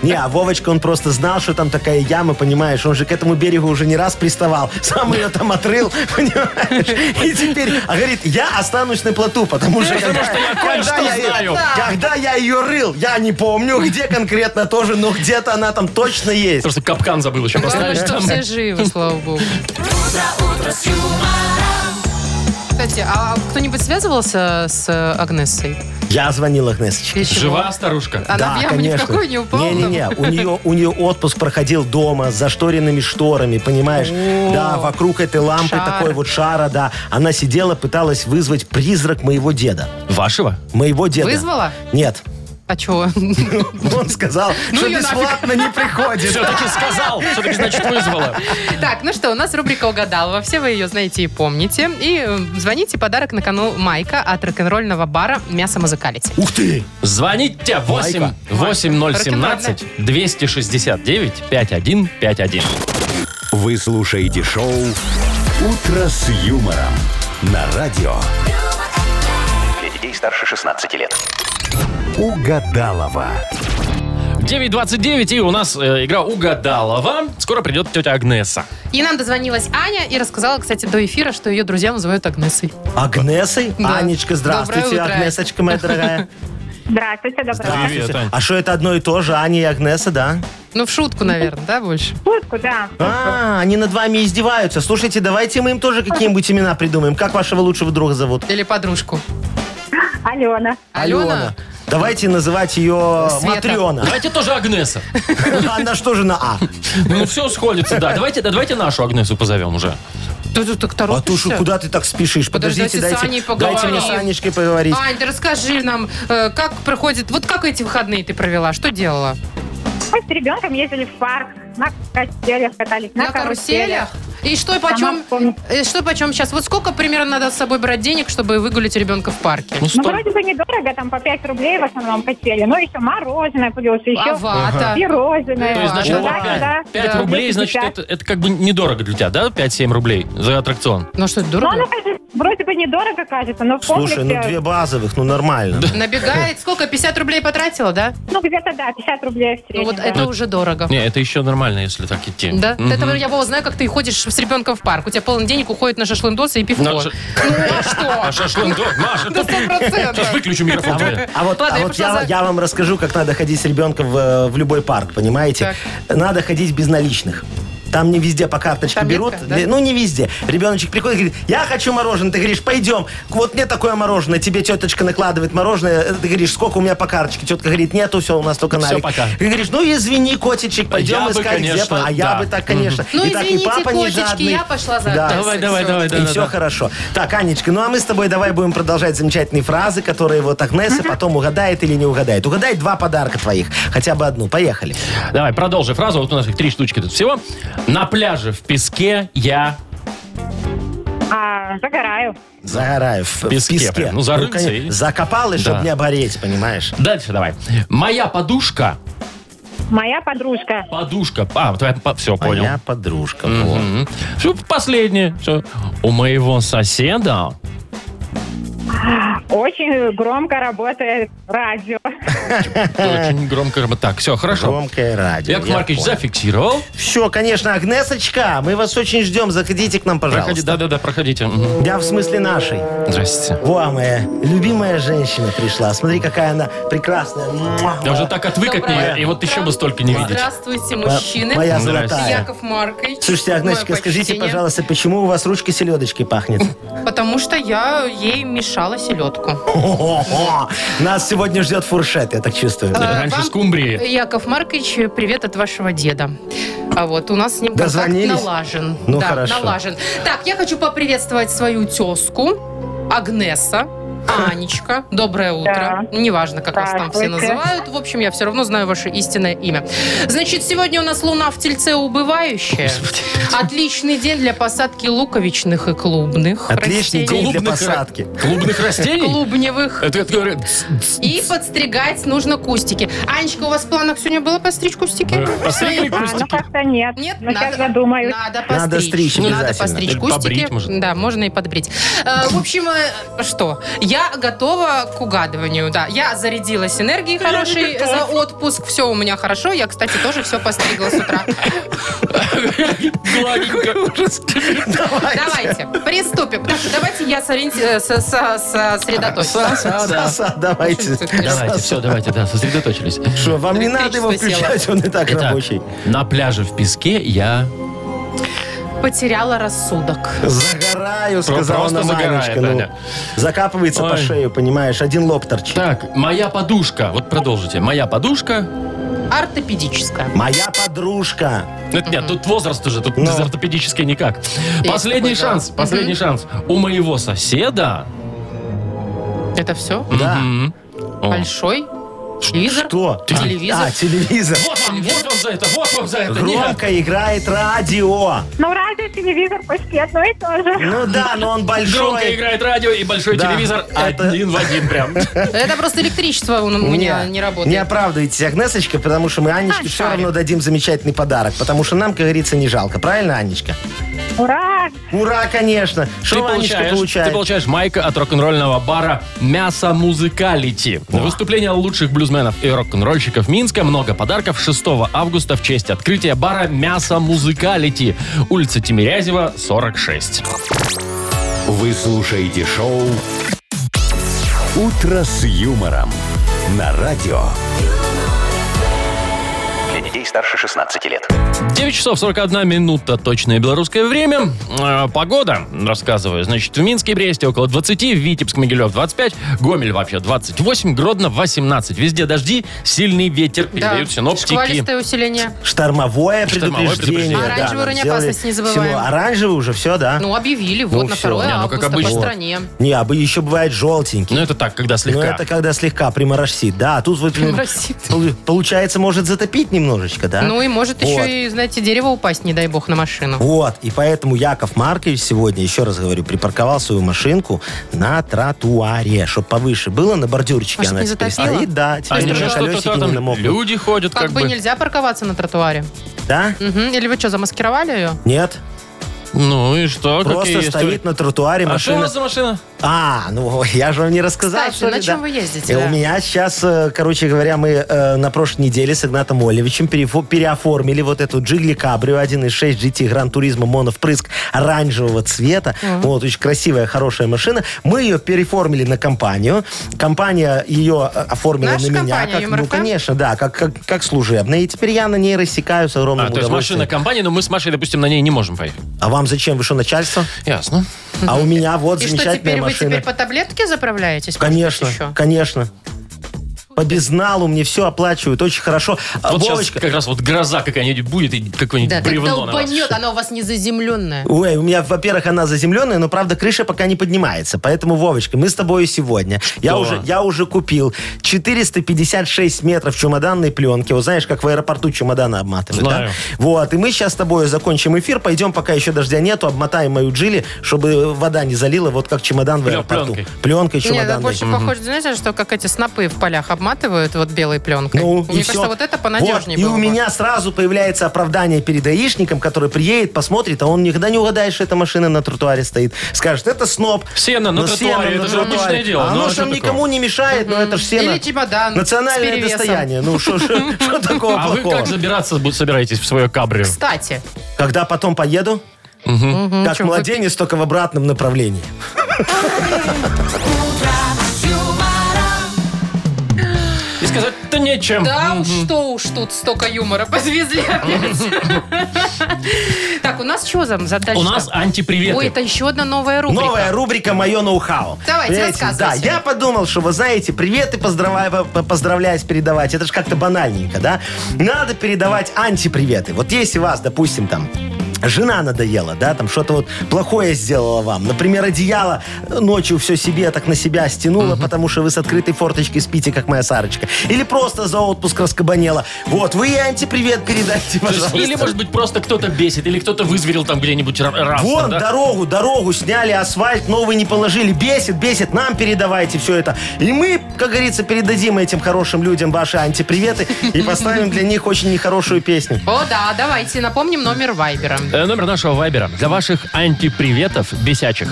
[SPEAKER 4] Не, а Вовочка, он просто знал, что там такая яма, понимаешь? Он же к этому берегу уже не раз приставал. Сам ее там отрыл, понимаешь? И теперь, а говорит, я останусь на плоту, потому что...
[SPEAKER 2] Потому что я кое-что
[SPEAKER 4] её-
[SPEAKER 2] знаю.
[SPEAKER 4] Когда я ее рыл, я не помню, где конкретно тоже, но где-то она там точно есть.
[SPEAKER 2] Просто капкан забыл еще
[SPEAKER 3] Главное,
[SPEAKER 2] поставить.
[SPEAKER 3] что
[SPEAKER 2] там.
[SPEAKER 3] все живы, слава богу. Кстати, а кто-нибудь связывался с Агнессой?
[SPEAKER 4] Я звонил Агнесочке.
[SPEAKER 3] Или чего?
[SPEAKER 2] Жива старушка.
[SPEAKER 4] А
[SPEAKER 3] Она в яму ни в какую не упала?
[SPEAKER 4] Не-не-не, у нее, у нее отпуск проходил дома с зашторенными шторами, понимаешь? Да, вокруг этой лампы
[SPEAKER 3] Шар.
[SPEAKER 4] такой вот шара, да. Она сидела, пыталась вызвать призрак моего деда.
[SPEAKER 2] Вашего?
[SPEAKER 4] Моего деда.
[SPEAKER 3] Вызвала?
[SPEAKER 4] Нет. (laughs)
[SPEAKER 3] А чего?
[SPEAKER 2] (laughs)
[SPEAKER 4] Он сказал, что
[SPEAKER 3] Ну её нафиг.
[SPEAKER 4] бесплатно не приходит.
[SPEAKER 2] Все-таки сказал, все-таки, значит, вызвала.
[SPEAKER 3] Так, ну что, у нас рубрика «Угадалова». Все вы ее знаете и помните. И э, звоните подарок на кону Майка от рок-н-ролльного бара «Мясо музыкалити».
[SPEAKER 4] Ух ты!
[SPEAKER 2] Звоните 8 8017 269 5151.
[SPEAKER 1] Вы слушаете шоу «Утро с юмором» на радио.
[SPEAKER 5] Для детей старше 16 лет.
[SPEAKER 1] Угадалова.
[SPEAKER 2] 9.29, и у нас э, игра Угадалова. Скоро придет тетя Агнеса.
[SPEAKER 3] И нам дозвонилась Аня и рассказала, кстати, до эфира, что ее друзья называют Агнесой.
[SPEAKER 4] Агнесой?
[SPEAKER 3] Да.
[SPEAKER 4] Анечка, здравствуйте,
[SPEAKER 3] Доброе утро.
[SPEAKER 4] Агнесочка
[SPEAKER 3] (laughs)
[SPEAKER 4] моя дорогая.
[SPEAKER 9] Здравствуйте, добро.
[SPEAKER 2] Здравствуйте. Привет, Ань.
[SPEAKER 4] А что это одно и то же, Аня и Агнеса, да?
[SPEAKER 3] Ну, в шутку, наверное, да, больше?
[SPEAKER 9] Шутку, да.
[SPEAKER 4] А, они над вами издеваются. Слушайте, давайте мы им тоже какие-нибудь имена придумаем. Как вашего лучшего друга зовут?
[SPEAKER 3] Или подружку.
[SPEAKER 9] Алена.
[SPEAKER 3] Алена.
[SPEAKER 4] Давайте называть ее
[SPEAKER 3] Света.
[SPEAKER 4] Матрена.
[SPEAKER 2] Давайте тоже Агнеса.
[SPEAKER 4] Она что же на А?
[SPEAKER 2] Ну, все сходится, да. Давайте, да, давайте нашу Агнесу позовем уже.
[SPEAKER 3] Ты тут так
[SPEAKER 4] А то, что
[SPEAKER 3] торопишься?
[SPEAKER 4] куда ты так спешишь? Подождите,
[SPEAKER 3] Подождите, с
[SPEAKER 4] дайте,
[SPEAKER 3] Аней
[SPEAKER 4] дайте мне с
[SPEAKER 3] поговорим.
[SPEAKER 4] Анечкой поговорить.
[SPEAKER 3] Ань, ты расскажи нам, э, как проходит, вот как эти выходные ты провела, что делала?
[SPEAKER 9] Мы с ребенком ездили в парк, на каруселях катались.
[SPEAKER 3] На, каруселях? И что и почем,
[SPEAKER 9] вспомнила.
[SPEAKER 3] и что и почем сейчас? Вот сколько примерно надо с собой брать денег, чтобы выгулить ребенка в парке?
[SPEAKER 2] Ну,
[SPEAKER 9] Ну,
[SPEAKER 2] сто-
[SPEAKER 9] вроде бы недорого, там по 5 рублей в основном качели. Но еще мороженое плюс, еще
[SPEAKER 3] Авата.
[SPEAKER 9] пирожное.
[SPEAKER 2] То есть, значит,
[SPEAKER 9] Ну,
[SPEAKER 3] Да,
[SPEAKER 2] вот
[SPEAKER 9] да,
[SPEAKER 2] пять-
[SPEAKER 9] да.
[SPEAKER 2] пять
[SPEAKER 9] Да.
[SPEAKER 2] рублей, значит,
[SPEAKER 9] 10-50.
[SPEAKER 2] это, это как бы недорого для тебя, да? 5-7 рублей за аттракцион.
[SPEAKER 3] Ну что,
[SPEAKER 9] Ну,
[SPEAKER 3] дорого?
[SPEAKER 9] оно, конечно, вроде бы недорого кажется, но в
[SPEAKER 4] Слушай, ну
[SPEAKER 9] комплексе...
[SPEAKER 4] две базовых, ну нормально.
[SPEAKER 3] Набегает. Сколько? 50 рублей потратила, да?
[SPEAKER 9] Ну, где-то, да, 50 рублей в
[SPEAKER 3] Ну
[SPEAKER 9] среднем.
[SPEAKER 3] вот
[SPEAKER 9] да.
[SPEAKER 3] это уже дорого.
[SPEAKER 2] Не, это еще нормально, если так идти.
[SPEAKER 3] Да?
[SPEAKER 2] Мгм.
[SPEAKER 3] Это, я Вова, знаю, как ты ходишь с ребенком в парк. У тебя полный денег уходит на шашлындосы и пивко.
[SPEAKER 2] На ша-
[SPEAKER 3] Ну а что?
[SPEAKER 2] А
[SPEAKER 3] (laughs)
[SPEAKER 2] шашлык, да, Маша,
[SPEAKER 3] Да
[SPEAKER 2] да ты- сейчас
[SPEAKER 3] 100%.
[SPEAKER 2] выключу микрофон. тебе.
[SPEAKER 4] А вот,
[SPEAKER 3] Ладно,
[SPEAKER 4] а
[SPEAKER 3] я
[SPEAKER 4] вот
[SPEAKER 3] пошла
[SPEAKER 4] я,
[SPEAKER 3] за-
[SPEAKER 4] я вам расскажу, как надо ходить с ребенком в, э, в любой парк, понимаете? Надо ходить без наличных. Там не везде по карточке
[SPEAKER 3] Там
[SPEAKER 4] берут.
[SPEAKER 3] метка, да?
[SPEAKER 4] Не- Ну, не везде. Ребеночек приходит и говорит, я хочу мороженое. Ты говоришь, пойдем. Вот мне такое мороженое. Тебе теточка накладывает мороженое. Э, Ты говоришь, сколько у меня по карточке? Тетка говорит, нету, все, у нас только
[SPEAKER 2] Всё,
[SPEAKER 4] налик.
[SPEAKER 2] пока.
[SPEAKER 4] Ты говоришь, ну, извини, котичек, пойдем
[SPEAKER 2] Я бы,
[SPEAKER 4] искать, где
[SPEAKER 2] конечно,
[SPEAKER 4] по-» А я
[SPEAKER 2] да.
[SPEAKER 4] бы так, конечно.
[SPEAKER 3] Ну
[SPEAKER 4] И так и
[SPEAKER 3] извините,
[SPEAKER 4] папа не
[SPEAKER 3] котички,
[SPEAKER 4] жадный.
[SPEAKER 3] я пошла за
[SPEAKER 4] Да.
[SPEAKER 2] Давай, давай,
[SPEAKER 3] Всё.
[SPEAKER 2] давай,
[SPEAKER 4] И
[SPEAKER 2] да,
[SPEAKER 4] все
[SPEAKER 2] да, да.
[SPEAKER 4] хорошо. Так, Анечка, ну а мы с тобой давай будем продолжать замечательные фразы, которые вот Агнеса потом угадает или не угадает. Угадай два подарка твоих. Хотя бы одну. Поехали.
[SPEAKER 2] Давай, продолжи фразу. Вот у нас их три штучки тут всего. На пляже в песке я...
[SPEAKER 9] А, загораю.
[SPEAKER 4] Загораю в, в
[SPEAKER 2] песке
[SPEAKER 4] песке.
[SPEAKER 2] прям. Ну, зарылся
[SPEAKER 4] конечно,
[SPEAKER 2] и-
[SPEAKER 4] Закопал, и чтобы
[SPEAKER 2] Да.
[SPEAKER 4] не обгореть, понимаешь?
[SPEAKER 2] Дальше давай. Моя подушка...
[SPEAKER 9] Моя подружка.
[SPEAKER 2] Подушка. А, твоя... Все, понял.
[SPEAKER 4] Моя подружка. вот.
[SPEAKER 2] Мгм. Всё, последнее. Всё. У моего соседа
[SPEAKER 9] Очень громко работает радио.
[SPEAKER 2] очень громко... рабо- Так, все, хорошо.
[SPEAKER 4] Громкое радио.
[SPEAKER 2] Яков Маркович зафиксировал.
[SPEAKER 4] Все, конечно, Агнесочка, мы вас очень ждем. Заходите к нам,
[SPEAKER 2] Проходи,
[SPEAKER 4] пожалуйста.
[SPEAKER 2] да-да-да, проходите. Мгм.
[SPEAKER 4] Я в смысле нашей.
[SPEAKER 2] Здрасте.
[SPEAKER 4] Во, моя любимая женщина пришла. Смотри, какая она прекрасная. Муа.
[SPEAKER 2] Я уже так отвык от
[SPEAKER 3] Доброе
[SPEAKER 2] нее, и вот
[SPEAKER 3] утро.
[SPEAKER 2] еще бы столько не видеть.
[SPEAKER 3] Здравствуйте, мужчины.
[SPEAKER 4] Моя
[SPEAKER 2] Здрасте.
[SPEAKER 4] золотая.
[SPEAKER 3] Яков Маркович.
[SPEAKER 4] Слушайте, Агнесочка,
[SPEAKER 3] Мое
[SPEAKER 4] скажите,
[SPEAKER 3] почтение.
[SPEAKER 4] пожалуйста, почему у вас ручки селедочкой пахнет?
[SPEAKER 3] Потому что я ей мешала селедку.
[SPEAKER 4] О-о-о! Нас сегодня ждет фуршет, я так чувствую.
[SPEAKER 3] Э,
[SPEAKER 2] Раньше
[SPEAKER 3] вам-
[SPEAKER 2] скумбрии.
[SPEAKER 3] Яков Маркович, привет от вашего деда. А вот у нас с ним контакт
[SPEAKER 4] Дозвонились?
[SPEAKER 3] налажен.
[SPEAKER 4] Ну,
[SPEAKER 3] да,
[SPEAKER 4] хорошо.
[SPEAKER 3] налажен. Так, я хочу поприветствовать свою тезку Агнеса. Анечка, доброе утро. Неважно, как вас там все
[SPEAKER 9] Здравствуйте.
[SPEAKER 3] называют. В общем, я все равно знаю ваше истинное имя. Значит, сегодня у нас луна в тельце убывающая. Отличный день для посадки луковичных и клубных.
[SPEAKER 4] Отличный
[SPEAKER 3] растений.
[SPEAKER 4] день для
[SPEAKER 2] Клубных ра-
[SPEAKER 4] посадки.
[SPEAKER 2] Клубных
[SPEAKER 4] (laughs)
[SPEAKER 2] растений?
[SPEAKER 3] Клубневых.
[SPEAKER 2] Это это говорит, «Тс, тс,
[SPEAKER 3] И подстригать нужно кустики. Анечка, у вас в планах сегодня было постричь кустики?
[SPEAKER 2] э, постригли
[SPEAKER 9] А, ну
[SPEAKER 2] кустики».
[SPEAKER 9] как-то нет.
[SPEAKER 3] Нет,
[SPEAKER 6] Ну,
[SPEAKER 9] Но сейчас
[SPEAKER 3] надо.
[SPEAKER 9] задумаюсь.
[SPEAKER 3] Надо постричь.
[SPEAKER 4] Надо стричь
[SPEAKER 3] Надо
[SPEAKER 4] обязательно.
[SPEAKER 3] постричь
[SPEAKER 2] Или
[SPEAKER 3] кустики.
[SPEAKER 2] побрить, может.
[SPEAKER 3] Да, можно и подбрить. Э, В общем, э, что? Я готова к угадыванию. Да, я зарядилась энергией хорошей за отпуск. Все у меня хорошо. Я, кстати, тоже все постригла с
[SPEAKER 4] (laughs)
[SPEAKER 3] утра.
[SPEAKER 2] Гладенько.
[SPEAKER 3] Давайте, приступим. Так, давайте я сориенти- э, со- со- сосредоточусь.
[SPEAKER 4] Са-са, давайте.
[SPEAKER 2] Давайте, все, давайте, да, сосредоточились.
[SPEAKER 4] Что, вам не надо его
[SPEAKER 3] Электричество
[SPEAKER 4] включать, он и так
[SPEAKER 2] Итак,
[SPEAKER 4] рабочий.
[SPEAKER 2] на пляже в песке я...
[SPEAKER 3] Потеряла рассудок.
[SPEAKER 4] Загораю, сказала
[SPEAKER 2] просто
[SPEAKER 4] нам
[SPEAKER 2] загорает,
[SPEAKER 4] Анечка. ну.
[SPEAKER 2] Аня.
[SPEAKER 4] Закапывается по
[SPEAKER 2] Ой.
[SPEAKER 4] шею, понимаешь, один лоб торчит.
[SPEAKER 2] Так, моя подушка. Вот продолжите. Моя подушка.
[SPEAKER 3] Ортопедическая.
[SPEAKER 4] Моя подружка.
[SPEAKER 2] Ну, Нет, нет, тут возраст уже, тут
[SPEAKER 4] Ну.
[SPEAKER 2] без ортопедической никак. Последний
[SPEAKER 3] такой, да.
[SPEAKER 2] шанс, последний шанс. У моего соседа...
[SPEAKER 3] Это все?
[SPEAKER 4] Да.
[SPEAKER 2] Мгм. О.
[SPEAKER 3] Большой? Телевизор?
[SPEAKER 4] Что?
[SPEAKER 3] Телевизор?
[SPEAKER 4] А, телевизор.
[SPEAKER 2] Вот вам, вот вам за это, вот вам за это. Нет.
[SPEAKER 4] Громко играет радио.
[SPEAKER 9] Ну, радио, телевизор, почти одно и то же.
[SPEAKER 4] Ну да, но он
[SPEAKER 2] Громко А
[SPEAKER 4] большой.
[SPEAKER 2] играет радио и большой
[SPEAKER 4] Да,
[SPEAKER 2] телевизор
[SPEAKER 4] это-
[SPEAKER 2] один в один прям.
[SPEAKER 3] Это просто электричество у меня не
[SPEAKER 4] Не
[SPEAKER 3] работает.
[SPEAKER 4] оправдывайтесь, Агнесочка, потому что мы Анечке
[SPEAKER 3] А,
[SPEAKER 4] все
[SPEAKER 3] шарик.
[SPEAKER 4] равно дадим замечательный подарок, потому что нам, как говорится, не жалко. Правильно, Анечка?
[SPEAKER 9] Ура!
[SPEAKER 4] Ура, конечно.
[SPEAKER 2] Ты
[SPEAKER 4] Что Анечка
[SPEAKER 2] получаешь, ты
[SPEAKER 4] получает?
[SPEAKER 2] получаешь майка от рок-н-ролльного бара «Мясо Музыкалити». Выступление лучших блюзменов и рок-н-ролльщиков Минска. Много подарков 6 августа в честь открытия бара «Мясо Музыкалити». Улица Тимирязева, 46.
[SPEAKER 1] Вы слушаете шоу «Утро с юмором» на радио.
[SPEAKER 5] Для детей старше 16 лет.
[SPEAKER 2] 9 часов 41 минута, точное белорусское время. Э, Погода, рассказываю, значит, в Минске и Бресте около 20, Витебск, Могилев 25, Гомель вообще 28, Гродно 18. Везде дожди, сильный ветер, передают синоптики.
[SPEAKER 3] Шквалистое усиление.
[SPEAKER 4] Штормовое
[SPEAKER 2] Штормовое
[SPEAKER 4] предупреждение.
[SPEAKER 2] предупреждение.
[SPEAKER 4] да,
[SPEAKER 3] Оранжевый
[SPEAKER 4] нам
[SPEAKER 3] уровень
[SPEAKER 4] сделали
[SPEAKER 3] опасности не забываем.
[SPEAKER 4] всего. Оранжевый уже, все, да?
[SPEAKER 3] Ну, объявили, вот,
[SPEAKER 4] Ну,
[SPEAKER 3] на
[SPEAKER 4] всё.
[SPEAKER 3] 2
[SPEAKER 2] Не, ну, как
[SPEAKER 3] августа по
[SPEAKER 2] обычно.
[SPEAKER 3] стране.
[SPEAKER 4] Не, а бы еще бывает желтенький.
[SPEAKER 2] Ну, это так, когда
[SPEAKER 4] Но
[SPEAKER 2] слегка.
[SPEAKER 4] это когда слегка приморосит, да. А тут вот, ну,
[SPEAKER 3] Приморосит.
[SPEAKER 4] полу- получается, может затопить немножечко, да?
[SPEAKER 3] Ну, и может
[SPEAKER 4] Вот.
[SPEAKER 3] еще и, знаете, дерево упасть, не дай бог, на машину.
[SPEAKER 4] Вот, и поэтому Яков Маркович сегодня, еще раз говорю, припарковал свою машинку на тротуаре, чтобы повыше было, на бордюрчике
[SPEAKER 3] А чтоб
[SPEAKER 4] она
[SPEAKER 3] не
[SPEAKER 4] теперь
[SPEAKER 3] затопило?
[SPEAKER 4] стоит, да,
[SPEAKER 2] А
[SPEAKER 4] теперь
[SPEAKER 2] ничего,
[SPEAKER 4] уже
[SPEAKER 2] что тут,
[SPEAKER 4] колесики
[SPEAKER 2] а
[SPEAKER 4] не
[SPEAKER 2] там
[SPEAKER 4] намокнут.
[SPEAKER 2] люди ходят
[SPEAKER 3] Как,
[SPEAKER 2] как,
[SPEAKER 3] бы нельзя парковаться на тротуаре.
[SPEAKER 4] Да?
[SPEAKER 3] Мгм. Или вы что, замаскировали ее?
[SPEAKER 4] Нет?
[SPEAKER 2] Ну и что?
[SPEAKER 4] Просто
[SPEAKER 2] Какие
[SPEAKER 4] стоит
[SPEAKER 2] истории?
[SPEAKER 4] на тротуаре
[SPEAKER 2] А что у
[SPEAKER 4] машина.
[SPEAKER 2] вас за машина?
[SPEAKER 4] А, ну я же вам не рассказал,
[SPEAKER 3] Кстати,
[SPEAKER 4] что ли,
[SPEAKER 3] на чем
[SPEAKER 4] да?
[SPEAKER 3] вы ездите,
[SPEAKER 4] Э,
[SPEAKER 3] да?
[SPEAKER 4] У меня сейчас, короче говоря, мы э, на прошлой неделе с Игнатом Олевичем перефо- переоформили вот эту Джигли Кабрио 1.6 GT Гран Туризма моновпрыск оранжевого цвета. Вот, очень красивая, хорошая машина. Мы ее переформили на компанию. Компания ее э, оформила
[SPEAKER 3] Наша
[SPEAKER 4] на меня.
[SPEAKER 3] компания,
[SPEAKER 4] как-
[SPEAKER 3] Юмор
[SPEAKER 4] ну,
[SPEAKER 3] ФМ?
[SPEAKER 4] конечно, да, как, как, как служебная. И теперь я на ней рассекаю с огромным
[SPEAKER 2] А, то есть
[SPEAKER 4] удовольствием.
[SPEAKER 2] машина компании, но мы с Машей, допустим, на ней не можем поехать.
[SPEAKER 4] А вам зачем? Вы
[SPEAKER 3] (laughs)
[SPEAKER 4] что, начальство?
[SPEAKER 2] Ясно.
[SPEAKER 4] А у меня вот
[SPEAKER 3] И что,
[SPEAKER 4] замечательная
[SPEAKER 3] теперь
[SPEAKER 4] машина.
[SPEAKER 3] вы теперь по таблетке заправляетесь? может быть,
[SPEAKER 4] Конечно,
[SPEAKER 3] еще?
[SPEAKER 4] конечно. По безналу мне все оплачивают, очень хорошо. А,
[SPEAKER 2] Вот сейчас
[SPEAKER 4] Вовочка,
[SPEAKER 2] как раз вот гроза какая-нибудь будет и какое-нибудь
[SPEAKER 3] Да, так
[SPEAKER 2] бревно на вас.
[SPEAKER 3] долбанет, она у вас не заземленная.
[SPEAKER 4] ой, у меня, во-первых, она заземленная, но, правда, крыша пока не поднимается. Поэтому, Вовочка, мы с тобой сегодня. Я уже, я уже купил 456 метров чемоданной пленки. Вот знаешь, как в аэропорту чемоданы обматывают,
[SPEAKER 2] Знаю.
[SPEAKER 4] да? Вот, и мы сейчас с тобой закончим эфир, пойдем, пока еще дождя нету, обмотаем мою джили, чтобы вода не залила, вот как чемодан в
[SPEAKER 2] Плё-
[SPEAKER 4] аэропорту.
[SPEAKER 2] пленкой.
[SPEAKER 4] Пленкой
[SPEAKER 3] Нет, это
[SPEAKER 4] чемоданной.
[SPEAKER 3] больше похоже, знаете, что как эти снопы в полях обматывают вот белой пленкой.
[SPEAKER 4] Ну,
[SPEAKER 3] Мне
[SPEAKER 4] и
[SPEAKER 3] кажется,
[SPEAKER 4] всё.
[SPEAKER 3] вот это понадежнее
[SPEAKER 4] Вот, И
[SPEAKER 3] было
[SPEAKER 4] у
[SPEAKER 3] бы.
[SPEAKER 4] меня сразу появляется оправдание перед гаишником, который приедет, посмотрит, а он никогда не угадает, что эта машина на тротуаре стоит. Скажет, это сноп.
[SPEAKER 2] Сено на
[SPEAKER 4] Ну,
[SPEAKER 2] тротуаре,
[SPEAKER 4] сено
[SPEAKER 2] это
[SPEAKER 4] на
[SPEAKER 2] же
[SPEAKER 4] тротуаре.
[SPEAKER 2] обычное дело.
[SPEAKER 4] А
[SPEAKER 2] Ну, а
[SPEAKER 4] Оно же
[SPEAKER 2] что
[SPEAKER 4] там
[SPEAKER 2] такого?
[SPEAKER 4] никому не мешает, но это же сено.
[SPEAKER 3] Или чемодан с
[SPEAKER 4] Национальное
[SPEAKER 3] перевесом.
[SPEAKER 4] достояние.
[SPEAKER 3] (laughs)
[SPEAKER 4] Ну, что ж- что такого
[SPEAKER 2] А вы
[SPEAKER 4] плохого?
[SPEAKER 2] как забираться бу- собираетесь в свое кабрио?
[SPEAKER 3] Кстати,
[SPEAKER 4] Когда потом поеду, как
[SPEAKER 3] чё, вы-
[SPEAKER 4] младенец, только в обратном направлении.
[SPEAKER 2] И сказать, да нечем.
[SPEAKER 3] да уж, что уж тут столько юмора подвезли
[SPEAKER 4] (laughs)
[SPEAKER 3] опять. Так, у нас что за задача?
[SPEAKER 2] У нас
[SPEAKER 3] Ой,
[SPEAKER 2] антиприветы.
[SPEAKER 3] это еще одна новая рубрика.
[SPEAKER 4] Новая рубрика «Мое ноу-хау».
[SPEAKER 3] Давайте,
[SPEAKER 4] Понимаете, Да,
[SPEAKER 3] рассказывайте.
[SPEAKER 4] я подумал, что, вы знаете, привет и поздравляю, поздравляюсь передавать. Это же как-то банальненько, да? Надо передавать антиприветы. Вот если вас, допустим, там Жена надоела, да, там что-то вот плохое сделала вам. Например, одеяло ночью все себе так на себя стянуло, потому что вы с открытой форточкой спите, как моя Сарочка. Или просто за отпуск раскабанела. Вот, вы и антипривет передайте,
[SPEAKER 2] То есть,
[SPEAKER 4] пожалуйста.
[SPEAKER 2] Или, может быть, просто кто-то бесит, или кто-то вызверил там где-нибудь ра- раз.
[SPEAKER 4] Вон,
[SPEAKER 2] А да?
[SPEAKER 4] дорогу, дорогу сняли, асфальт новый не положили. Бесит, бесит, нам передавайте все это. И мы, как говорится, передадим этим хорошим людям ваши антиприветы и поставим для них очень нехорошую песню.
[SPEAKER 3] О, да, давайте напомним номер Вайбера.
[SPEAKER 2] Э, Номер нашего вайбера для ваших антиприветов бесячих.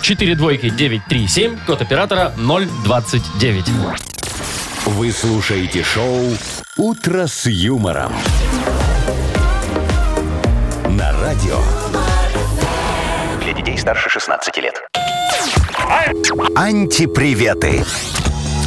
[SPEAKER 2] 4 двойки 937, код оператора 029.
[SPEAKER 1] Вы слушаете шоу «Утро с юмором». На радио
[SPEAKER 5] Для детей старше 16 лет.
[SPEAKER 1] «Антиприветы».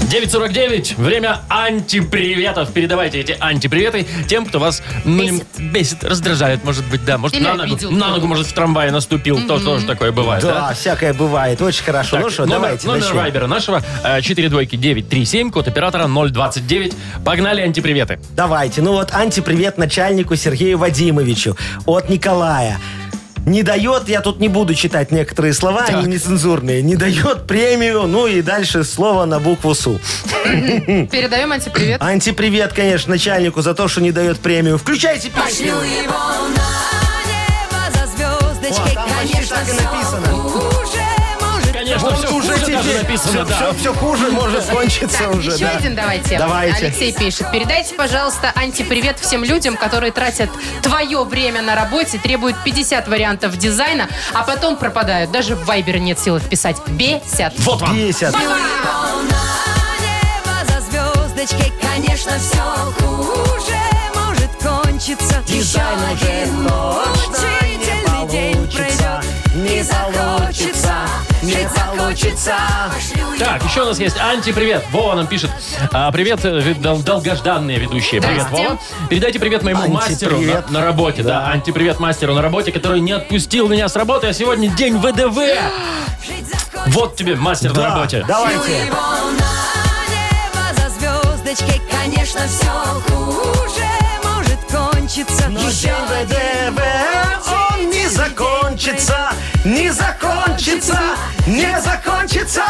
[SPEAKER 2] 949, время антиприветов. Передавайте эти антиприветы тем, кто вас ну, им
[SPEAKER 3] Бесит.
[SPEAKER 2] бесит, раздражает, может быть, да. Может,
[SPEAKER 3] Или
[SPEAKER 2] на ногу,
[SPEAKER 3] обидел
[SPEAKER 2] на
[SPEAKER 3] кого-то.
[SPEAKER 2] ногу, может, в трамвае наступил. То, тоже такое бывает, да?
[SPEAKER 4] Да, всякое бывает. Очень хорошо.
[SPEAKER 2] Так,
[SPEAKER 4] Ну что,
[SPEAKER 2] номер,
[SPEAKER 4] давайте.
[SPEAKER 2] номер
[SPEAKER 4] начнем.
[SPEAKER 2] вайбера нашего 4 двойки 937, код оператора 029. Погнали антиприветы.
[SPEAKER 4] Давайте. Ну вот, антипривет начальнику Сергею Вадимовичу от Николая. Не дает, я тут не буду читать некоторые слова, они нецензурные. Не дает премию, ну и дальше слово на букву СУ.
[SPEAKER 3] Передаем антипривет.
[SPEAKER 4] Антипривет, конечно, начальнику за то, что не дает премию. Включайте песню. О, там почти так и написано.
[SPEAKER 2] Конечно, все
[SPEAKER 4] уже
[SPEAKER 2] хуже даже
[SPEAKER 4] теперь.
[SPEAKER 2] написано,
[SPEAKER 4] Все,
[SPEAKER 2] да.
[SPEAKER 4] все, хуже может кончиться
[SPEAKER 3] Так,
[SPEAKER 4] уже,
[SPEAKER 3] еще
[SPEAKER 4] да.
[SPEAKER 3] один давайте.
[SPEAKER 4] Давайте.
[SPEAKER 3] Алексей пишет. Передайте, пожалуйста, антипривет всем людям, которые тратят твое время на работе, требуют 50 вариантов дизайна, а потом пропадают. Даже в Вайбер нет силы вписать. Бесят.
[SPEAKER 2] Вот вам.
[SPEAKER 4] 50. Дизайн уже точно не получится. Не получится. Не получится.
[SPEAKER 2] Так, еще у нас есть антипривет. Вова нам пишет. А, привет, э, ви- дол- долгожданные ведущие. Привет,
[SPEAKER 3] Здрасте.
[SPEAKER 2] Вова. Передайте привет моему мастеру на,
[SPEAKER 4] Антипривет.
[SPEAKER 2] на работе. Да. антипривет мастеру на работе, который не отпустил меня с работы, а сегодня день
[SPEAKER 3] (gasps)
[SPEAKER 2] ВДВ. Вот тебе мастер на
[SPEAKER 4] Да,
[SPEAKER 2] работе.
[SPEAKER 4] давайте. Но ДВДВ, он не закончится. Не закончится. Не закончится.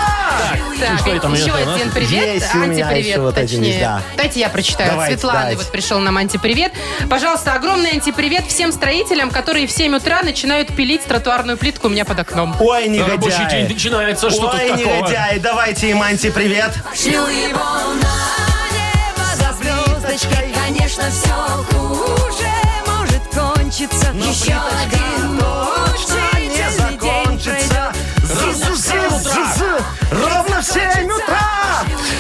[SPEAKER 3] Так,
[SPEAKER 2] что это у меня
[SPEAKER 3] еще
[SPEAKER 2] там, а?
[SPEAKER 3] один привет.
[SPEAKER 4] Есть у меня
[SPEAKER 3] Антипривет,
[SPEAKER 4] еще вот один
[SPEAKER 3] точнее.
[SPEAKER 4] есть, да.
[SPEAKER 3] Дайте я прочитаю. От
[SPEAKER 4] Давайте,
[SPEAKER 3] Светланы
[SPEAKER 4] давайте.
[SPEAKER 3] вот пришел нам антипривет. Пожалуйста, огромный антипривет всем строителям, которые в 7 утра начинают пилить тротуарную плитку у меня под окном.
[SPEAKER 4] Ой, негодяи.
[SPEAKER 2] Рабочий день начинается, что
[SPEAKER 4] Ой,
[SPEAKER 2] тут такого?
[SPEAKER 4] негодяи, давайте им антипривет.
[SPEAKER 10] конечно, все хуже может кончиться. Еще один год.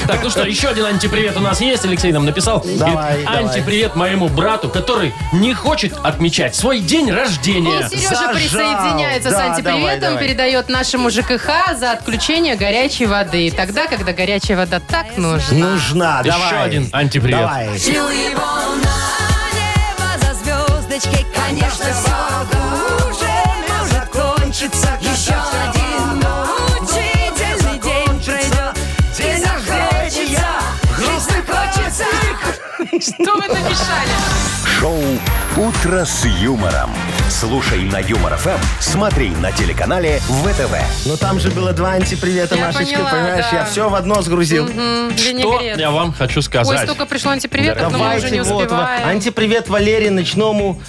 [SPEAKER 2] Так, ну что, еще один антипривет у нас есть. Алексей нам написал.
[SPEAKER 4] Давай,
[SPEAKER 2] Говорит,
[SPEAKER 4] давай.
[SPEAKER 2] Антипривет моему брату, который не хочет отмечать свой день
[SPEAKER 3] Ну,
[SPEAKER 2] рождения.
[SPEAKER 3] Сережа
[SPEAKER 4] Зажал.
[SPEAKER 3] присоединяется с
[SPEAKER 4] Да,
[SPEAKER 3] антиприветом,
[SPEAKER 4] давай, давай.
[SPEAKER 3] передает нашему ЖКХ за отключение горячей воды. Тогда, когда горячая вода так нужна.
[SPEAKER 4] Нужна.
[SPEAKER 2] Еще
[SPEAKER 4] давай.
[SPEAKER 2] один антипривет.
[SPEAKER 4] Давай.
[SPEAKER 10] Шил его на небо за звездочкой, конечно, все уже может кончиться. Еще один мучительный день пройдет, и захочется, грустно хочется.
[SPEAKER 3] Что вы написали?
[SPEAKER 1] Шоу «Утро с юмором». Слушай на Юмор ФМ, смотри на телеканале ВТВ.
[SPEAKER 4] Но Ну, там же было два антипривета,
[SPEAKER 3] Я
[SPEAKER 4] Машечка,
[SPEAKER 3] поняла,
[SPEAKER 4] понимаешь?
[SPEAKER 3] да.
[SPEAKER 4] Я все в одно сгрузил.
[SPEAKER 2] Что
[SPEAKER 3] Винегрет.
[SPEAKER 2] я вам хочу
[SPEAKER 3] Ой,
[SPEAKER 2] сказать?
[SPEAKER 3] столько пришло антиприветов, но ну мы уже не
[SPEAKER 4] Давайте вот. ва-
[SPEAKER 3] успеваем.
[SPEAKER 4] Антипривет Валерии Ночному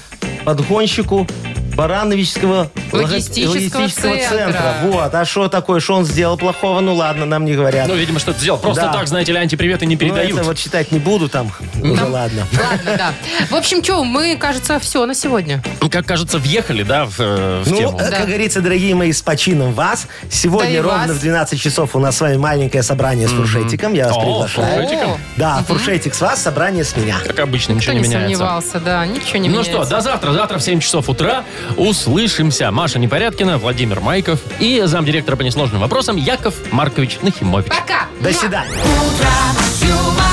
[SPEAKER 4] подгонщику Барановичского лого-
[SPEAKER 3] Логистического центра.
[SPEAKER 4] Вот, а что такое, что он сделал плохого? Ну ладно, нам не говорят.
[SPEAKER 2] Ну, видимо, что-то сделал. Просто
[SPEAKER 4] Да.
[SPEAKER 2] так, знаете ли, антиприветы не
[SPEAKER 4] Ну,
[SPEAKER 2] передают.
[SPEAKER 4] это вот читать не буду там. Уже ладно.
[SPEAKER 3] Ладно, да. В общем, что, мы, кажется, все на сегодня.
[SPEAKER 2] Ну, Как кажется, въехали, да, в, э, в
[SPEAKER 4] Ну,
[SPEAKER 2] тему.
[SPEAKER 4] э,
[SPEAKER 3] Да.
[SPEAKER 4] как говорится, дорогие мои, с почином вас.
[SPEAKER 3] Да и
[SPEAKER 4] Сегодня ровно
[SPEAKER 3] вас.
[SPEAKER 4] в 12 часов у нас с вами маленькое собрание с фуршетиком. Я вас
[SPEAKER 2] О,
[SPEAKER 4] приглашаю.
[SPEAKER 2] фуршетиком?
[SPEAKER 3] О,
[SPEAKER 4] Да, фуршетик с вас, собрание с меня.
[SPEAKER 2] Как обычно,
[SPEAKER 3] Кто
[SPEAKER 2] ничего
[SPEAKER 3] не
[SPEAKER 2] не меняется.
[SPEAKER 3] сомневался, да, ничего не
[SPEAKER 2] Ну
[SPEAKER 3] меняется.
[SPEAKER 2] что, до завтра. Завтра в 7 часов утра услышимся. Маша Непорядкина, Владимир Майков и замдиректора по несложным вопросам Яков Маркович Нахимович.
[SPEAKER 3] Пока!
[SPEAKER 4] До свидания.
[SPEAKER 10] Утро с юмором.